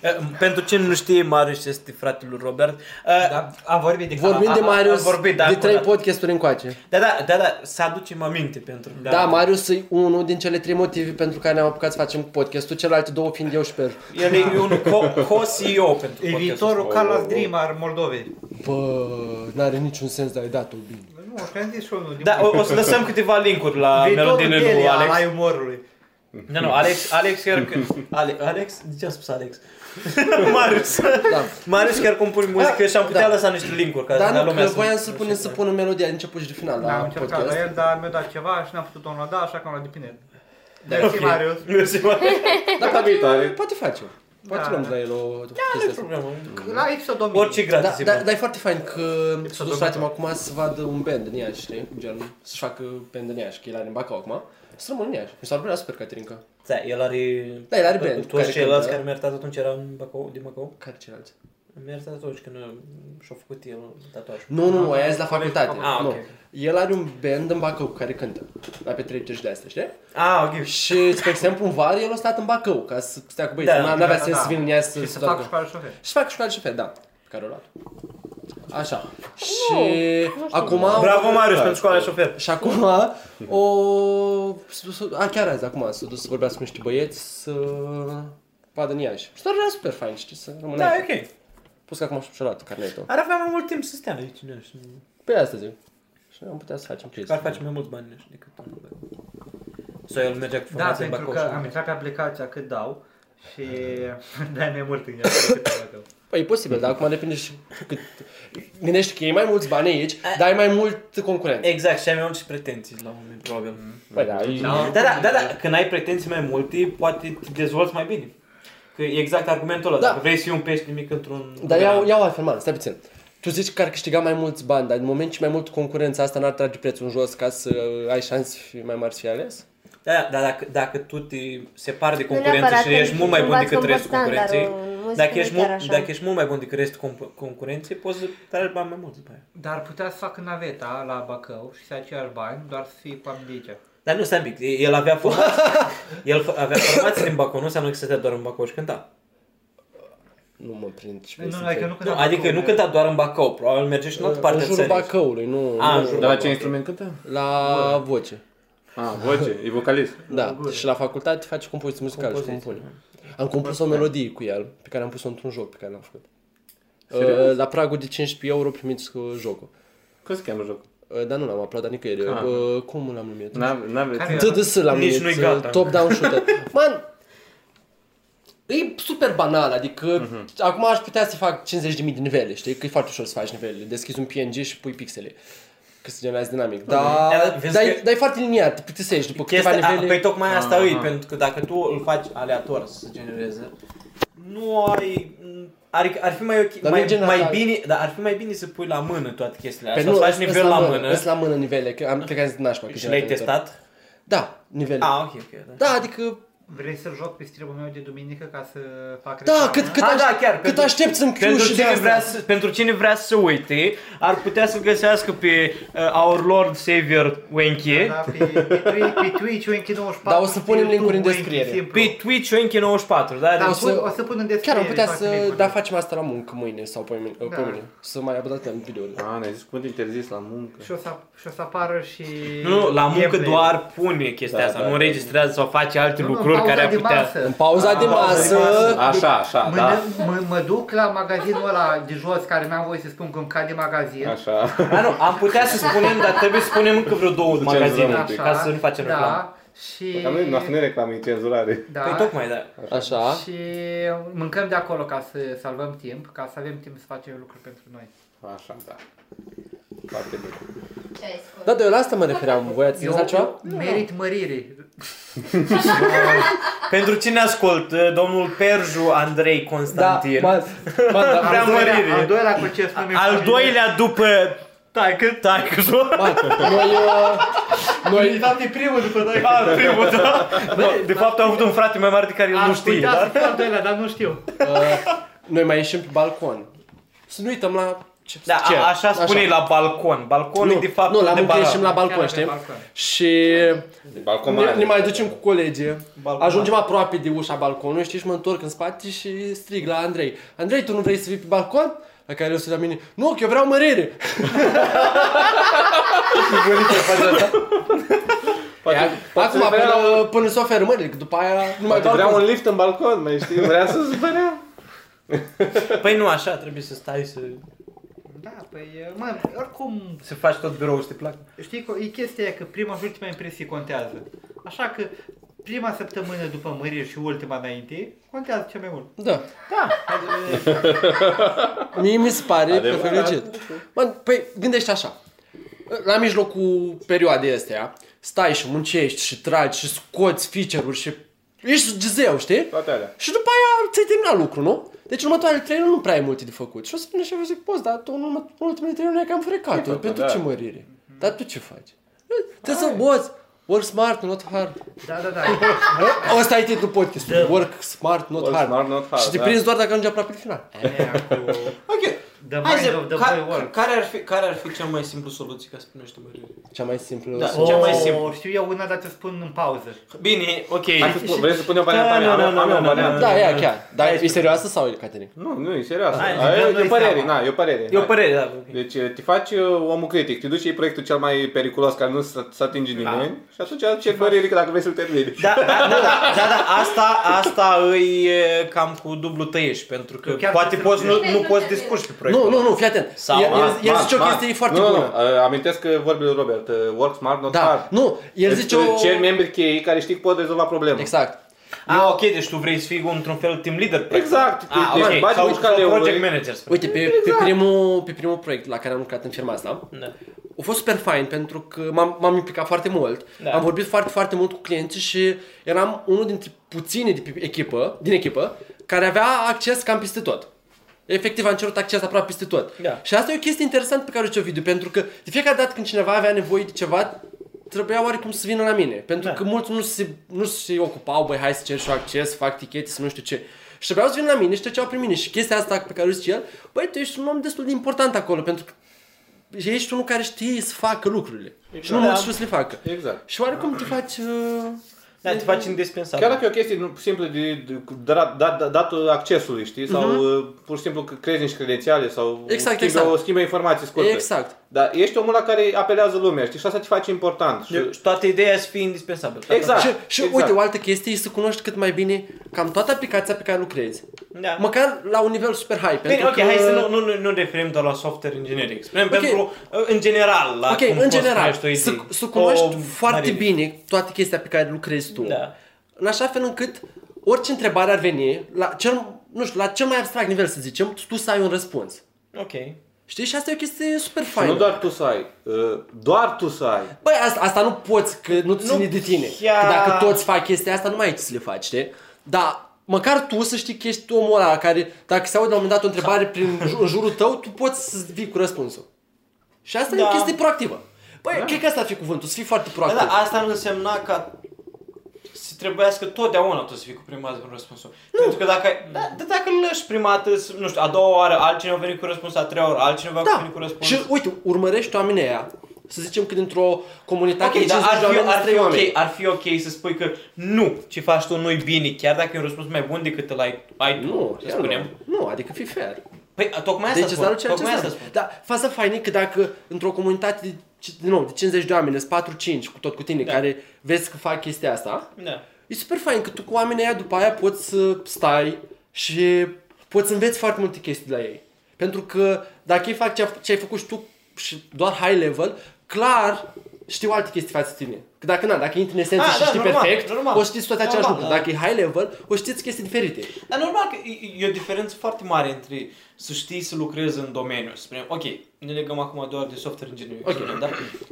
[SPEAKER 3] Eh, Pentru cine nu știe, Marius este fratele lui Robert. Da,
[SPEAKER 2] Da, am vorbit de
[SPEAKER 1] Vorbim de
[SPEAKER 3] a- a-
[SPEAKER 1] Marius
[SPEAKER 3] am vorbit, da,
[SPEAKER 1] de trei
[SPEAKER 3] curat.
[SPEAKER 1] podcasturi încoace.
[SPEAKER 3] da, da, da, da să aducem aminte pentru...
[SPEAKER 1] Da, Marius e unul din cele trei motive pentru care ne-am apucat să facem podcastul, celelalte două fiind eu și Peru.
[SPEAKER 3] El e un co- co-CEO pentru
[SPEAKER 2] E
[SPEAKER 3] podcastul
[SPEAKER 2] viitorul Carlos Dream al Moldovei.
[SPEAKER 1] Bă, n-are niciun sens, dar ai dat-o bine.
[SPEAKER 2] Nu, că am zis și unul. din-
[SPEAKER 3] Da, o, o să lăsăm câteva linkuri la
[SPEAKER 2] Viitorul
[SPEAKER 3] melodile lui
[SPEAKER 2] Delia
[SPEAKER 3] Alex.
[SPEAKER 2] al umorului.
[SPEAKER 3] Nu, nu, Alex, Alex chiar că... Ale, Alex? De ce am spus Alex? Marius.
[SPEAKER 1] Da.
[SPEAKER 3] Marius chiar compune muzică
[SPEAKER 1] Da,
[SPEAKER 3] și am putea
[SPEAKER 1] da.
[SPEAKER 3] lăsa niște linkuri ca ca
[SPEAKER 1] Dar nu,
[SPEAKER 3] lumea
[SPEAKER 1] că voiam să punem să punem melodia de început și de final
[SPEAKER 2] Da,
[SPEAKER 1] la
[SPEAKER 2] am încercat la
[SPEAKER 1] podcast.
[SPEAKER 2] el, dar mi-a dat ceva și n-am putut downloada, așa că am luat de pine.
[SPEAKER 3] Da,
[SPEAKER 2] Mersi, Marius.
[SPEAKER 3] Mersi, Marius.
[SPEAKER 4] Data viitoare.
[SPEAKER 1] Poate facem. Poate
[SPEAKER 2] Da.
[SPEAKER 1] luăm de la el o
[SPEAKER 3] Nu
[SPEAKER 1] chestie
[SPEAKER 3] e
[SPEAKER 1] asta.
[SPEAKER 3] problemă.
[SPEAKER 2] La Exodom.
[SPEAKER 3] Orice
[SPEAKER 1] Da,
[SPEAKER 3] gratis e
[SPEAKER 1] da,
[SPEAKER 3] bun.
[SPEAKER 1] dar e foarte fain că s-a dus
[SPEAKER 2] domnul
[SPEAKER 1] fratele acum să vadă un band în Iași, știi? Gen, să-și facă band în Iași, că el are în Bacău acum. Să rămână în Iași. Mi s-a părea super, Caterinca.
[SPEAKER 3] Da, el are...
[SPEAKER 1] Da, el are band
[SPEAKER 3] Toți
[SPEAKER 1] care
[SPEAKER 3] ceilalți
[SPEAKER 1] cântă.
[SPEAKER 3] care mi-a iertat atunci erau în Bacău, din Bacău.
[SPEAKER 1] Care ceilalți?
[SPEAKER 3] Mi-a iertat atunci când uh, și-a făcut el tatuajul.
[SPEAKER 1] Nu, nu, nu, aia e la facultate.
[SPEAKER 3] Ah,
[SPEAKER 1] nu.
[SPEAKER 3] ok.
[SPEAKER 1] El are un band în Bacău cu care cântă la petreceri și de astea, știi?
[SPEAKER 3] Ah, ok.
[SPEAKER 1] Și, spre exemplu, în vară el a stat în Bacău ca să stea cu băieții.
[SPEAKER 3] Da,
[SPEAKER 1] Da, N-avea
[SPEAKER 2] da,
[SPEAKER 1] sens
[SPEAKER 2] da.
[SPEAKER 1] să vină în Iași să
[SPEAKER 2] Și
[SPEAKER 1] se
[SPEAKER 2] să
[SPEAKER 1] toată.
[SPEAKER 2] fac școală șofer.
[SPEAKER 1] Și fac școală și fel, da, pe care o luat. Așa. Și acum...
[SPEAKER 3] Bravo, Marius, pentru școala șofer.
[SPEAKER 1] Și acum o... s- s- A, chiar azi, acum s-a dus să vorbească cu niște băieți să vadă în Iași. Și doar era super fain, știi, să rămână
[SPEAKER 3] Da,
[SPEAKER 1] aici.
[SPEAKER 3] e ok.
[SPEAKER 1] Pus că acum și-a luat carnetul.
[SPEAKER 3] Ar avea mai mult timp să stea aici, nu știu.
[SPEAKER 1] Pe asta zic. Și am putea să facem
[SPEAKER 3] Că ar
[SPEAKER 1] chestii.
[SPEAKER 3] face mai mulți bani nu știu, decât în Bacău. Sau el merge cu
[SPEAKER 2] Da,
[SPEAKER 3] formația în
[SPEAKER 2] pentru
[SPEAKER 3] Bacău
[SPEAKER 2] că
[SPEAKER 3] și...
[SPEAKER 2] am intrat pe aplicația cât dau și dai mai mult în ea decât am dat eu.
[SPEAKER 1] Păi, e posibil, dar acum depinde și cât... Gândește că e mai mulți bani aici, dar ai mai mult concurență.
[SPEAKER 3] Exact, și ai mai multe și pretenții la un moment, probabil.
[SPEAKER 1] Păi da, e...
[SPEAKER 3] Da, da, da, da, când ai pretenții mai multe, poate te dezvolți mai bine. Că e exact argumentul ăla,
[SPEAKER 1] Da.
[SPEAKER 3] dacă vrei să fii un pește mic într-un...
[SPEAKER 1] Dar iau, iau altfel, man, stai puțin. Tu zici că ar câștiga mai mulți bani, dar în moment ce mai mult concurența asta n-ar trage prețul în jos ca să ai șanse fi- mai mari să fii ales?
[SPEAKER 3] Da, da, dar dacă, dacă tu te separi de
[SPEAKER 5] Nu
[SPEAKER 3] concurență
[SPEAKER 5] neapărat
[SPEAKER 3] și ești
[SPEAKER 5] că
[SPEAKER 3] mult mai bun
[SPEAKER 5] cumva
[SPEAKER 3] decât
[SPEAKER 5] scombă
[SPEAKER 3] restul concurenței,
[SPEAKER 5] standardul în muzică,
[SPEAKER 3] dacă
[SPEAKER 5] nu
[SPEAKER 3] ești,
[SPEAKER 5] chiar
[SPEAKER 3] mult,
[SPEAKER 5] așa.
[SPEAKER 3] dacă ești mult mai bun decât restul comp- concurenței, poți să tragi bani mai mulți după aia.
[SPEAKER 2] Dar putea să fac naveta la Bacău și să ai aceiași bani, doar să fii cu am de aici.
[SPEAKER 3] Dar nu, stai un pic, el avea formație, el f- avea formație din Bacău, nu înseamnă că stătea doar în Bacău și cânta.
[SPEAKER 1] Nu mă prind ce
[SPEAKER 2] Nu,
[SPEAKER 1] vrei să înțeleg.
[SPEAKER 2] nu, adică nu
[SPEAKER 3] Nu,
[SPEAKER 2] cântam
[SPEAKER 3] adică nu cânta doar în Bacău, probabil merge și în altă parte
[SPEAKER 1] Da,
[SPEAKER 3] a
[SPEAKER 1] În jurul
[SPEAKER 3] țării.
[SPEAKER 1] Bacăului, nu,
[SPEAKER 3] A, în
[SPEAKER 1] nu
[SPEAKER 3] jurul
[SPEAKER 4] Dar la Da, ce instrument cântă?
[SPEAKER 1] la voce.
[SPEAKER 4] A, Ah, voce, e vocalist.
[SPEAKER 1] Da, și la facultate face compoziții muzicale și compune. Am compus o melodie cu el, pe care am pus-o într-un joc pe care l-am făcut. Uh, La pragul de 15 euro primiți uh, jocul.
[SPEAKER 4] Cum se cheamă jocul?
[SPEAKER 1] Uh, Dar nu l-am aplaudat nicăieri.
[SPEAKER 4] Ah.
[SPEAKER 1] Uh, Cum l-am numit?
[SPEAKER 4] N-am- N-aveți.
[SPEAKER 2] Care-
[SPEAKER 1] TDS la
[SPEAKER 3] Nici
[SPEAKER 1] mine,
[SPEAKER 3] nu-i gata.
[SPEAKER 1] top down shooter. Man, e super banal, adică
[SPEAKER 3] Mhm.
[SPEAKER 1] uh-huh. acum aș putea să fac 50.000 de nivele, știi? Că e foarte ușor să faci nivelele, deschizi un PNG și pui pixele. Că se generează dinamic. Da,
[SPEAKER 3] Ia,
[SPEAKER 1] dar
[SPEAKER 3] vezi
[SPEAKER 1] dar
[SPEAKER 3] că-
[SPEAKER 1] e- dar e foarte liniar, te plictisești după câteva
[SPEAKER 3] Chestia, a,
[SPEAKER 1] nivele.
[SPEAKER 3] păi tocmai asta e, pentru că dacă tu îl faci aleator să se genereze, nu ai... adică Ar, ar fi mai, ok,
[SPEAKER 1] Dar
[SPEAKER 3] mai,
[SPEAKER 1] nu general. Păi
[SPEAKER 3] mai bine, dar ar fi mai bine să pui la mână toate chestiile
[SPEAKER 1] Pe
[SPEAKER 3] astea, să faci nivel la mână,
[SPEAKER 1] Îți la mână nivele, că am, cred că am zis nașpa. că
[SPEAKER 3] și le-ai
[SPEAKER 1] generator.
[SPEAKER 3] testat.
[SPEAKER 1] Da, nivele.
[SPEAKER 3] Ah, ok, ok, da.
[SPEAKER 1] Da, adică
[SPEAKER 2] Vrei să joc pe streamul meu de duminică ca să fac
[SPEAKER 1] Da, cât, cât,
[SPEAKER 3] Ah,
[SPEAKER 1] aș,
[SPEAKER 3] da, chiar,
[SPEAKER 1] cât
[SPEAKER 3] pentru-
[SPEAKER 1] aștepți în Q
[SPEAKER 3] Pentru
[SPEAKER 1] și de
[SPEAKER 3] cine,
[SPEAKER 1] asta.
[SPEAKER 3] vrea să, pentru cine vrea să se uite, ar putea să găsească pe uh, Our Lord Savior Wenche,
[SPEAKER 2] Da, pe, pe, Twitch, pe Twitch, Wenchi 94.
[SPEAKER 1] Da, o să
[SPEAKER 2] pe
[SPEAKER 1] punem
[SPEAKER 2] YouTube,
[SPEAKER 1] link-uri în
[SPEAKER 2] Wenchi,
[SPEAKER 1] descriere.
[SPEAKER 2] simplu.
[SPEAKER 3] pe Twitch Wenche 94, da?
[SPEAKER 2] Da,
[SPEAKER 1] o
[SPEAKER 2] o
[SPEAKER 3] Deci-
[SPEAKER 1] să-
[SPEAKER 2] să, o să pun
[SPEAKER 1] Chiar
[SPEAKER 2] în descriere.
[SPEAKER 1] am putea
[SPEAKER 2] toate
[SPEAKER 1] să...
[SPEAKER 2] link-urile.
[SPEAKER 1] Da, facem asta la muncă mâine sau pe mâine. Pe
[SPEAKER 2] Da.
[SPEAKER 1] mâine. Să mai updatăm videourile.
[SPEAKER 4] A, Ah, ne-ai zis cuvânt interzis la muncă.
[SPEAKER 2] Și o să, și o să apară și...
[SPEAKER 3] Nu, la muncă
[SPEAKER 2] gameplay.
[SPEAKER 3] doar pune chestia
[SPEAKER 4] Da,
[SPEAKER 3] asta,
[SPEAKER 4] da,
[SPEAKER 3] nu
[SPEAKER 4] da.
[SPEAKER 3] înregistrează sau face alte
[SPEAKER 2] Nu, nu,
[SPEAKER 3] lucruri
[SPEAKER 2] pauza
[SPEAKER 3] care ar
[SPEAKER 2] de
[SPEAKER 3] putea...
[SPEAKER 2] masă.
[SPEAKER 1] Ah, În pauza de masă...
[SPEAKER 4] Așa, așa,
[SPEAKER 2] Mă,
[SPEAKER 4] da.
[SPEAKER 2] mă, mă duc la magazinul ăla de jos care n-am voie să spun că îmi cade magazin.
[SPEAKER 4] Așa.
[SPEAKER 3] Da, nu, am putea să spunem, dar trebuie să spunem încă vreo două
[SPEAKER 4] Să cenzurăm
[SPEAKER 3] magazine,
[SPEAKER 4] un pic.
[SPEAKER 3] ca să nu facem reclamă.
[SPEAKER 2] da, și...
[SPEAKER 4] Cam noi noastră nu e reclamă, e cenzurare.
[SPEAKER 2] da,
[SPEAKER 3] Păi tocmai, da.
[SPEAKER 1] Așa.
[SPEAKER 2] Și mâncăm de acolo ca să salvăm timp, ca să avem timp să facem lucruri pentru noi.
[SPEAKER 4] Așa, da. Foarte bine.
[SPEAKER 5] Ce ai spus?
[SPEAKER 1] Da, dar eu la asta mă refeream. Voi ați zis altceva?
[SPEAKER 2] merit mărire.
[SPEAKER 3] Pentru cine ascultă, domnul Perju Andrei
[SPEAKER 1] Da,
[SPEAKER 3] Constantin,
[SPEAKER 1] man, man, da,
[SPEAKER 3] Prea
[SPEAKER 2] Al doilea,
[SPEAKER 3] mărire.
[SPEAKER 2] al doilea concert
[SPEAKER 3] al doilea după... Taică, taică,
[SPEAKER 1] man, noi, uh, noi,
[SPEAKER 2] e primul după doi.
[SPEAKER 3] Da, primul, da. De fapt, am avut un frate mai mare de care el nu
[SPEAKER 2] Aș
[SPEAKER 3] știe,
[SPEAKER 2] putea
[SPEAKER 3] da?
[SPEAKER 2] să fiu al doilea, dar nu știu.
[SPEAKER 1] uh, noi mai ieșim pe balcon. Să nu uităm la ce,
[SPEAKER 3] Da,
[SPEAKER 1] ce?
[SPEAKER 3] a, așa spune la balcon. Balconul,
[SPEAKER 1] nu,
[SPEAKER 3] de fapt,
[SPEAKER 1] nu, la
[SPEAKER 3] de
[SPEAKER 1] muncă
[SPEAKER 3] bara.
[SPEAKER 1] ieșim la balcon,
[SPEAKER 2] Chiar
[SPEAKER 1] știi?
[SPEAKER 2] pe balcon.
[SPEAKER 1] Și
[SPEAKER 4] Balcon
[SPEAKER 1] ne,
[SPEAKER 4] mare.
[SPEAKER 1] ne mai ducem cu colegi,
[SPEAKER 3] Balcon.
[SPEAKER 1] ajungem aproape de ușa balconului, știi, și mă întorc în spate și strig la Andrei. Andrei, tu nu vrei să vii pe balcon? La care el se la mine, nu, că eu vreau mărire.
[SPEAKER 4] Poate, poate
[SPEAKER 1] Acum, până,
[SPEAKER 4] vrea,
[SPEAKER 1] până se oferă mările, că după aia nu mai
[SPEAKER 4] poate
[SPEAKER 1] balcon.
[SPEAKER 4] vrea un lift în balcon, mai știi? Vrea să se vrea.
[SPEAKER 3] Păi nu, așa, trebuie să stai să...
[SPEAKER 2] Da, păi, mă, oricum,
[SPEAKER 3] Să faci tot biroul să te placă.
[SPEAKER 2] știi, că e chestia aia că prima și ultima impresie contează. Așa că prima săptămână după mărire și ultima înainte, contează cel mai mult.
[SPEAKER 1] Da.
[SPEAKER 2] Da.
[SPEAKER 1] Mie mi se pare că
[SPEAKER 4] Adevărat.
[SPEAKER 1] legit. Man, păi, gândește așa. La mijlocul perioadei astea, stai și muncești și tragi și scoți feature-uri și ești gizeu, știi?
[SPEAKER 4] Toate alea.
[SPEAKER 1] Și după aia ți-ai terminat lucru, nu? Deci în următoarele trei luni nu prea ai multe de făcut. Și o să vine și eu zic, poți, dar tu în urmă- în ultimele trei luni ai cam frecat.
[SPEAKER 4] făcut,
[SPEAKER 1] Pentru
[SPEAKER 4] da.
[SPEAKER 1] ce mărire? Dar tu ce faci? Trebuie să boți. Work smart, not hard.
[SPEAKER 2] Da, da, da.
[SPEAKER 1] Asta e titlul podcastului. Work smart, not
[SPEAKER 4] Work
[SPEAKER 1] hard.
[SPEAKER 4] smart, not hard,
[SPEAKER 1] Și te
[SPEAKER 4] da.
[SPEAKER 1] prinzi doar dacă ajungi aproape la final.
[SPEAKER 2] Aia cu
[SPEAKER 3] Ok.
[SPEAKER 2] The
[SPEAKER 3] Hai
[SPEAKER 2] mind
[SPEAKER 3] să,
[SPEAKER 2] of the boy
[SPEAKER 3] ca,
[SPEAKER 2] work.
[SPEAKER 3] care, ar fi, care ar fi cea mai simplu soluție ca să primești mărire?
[SPEAKER 1] Cea mai simplă.
[SPEAKER 3] Da.
[SPEAKER 1] soluție.
[SPEAKER 3] Cea mai
[SPEAKER 2] Oh,
[SPEAKER 3] simplă.
[SPEAKER 2] Știu eu una, dar te spun în pauză.
[SPEAKER 3] Bine, ok.
[SPEAKER 4] Hai să spun, vrei să punem
[SPEAKER 3] Da,
[SPEAKER 4] varianta mea?
[SPEAKER 3] nu,
[SPEAKER 4] Am
[SPEAKER 3] nu,
[SPEAKER 4] am
[SPEAKER 3] nu,
[SPEAKER 4] eu
[SPEAKER 3] nu, nu.
[SPEAKER 4] varianta.
[SPEAKER 1] Da, ea chiar. Dar e serioasă sau e Caterin?
[SPEAKER 4] Nu, nu, e serios.
[SPEAKER 3] Hai,
[SPEAKER 4] Aia
[SPEAKER 2] dăm
[SPEAKER 4] E
[SPEAKER 2] noi
[SPEAKER 4] o părere,
[SPEAKER 2] seama.
[SPEAKER 4] na, e o părere.
[SPEAKER 3] E o
[SPEAKER 4] Hai.
[SPEAKER 3] părere, da. ok.
[SPEAKER 4] Deci te faci uh, omul critic, te duci și iei proiectul cel mai periculos care nu se se atinge nimeni și atunci ce părere că dacă vrei să-l termini.
[SPEAKER 3] Da, da, da, da, da, da, asta, asta îi e cam cu dublu tăiești, pentru că
[SPEAKER 2] Eu chiar
[SPEAKER 3] poate
[SPEAKER 2] trebuie
[SPEAKER 3] poți,
[SPEAKER 2] să
[SPEAKER 3] nu, nu
[SPEAKER 5] nu
[SPEAKER 3] poți
[SPEAKER 5] trebuie.
[SPEAKER 3] discuși pe proiect.
[SPEAKER 1] Nu, nu, nu, fii atent.
[SPEAKER 3] Sau-
[SPEAKER 1] el, el, el
[SPEAKER 4] Man,
[SPEAKER 1] zice o
[SPEAKER 4] man.
[SPEAKER 1] chestie foarte
[SPEAKER 4] nu,
[SPEAKER 1] bună.
[SPEAKER 4] Nu, uh, amintesc că vorbile lui Robert, uh, work smart, not
[SPEAKER 1] Da,
[SPEAKER 4] hard.
[SPEAKER 1] nu, el
[SPEAKER 4] Îți
[SPEAKER 1] zice o...
[SPEAKER 4] Ceri membri cheie care știi că pot rezolva problema.
[SPEAKER 1] Exact.
[SPEAKER 3] A, ok, deci tu vrei să fii într-un fel team leader. practic.
[SPEAKER 4] Exact,
[SPEAKER 3] A,
[SPEAKER 4] deci
[SPEAKER 3] ok,
[SPEAKER 4] bagi
[SPEAKER 3] sau,
[SPEAKER 4] mușca
[SPEAKER 3] sau
[SPEAKER 4] leului.
[SPEAKER 3] project manager. spune.
[SPEAKER 1] Uite, pe, pe, primul, pe primul proiect la care am lucrat în firma asta,
[SPEAKER 3] Da.
[SPEAKER 1] a fost super fain pentru că m-am, m-am implicat foarte mult,
[SPEAKER 3] Da.
[SPEAKER 1] am vorbit foarte, foarte mult cu clienții și eram unul dintre puțini de pe echipă, din echipă care avea acces cam peste tot. Efectiv am cerut acces aproape peste tot.
[SPEAKER 3] Da.
[SPEAKER 1] Și asta e o chestie interesantă pe care o ce video, pentru că de fiecare dată când cineva avea nevoie de ceva, trebuia oarecum să vină la mine. Pentru
[SPEAKER 3] Da.
[SPEAKER 1] că mulți nu se, nu se ocupau, băi, hai să cer și eu acces, fac tichete, să nu știu ce. Și trebuiau să vină la mine și treceau prin mine. Și chestia asta pe care o zice el, băi, tu ești un om destul de important acolo, pentru că ești unul care știe să facă lucrurile. Și nu
[SPEAKER 3] Da.
[SPEAKER 1] mulți știu să le facă.
[SPEAKER 4] Exact.
[SPEAKER 1] Și oarecum te faci... Uh...
[SPEAKER 3] Da, te faci indispensabil.
[SPEAKER 4] Chiar dacă e o chestie nu- simplă de, de, de dat, dat, da, datul accesului, știi? Sau uh, pur și simplu că crezi niște credențiale sau
[SPEAKER 1] Mhm. Exact,
[SPEAKER 4] schimbi,
[SPEAKER 1] exact.
[SPEAKER 4] o schimbi informații scurte.
[SPEAKER 1] Exact.
[SPEAKER 4] Dar ești omul la care apelează lumea, știi? Și asta te face important. Și,
[SPEAKER 3] Deci toată ideea e să fii indispensabil.
[SPEAKER 4] Exact.
[SPEAKER 1] și, și
[SPEAKER 4] exact.
[SPEAKER 1] uite, o altă chestie e să cunoști cât mai bine cam toată aplicația pe care lucrezi.
[SPEAKER 3] Da.
[SPEAKER 1] Măcar la un nivel super high.
[SPEAKER 3] Bine,
[SPEAKER 1] pentru
[SPEAKER 3] ok,
[SPEAKER 1] că...
[SPEAKER 3] hai să nu, nu, nu, nu referim doar la software engineering. Spunem
[SPEAKER 1] Ok.
[SPEAKER 3] pentru, uh, în general, la
[SPEAKER 1] Ok,
[SPEAKER 3] cum
[SPEAKER 1] în
[SPEAKER 3] poți
[SPEAKER 1] general,
[SPEAKER 3] cunoaște o
[SPEAKER 1] să,
[SPEAKER 3] idee.
[SPEAKER 1] să cunoști
[SPEAKER 3] O
[SPEAKER 1] foarte
[SPEAKER 3] mărire.
[SPEAKER 1] bine toate chestia pe care lucrezi tu.
[SPEAKER 3] Da.
[SPEAKER 1] În așa fel încât orice întrebare ar veni, la cel, nu știu, la cel mai abstract nivel să zicem, tu să ai un răspuns.
[SPEAKER 3] Ok.
[SPEAKER 1] Știi? Și asta e o chestie super
[SPEAKER 4] Și
[SPEAKER 1] faină.
[SPEAKER 4] nu doar tu să ai, uh, doar tu să ai.
[SPEAKER 1] Băi, asta, asta nu poți, că nu ține de tine.
[SPEAKER 3] chiar.
[SPEAKER 1] Că dacă toți fac chestia asta, nu mai ai ce să le faci, știi? Dar Măcar tu să știi că ești omul ăla care, dacă se aude la un moment dat o
[SPEAKER 3] Da.
[SPEAKER 1] întrebare prin, în jur- în jurul tău, tu poți să vii cu răspunsul. Și asta da. e o
[SPEAKER 3] Da.
[SPEAKER 1] chestie proactivă. Păi, da. cred că asta ar fi cuvântul, să fii foarte
[SPEAKER 3] Da,
[SPEAKER 1] proactiv.
[SPEAKER 3] da, asta ar însemna ca să trebuiască totdeauna tu să fii cu prima dată cu răspunsul. Nu. Pentru că dacă, ai- da, da, dacă îl lași prima dată, să- nu știu, a doua oară, altcineva veni cu răspuns, a treia oară, altcineva da. veni cu răspuns.
[SPEAKER 1] Și uite, urmărești oamenii aia, să zicem că dintr-o comunitate
[SPEAKER 3] Ok,
[SPEAKER 1] de
[SPEAKER 3] dar
[SPEAKER 1] 50 de
[SPEAKER 3] ar fi,
[SPEAKER 1] oameni,
[SPEAKER 3] ar,
[SPEAKER 1] trei
[SPEAKER 3] fi
[SPEAKER 1] oameni.
[SPEAKER 3] ok, ar fi ok să spui că nu, ce faci tu nu-i bine, chiar dacă e un răspuns mai bun decât îl ai, ai tu,
[SPEAKER 1] Nu,
[SPEAKER 3] să
[SPEAKER 1] chiar
[SPEAKER 3] spunem.
[SPEAKER 1] nu. Nu, adică fii fair.
[SPEAKER 3] Păi, tocmai asta
[SPEAKER 1] Deci
[SPEAKER 3] spun,
[SPEAKER 1] ceea ce
[SPEAKER 3] tocmai asta
[SPEAKER 1] înseamnă.
[SPEAKER 3] spun.
[SPEAKER 1] Dar faza faină e că dacă într-o comunitate de, ci- din nou, de 50 de oameni, sunt 4-5 cu tot cu tine,
[SPEAKER 3] Da.
[SPEAKER 1] care vezi că fac chestia asta,
[SPEAKER 3] Da.
[SPEAKER 1] e super fain că tu cu oamenii aia după aia poți să stai și poți să înveți foarte multe chestii de la ei. Pentru că dacă ei fac ce, ce ai făcut și tu și doar high level, clar știu alte chestii față de tine. Că dacă, na, dacă intri în esență
[SPEAKER 3] Ah,
[SPEAKER 1] și
[SPEAKER 3] da,
[SPEAKER 1] știi
[SPEAKER 3] normal,
[SPEAKER 1] perfect,
[SPEAKER 3] normal.
[SPEAKER 1] o știți toate același
[SPEAKER 3] Normal,
[SPEAKER 1] lucru.
[SPEAKER 3] da.
[SPEAKER 1] Dacă e high level, o știți chestii diferite.
[SPEAKER 3] Dar normal că e, e o diferență foarte mare între să știi să lucrezi în domeniu. Să spunem, ok, ne legăm acum doar de software engineering.
[SPEAKER 1] Ok.
[SPEAKER 3] Dar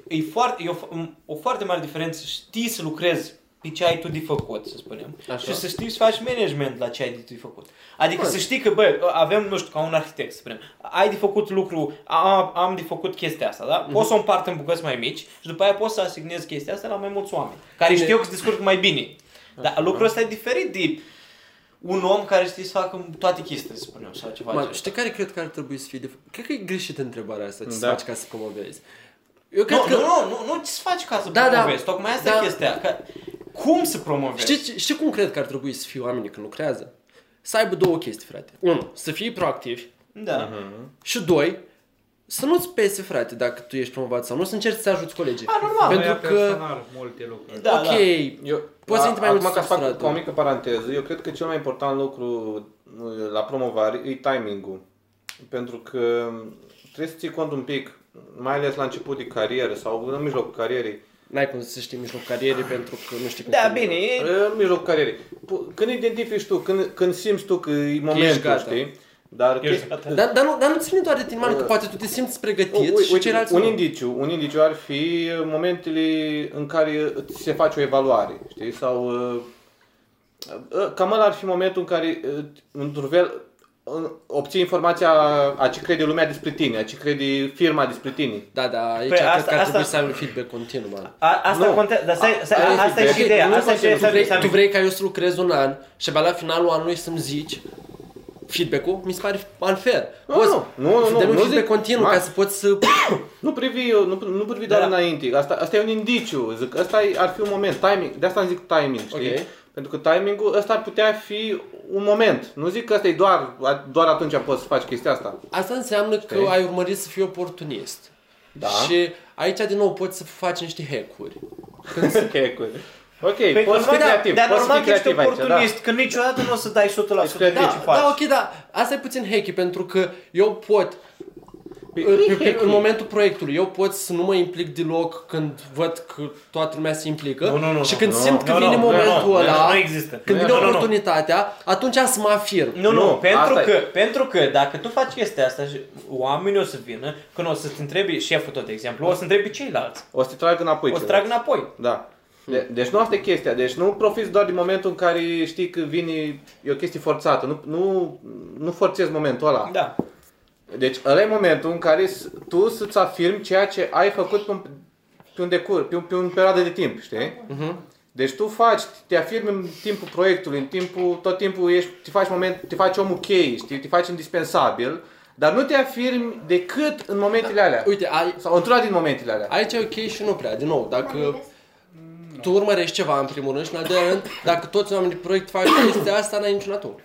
[SPEAKER 3] e, foarte, e o, fo- o foarte mare diferență să știi să lucrezi pe ce ai tu de făcut, să spunem.
[SPEAKER 1] Așa.
[SPEAKER 3] Și să știi să faci management la ce ai de tu de făcut. Adică
[SPEAKER 1] Bun.
[SPEAKER 3] să știi că, bă, avem, nu știu, ca un arhitect, să spunem, ai de făcut lucru, am, am de făcut chestia asta, da?
[SPEAKER 1] Mhm.
[SPEAKER 3] Poți să o împart în bucăți mai mici și după aia poți să asignezi chestia asta la mai mulți oameni, care
[SPEAKER 1] Bine. da.
[SPEAKER 3] știu că se descurc mai bine. Dar lucrul ăsta e diferit de un om care știe să facă toate chestiile, să spunem, sau ceva.
[SPEAKER 1] Mă,
[SPEAKER 3] genul.
[SPEAKER 1] știi care cred că ar trebui să fie de... Cred că e greșită întrebarea asta, ce să
[SPEAKER 4] Da.
[SPEAKER 1] faci ca să promovezi. Eu cred
[SPEAKER 3] nu,
[SPEAKER 1] că...
[SPEAKER 3] nu, nu, nu, nu, ce să faci ca să
[SPEAKER 1] Da, da.
[SPEAKER 3] promovezi? Tocmai asta
[SPEAKER 1] Da.
[SPEAKER 3] e chestia. Că, cum să promovezi?
[SPEAKER 1] Știi, ce- știi cum cred că ar trebui să fie oamenii când lucrează? Să aibă două chestii, frate. Unu, să fii proactiv
[SPEAKER 3] Da.
[SPEAKER 4] Mhm.
[SPEAKER 1] și doi, să nu-ți pese, frate, dacă tu ești promovat sau nu, să încerci să ajuți colegii.
[SPEAKER 3] A, normal.
[SPEAKER 1] Pentru
[SPEAKER 2] Pentru
[SPEAKER 1] că-
[SPEAKER 2] că... Personal, multe lucruri.
[SPEAKER 3] Da,
[SPEAKER 1] ok,
[SPEAKER 3] da.
[SPEAKER 4] Eu,
[SPEAKER 1] Poți să intri mai
[SPEAKER 4] acum
[SPEAKER 1] mult
[SPEAKER 4] ca să fac
[SPEAKER 1] substrat,
[SPEAKER 4] o
[SPEAKER 1] da.
[SPEAKER 4] mică paranteză, eu cred că cel mai important lucru uh, la promovare e timingul. Pentru că um, trebuie să ții cont un pic, mai ales la început de carieră sau în mijlocul carierei.
[SPEAKER 1] N-ai cum să știi în mijlocul carierei pentru că nu știi cum
[SPEAKER 3] Da,
[SPEAKER 1] să-
[SPEAKER 3] bine, e-
[SPEAKER 4] Uh, În mijlocul carierei. Pu- Când identifici tu, când, când simți tu că e momentul,
[SPEAKER 1] gata.
[SPEAKER 4] știi? Dar
[SPEAKER 3] Ești
[SPEAKER 4] chesti-
[SPEAKER 3] gata.
[SPEAKER 1] Dar, dar, nu, dar nu ține doar de tine,
[SPEAKER 3] Uh,
[SPEAKER 1] mare, că poate tu te simți pregătit
[SPEAKER 4] U- ui-
[SPEAKER 1] și
[SPEAKER 4] uite,
[SPEAKER 1] ceilalți
[SPEAKER 4] un
[SPEAKER 1] nu.
[SPEAKER 4] indiciu, un indiciu ar fi momentele în care îți se face o evaluare, știi? Sau uh, uh, cam ăla ar fi momentul în care uh, într-un fel uh, obții informația a ce crede lumea despre tine, a ce crede firma despre tine.
[SPEAKER 1] Da, da, aici
[SPEAKER 3] Păi,
[SPEAKER 1] cred
[SPEAKER 3] asta-
[SPEAKER 1] că ar trebui
[SPEAKER 3] asta-
[SPEAKER 1] să ai un feedback continuu, man.
[SPEAKER 3] A, asta
[SPEAKER 4] Nu.
[SPEAKER 3] contează, dar stai, stai,
[SPEAKER 4] a-
[SPEAKER 3] asta e și
[SPEAKER 4] ok,
[SPEAKER 3] ideea,
[SPEAKER 1] nu
[SPEAKER 3] asta e
[SPEAKER 1] faci
[SPEAKER 3] ideea, Păi,
[SPEAKER 1] tu, vrei,
[SPEAKER 3] stai,
[SPEAKER 1] tu
[SPEAKER 3] vrei,
[SPEAKER 1] vrei ca eu să lucrez un an și abia la finalul anului să-mi zici feedback-ul, mi se pare unfair.
[SPEAKER 4] Nu,
[SPEAKER 1] Poți,
[SPEAKER 4] nu, nu, nu,
[SPEAKER 1] să dăm
[SPEAKER 4] nu
[SPEAKER 1] un
[SPEAKER 4] zic-
[SPEAKER 1] feedback continuu
[SPEAKER 4] Mai-
[SPEAKER 1] ca să poți să...
[SPEAKER 4] Nu privi, uh, nu, nu privi doar
[SPEAKER 3] Da.
[SPEAKER 4] înainte. Asta, asta e un indiciu. Zic, asta e, ar fi un moment, timing. De asta zic timing, știi?
[SPEAKER 1] Ok.
[SPEAKER 4] Pentru că timingul ăsta ar putea fi un moment. Nu zic că asta e doar, doar atunci poți să faci chestia asta.
[SPEAKER 1] Asta înseamnă că
[SPEAKER 4] Știi?
[SPEAKER 1] ai urmărit să fii oportunist.
[SPEAKER 4] Da.
[SPEAKER 1] Și aici din nou poți să faci niște hack-uri.
[SPEAKER 4] Hack-uri. Ok,
[SPEAKER 3] Păi,
[SPEAKER 4] poți să fii
[SPEAKER 3] normal,
[SPEAKER 4] creativ,
[SPEAKER 3] dar
[SPEAKER 4] poți să fii
[SPEAKER 3] normal că ești
[SPEAKER 4] creativ aici, da.
[SPEAKER 3] oportunist, că niciodată nu o să dai 100% de
[SPEAKER 4] Ești
[SPEAKER 3] ce
[SPEAKER 1] Da, da,
[SPEAKER 3] faci.
[SPEAKER 1] ok, da. Asta e puțin hacky pentru că eu pot
[SPEAKER 4] Păi,
[SPEAKER 1] în,
[SPEAKER 4] e
[SPEAKER 1] pe- pe-
[SPEAKER 4] hacky.
[SPEAKER 1] în momentul proiectului, eu pot să nu mă implic deloc când văd că toată lumea se implică
[SPEAKER 3] Nu, nu, nu,
[SPEAKER 1] și
[SPEAKER 3] nu,
[SPEAKER 1] când
[SPEAKER 4] nu,
[SPEAKER 1] simt că
[SPEAKER 3] nu,
[SPEAKER 1] vine
[SPEAKER 3] nu,
[SPEAKER 1] momentul
[SPEAKER 3] nu, nu,
[SPEAKER 1] ăla,
[SPEAKER 3] nu, nu există.
[SPEAKER 1] când
[SPEAKER 3] Nu,
[SPEAKER 1] vine
[SPEAKER 3] nu, nu, nu.
[SPEAKER 1] oportunitatea, atunci să mă afirm.
[SPEAKER 3] Nu, nu,
[SPEAKER 4] Nu,
[SPEAKER 3] pentru
[SPEAKER 4] asta e.
[SPEAKER 3] că, pentru că dacă tu faci chestia asta și oamenii o să vină, când o să-ți întrebi șeful tot, de exemplu, o să întrebi ceilalți.
[SPEAKER 4] O să te trag înapoi.
[SPEAKER 3] O să
[SPEAKER 4] ceva.
[SPEAKER 3] trag înapoi.
[SPEAKER 4] Da. De, deci nu asta e chestia, deci nu profiți doar din momentul în care știi că vine, e o chestie forțată, nu, nu, nu forțezi momentul ăla.
[SPEAKER 3] Da.
[SPEAKER 4] Deci ăla e momentul în care s- tu să-ți afirmi ceea ce ai făcut pe un, pe un decur, pe, un, pe un perioadă de timp, știi? Uh-huh.
[SPEAKER 1] Mhm.
[SPEAKER 4] Deci tu faci, te afirmi în timpul proiectului, în timpul, tot timpul ești, te faci moment, te faci omul chei, știi, te faci indispensabil, dar nu te afirmi decât în momentele alea.
[SPEAKER 1] Da. Uite, ai,
[SPEAKER 4] Sau într-una din momentele alea.
[SPEAKER 1] aici e ok și nu prea, din nou, dacă tu urmărești ceva în primul rând și în al doilea rând, dacă toți oamenii de proiect fac chestia asta, n-ai niciun atu.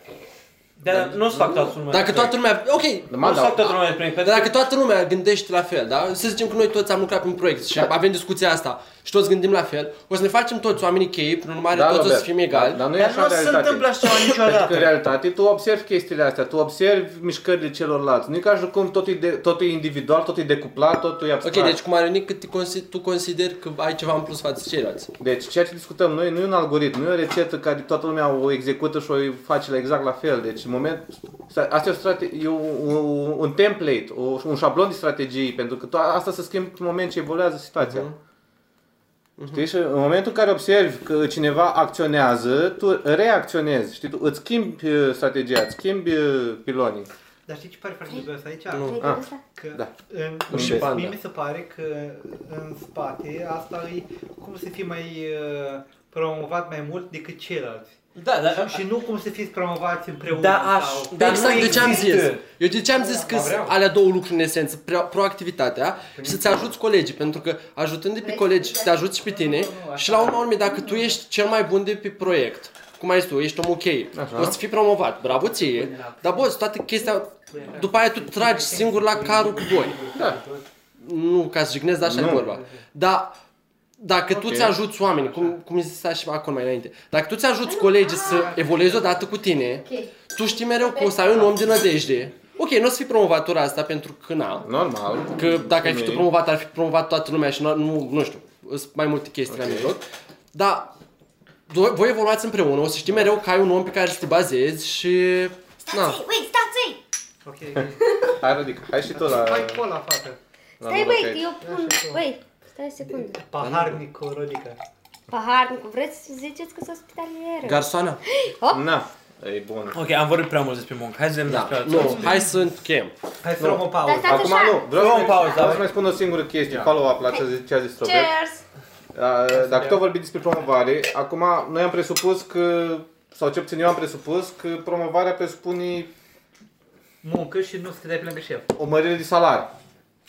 [SPEAKER 3] Dar nu o să fac toată lumea.
[SPEAKER 1] Dacă toată lumea, ok,
[SPEAKER 3] Nu o
[SPEAKER 4] Numai
[SPEAKER 3] să
[SPEAKER 4] da,
[SPEAKER 3] fac toată lumea despre mine,
[SPEAKER 1] dar
[SPEAKER 3] pentru
[SPEAKER 1] dacă toată lumea gândește la fel, da? Să zicem că noi toți am lucrat pe un proiect și
[SPEAKER 4] Da.
[SPEAKER 1] avem discuția asta și toți gândim la fel, o să ne facem toți oamenii cheie, prin urmare
[SPEAKER 4] da,
[SPEAKER 1] toți o să
[SPEAKER 4] Robert,
[SPEAKER 1] fim egali.
[SPEAKER 4] Dar, dar nu e
[SPEAKER 3] că
[SPEAKER 4] așa
[SPEAKER 3] nu o
[SPEAKER 4] în
[SPEAKER 3] să se
[SPEAKER 4] realitate. Adică
[SPEAKER 3] întâmple așa
[SPEAKER 4] Pentru că în
[SPEAKER 3] niciodată.
[SPEAKER 4] realitate tu observi chestiile astea, tu observi mișcările celorlalți. Nu e ca și cum totul e, de, totul e individual, totul e decuplat, totul e
[SPEAKER 1] Ok,
[SPEAKER 4] abstract.
[SPEAKER 1] deci cu Marionic, cât te consi- tu consideri că ai ceva în plus față de ceilalți?
[SPEAKER 4] Deci ceea ce discutăm noi nu e un algoritm, nu e o rețetă care toată lumea o execută și o face la exact la fel. Deci în moment, sta- asta e, o strate, e un, un- un template, o, un șablon de strategii, pentru că to- asta se schimbă în moment ce evoluează situația. Uh-huh. Știi? Și în momentul în care observi că cineva acționează, tu reacționezi, știi, tu îți schimbi eh, strategia, îți schimbi eh, pilonii.
[SPEAKER 2] Dar știi ce pare frate ăsta aici?
[SPEAKER 5] Ai
[SPEAKER 4] Ah.
[SPEAKER 5] văzut?
[SPEAKER 2] Că
[SPEAKER 4] Da.
[SPEAKER 2] în,
[SPEAKER 1] Nu și
[SPEAKER 2] mie-
[SPEAKER 1] panda.
[SPEAKER 2] mie mi se pare că în spate asta e cum să fii mai uh, promovat mai mult decât ceilalți.
[SPEAKER 9] Da, da.
[SPEAKER 2] Și, și nu cum să fiți promovați împreună.
[SPEAKER 9] Da, aș-
[SPEAKER 2] sau...
[SPEAKER 9] Dar
[SPEAKER 1] Dar
[SPEAKER 9] nu
[SPEAKER 1] exact de ce am zis.
[SPEAKER 9] există.
[SPEAKER 1] Eu de ce am zis că
[SPEAKER 2] Da,
[SPEAKER 1] sunt
[SPEAKER 2] vreau.
[SPEAKER 1] alea două lucruri în esență. Pro- Proactivitatea și să-ți ajuți colegii. Pentru că ajutând pe colegi, te ajuți și pe tine. Și la urma urmei, dacă tu ești cel mai bun de pe proiect, cum ai zis tu, ești om ok, o să fii promovat, bravo ție. Dar boss, toate chestia, după aia tu tragi singur la carul cu doi.
[SPEAKER 4] Da.
[SPEAKER 1] Nu ca să jignesc, dar așa e
[SPEAKER 4] Nu.
[SPEAKER 1] vorba. Dar dacă tu
[SPEAKER 4] Ok.
[SPEAKER 1] ți ajuți oamenii, cum, cum zis și acolo mai înainte, dacă tu ți ajuți colegii să evoluezi odată cu tine,
[SPEAKER 5] Ah. Ok.
[SPEAKER 1] tu știi mereu că o să ai un om de nădejde. Ok, nu o să fii promovat ora asta pentru că na.
[SPEAKER 4] Normal.
[SPEAKER 1] Că dacă ai fi tu
[SPEAKER 4] Femeie.
[SPEAKER 1] promovat, ar fi promovat toată lumea și nu, nu, nu știu, sunt mai multe chestii la mijloc. Dar do- voi evoluați împreună, o să știi mereu că ai un om pe care să te bazezi și... Na,
[SPEAKER 5] Stați, băi, stați, ei!
[SPEAKER 2] Ok.
[SPEAKER 4] Hai, Rodica, hai și tu la...
[SPEAKER 2] Hai cola, fată.
[SPEAKER 4] la
[SPEAKER 5] Stai,
[SPEAKER 4] Luda
[SPEAKER 5] băi,
[SPEAKER 4] Cage.
[SPEAKER 5] eu pun... Băi, stai o secundă.
[SPEAKER 2] Paharnic cu Rodica.
[SPEAKER 5] Paharnicul, vreți să ziceți că sunt ospitalieră?
[SPEAKER 1] garsoana?
[SPEAKER 4] Na, e bun.
[SPEAKER 3] Ok, am vorbit prea mult despre muncă. Hai să vedem
[SPEAKER 1] Da,
[SPEAKER 3] despre altceva.
[SPEAKER 1] nu, hai să încheiem.
[SPEAKER 2] Hai să luăm o
[SPEAKER 5] Dar
[SPEAKER 2] pauză.
[SPEAKER 5] stați
[SPEAKER 4] Acum
[SPEAKER 5] așa.
[SPEAKER 4] nu, vreau să
[SPEAKER 3] Luăm
[SPEAKER 4] mai,
[SPEAKER 3] pauză,
[SPEAKER 4] vreau
[SPEAKER 3] hai.
[SPEAKER 4] să mai spun o singură
[SPEAKER 1] Da.
[SPEAKER 4] chestie, follow-up la ce a zis, ce a zis Robert.
[SPEAKER 5] Cheers!
[SPEAKER 4] Uh, Dacă tot vorbim despre promovare, acum noi am presupus că, sau cel puțin eu am presupus că promovarea presupune
[SPEAKER 2] Muncă și nu să te dai pe lângă șef.
[SPEAKER 4] o mărire de salariu.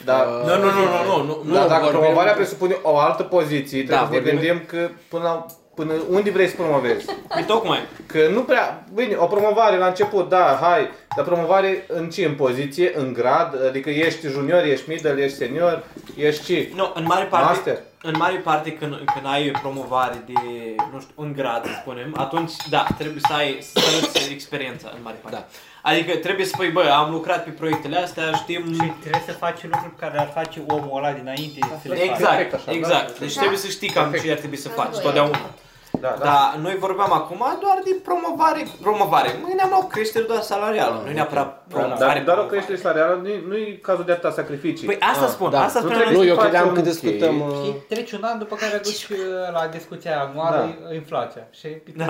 [SPEAKER 4] Dar
[SPEAKER 3] Nu, nu, nu, nu, nu, nu, nu.
[SPEAKER 4] Dar Da, dacă
[SPEAKER 1] Uh, vorbim-
[SPEAKER 4] promovarea presupune o altă poziție, trebuie
[SPEAKER 1] Da,
[SPEAKER 4] să ne
[SPEAKER 1] vorbim-
[SPEAKER 4] gândim că până, la, până unde vrei să promovezi.
[SPEAKER 3] Păi tocmai.
[SPEAKER 4] Că nu prea, bine, o promovare la început, da, hai, dar promovare în ce? În poziție, în grad, adică ești junior, ești middle, ești senior, ești ce?
[SPEAKER 3] Nu, în mare parte,
[SPEAKER 4] Master.
[SPEAKER 3] în mare parte când, când ai promovare de, nu știu, un grad, să spunem, atunci, da, trebuie să ai, să arăți experiența în mare parte.
[SPEAKER 1] Da.
[SPEAKER 3] Adică trebuie să spui, bă, am lucrat pe proiectele astea, știm...
[SPEAKER 2] Și trebuie să faci lucruri pe care le-ar face omul ăla dinainte. să le facă.
[SPEAKER 3] Exact,
[SPEAKER 4] Perfect așa, da?
[SPEAKER 3] exact. Deci
[SPEAKER 5] Da.
[SPEAKER 3] trebuie să știi cam ce ar trebui să faci,
[SPEAKER 5] Am
[SPEAKER 3] totdeauna.
[SPEAKER 4] Da, da.
[SPEAKER 3] Dar noi vorbeam acum doar de promovare, promovare. Noi ne-am luat creștere doar salarială, nu neapărat
[SPEAKER 4] Dar
[SPEAKER 3] promovare.
[SPEAKER 4] doar o
[SPEAKER 3] promovare.
[SPEAKER 4] creștere salarială nu-i, nu-i cazul de atâta sacrificii.
[SPEAKER 3] Păi asta spun,
[SPEAKER 1] Da.
[SPEAKER 3] asta
[SPEAKER 4] Nu
[SPEAKER 3] spun.
[SPEAKER 4] trebuie
[SPEAKER 1] Nu,
[SPEAKER 4] să
[SPEAKER 1] eu
[SPEAKER 4] faci
[SPEAKER 1] credeam
[SPEAKER 4] un
[SPEAKER 1] că
[SPEAKER 4] ok.
[SPEAKER 1] discutăm... uh,
[SPEAKER 2] Și treci un an după care aduci uh, la discuția
[SPEAKER 3] Da.
[SPEAKER 2] anuală inflația. Și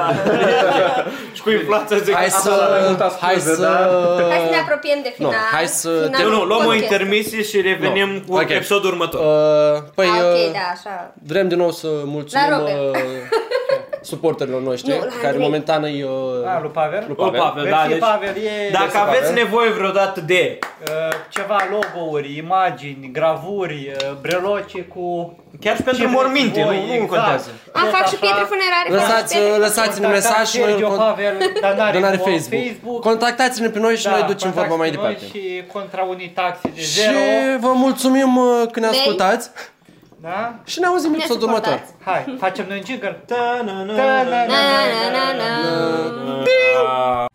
[SPEAKER 3] Și cu inflația zic,
[SPEAKER 1] Hai
[SPEAKER 4] asta la mai mult
[SPEAKER 1] să...
[SPEAKER 4] ascunde,
[SPEAKER 1] Hai să...
[SPEAKER 4] da?
[SPEAKER 5] Hai să ne apropiem de final.
[SPEAKER 1] hai să-
[SPEAKER 5] Finalul
[SPEAKER 3] Nu, nu, luăm o
[SPEAKER 5] podcastului.
[SPEAKER 3] intermisie și revenim
[SPEAKER 1] Nu.
[SPEAKER 3] cu
[SPEAKER 1] Ok.
[SPEAKER 3] episodul următor.
[SPEAKER 1] Uh, Păi...
[SPEAKER 5] Ah,
[SPEAKER 1] uh,
[SPEAKER 5] ok, da, așa.
[SPEAKER 1] Vrem din nou să mulțumim
[SPEAKER 5] La Robert.
[SPEAKER 1] uh, suporterilor noștri,
[SPEAKER 5] Nu, la
[SPEAKER 1] care
[SPEAKER 5] Andrei.
[SPEAKER 1] momentan îi... Uh,
[SPEAKER 2] A, Da, lui Pavel?
[SPEAKER 1] lui
[SPEAKER 3] O,
[SPEAKER 1] Pavel.
[SPEAKER 3] Pavel, da,
[SPEAKER 2] Mersi,
[SPEAKER 3] deci,
[SPEAKER 2] Pavel, e
[SPEAKER 3] dacă aveți nevoie vreodată de
[SPEAKER 2] uh, ceva logo-uri, imagini, gravuri, uh, breloce cu...
[SPEAKER 3] Chiar și exact. pentru
[SPEAKER 2] Ce exact.
[SPEAKER 3] morminte,
[SPEAKER 2] vreți
[SPEAKER 3] nu- nu
[SPEAKER 2] voi,
[SPEAKER 3] contează.
[SPEAKER 5] Am
[SPEAKER 2] Tot
[SPEAKER 5] fac și
[SPEAKER 2] așa.
[SPEAKER 5] pietre funerare. fac și
[SPEAKER 1] Lăsați,
[SPEAKER 5] pietre-
[SPEAKER 1] uh, lăsați-ne un
[SPEAKER 2] Contactați
[SPEAKER 1] mesaj și noi îl
[SPEAKER 2] Sergio
[SPEAKER 1] con-
[SPEAKER 2] Pavel, dar n-are,
[SPEAKER 1] dar n-are
[SPEAKER 2] Facebook.
[SPEAKER 1] Facebook. Contactați-ne pe noi și noi ducem vorba mai
[SPEAKER 2] contactați
[SPEAKER 1] departe.
[SPEAKER 2] Noi și contra unii taxe de
[SPEAKER 1] Și
[SPEAKER 2] zero.
[SPEAKER 1] vă mulțumim uh, că ne
[SPEAKER 5] Mail.
[SPEAKER 1] ascultați
[SPEAKER 2] Da?
[SPEAKER 1] și ne auzim în
[SPEAKER 5] Ne
[SPEAKER 1] episodul următor.
[SPEAKER 5] suportați.
[SPEAKER 2] Hai, facem noi un jingle.
[SPEAKER 3] Ta-na-na.
[SPEAKER 2] Ta-na-na.
[SPEAKER 5] Na, na, na, na.
[SPEAKER 3] Ah.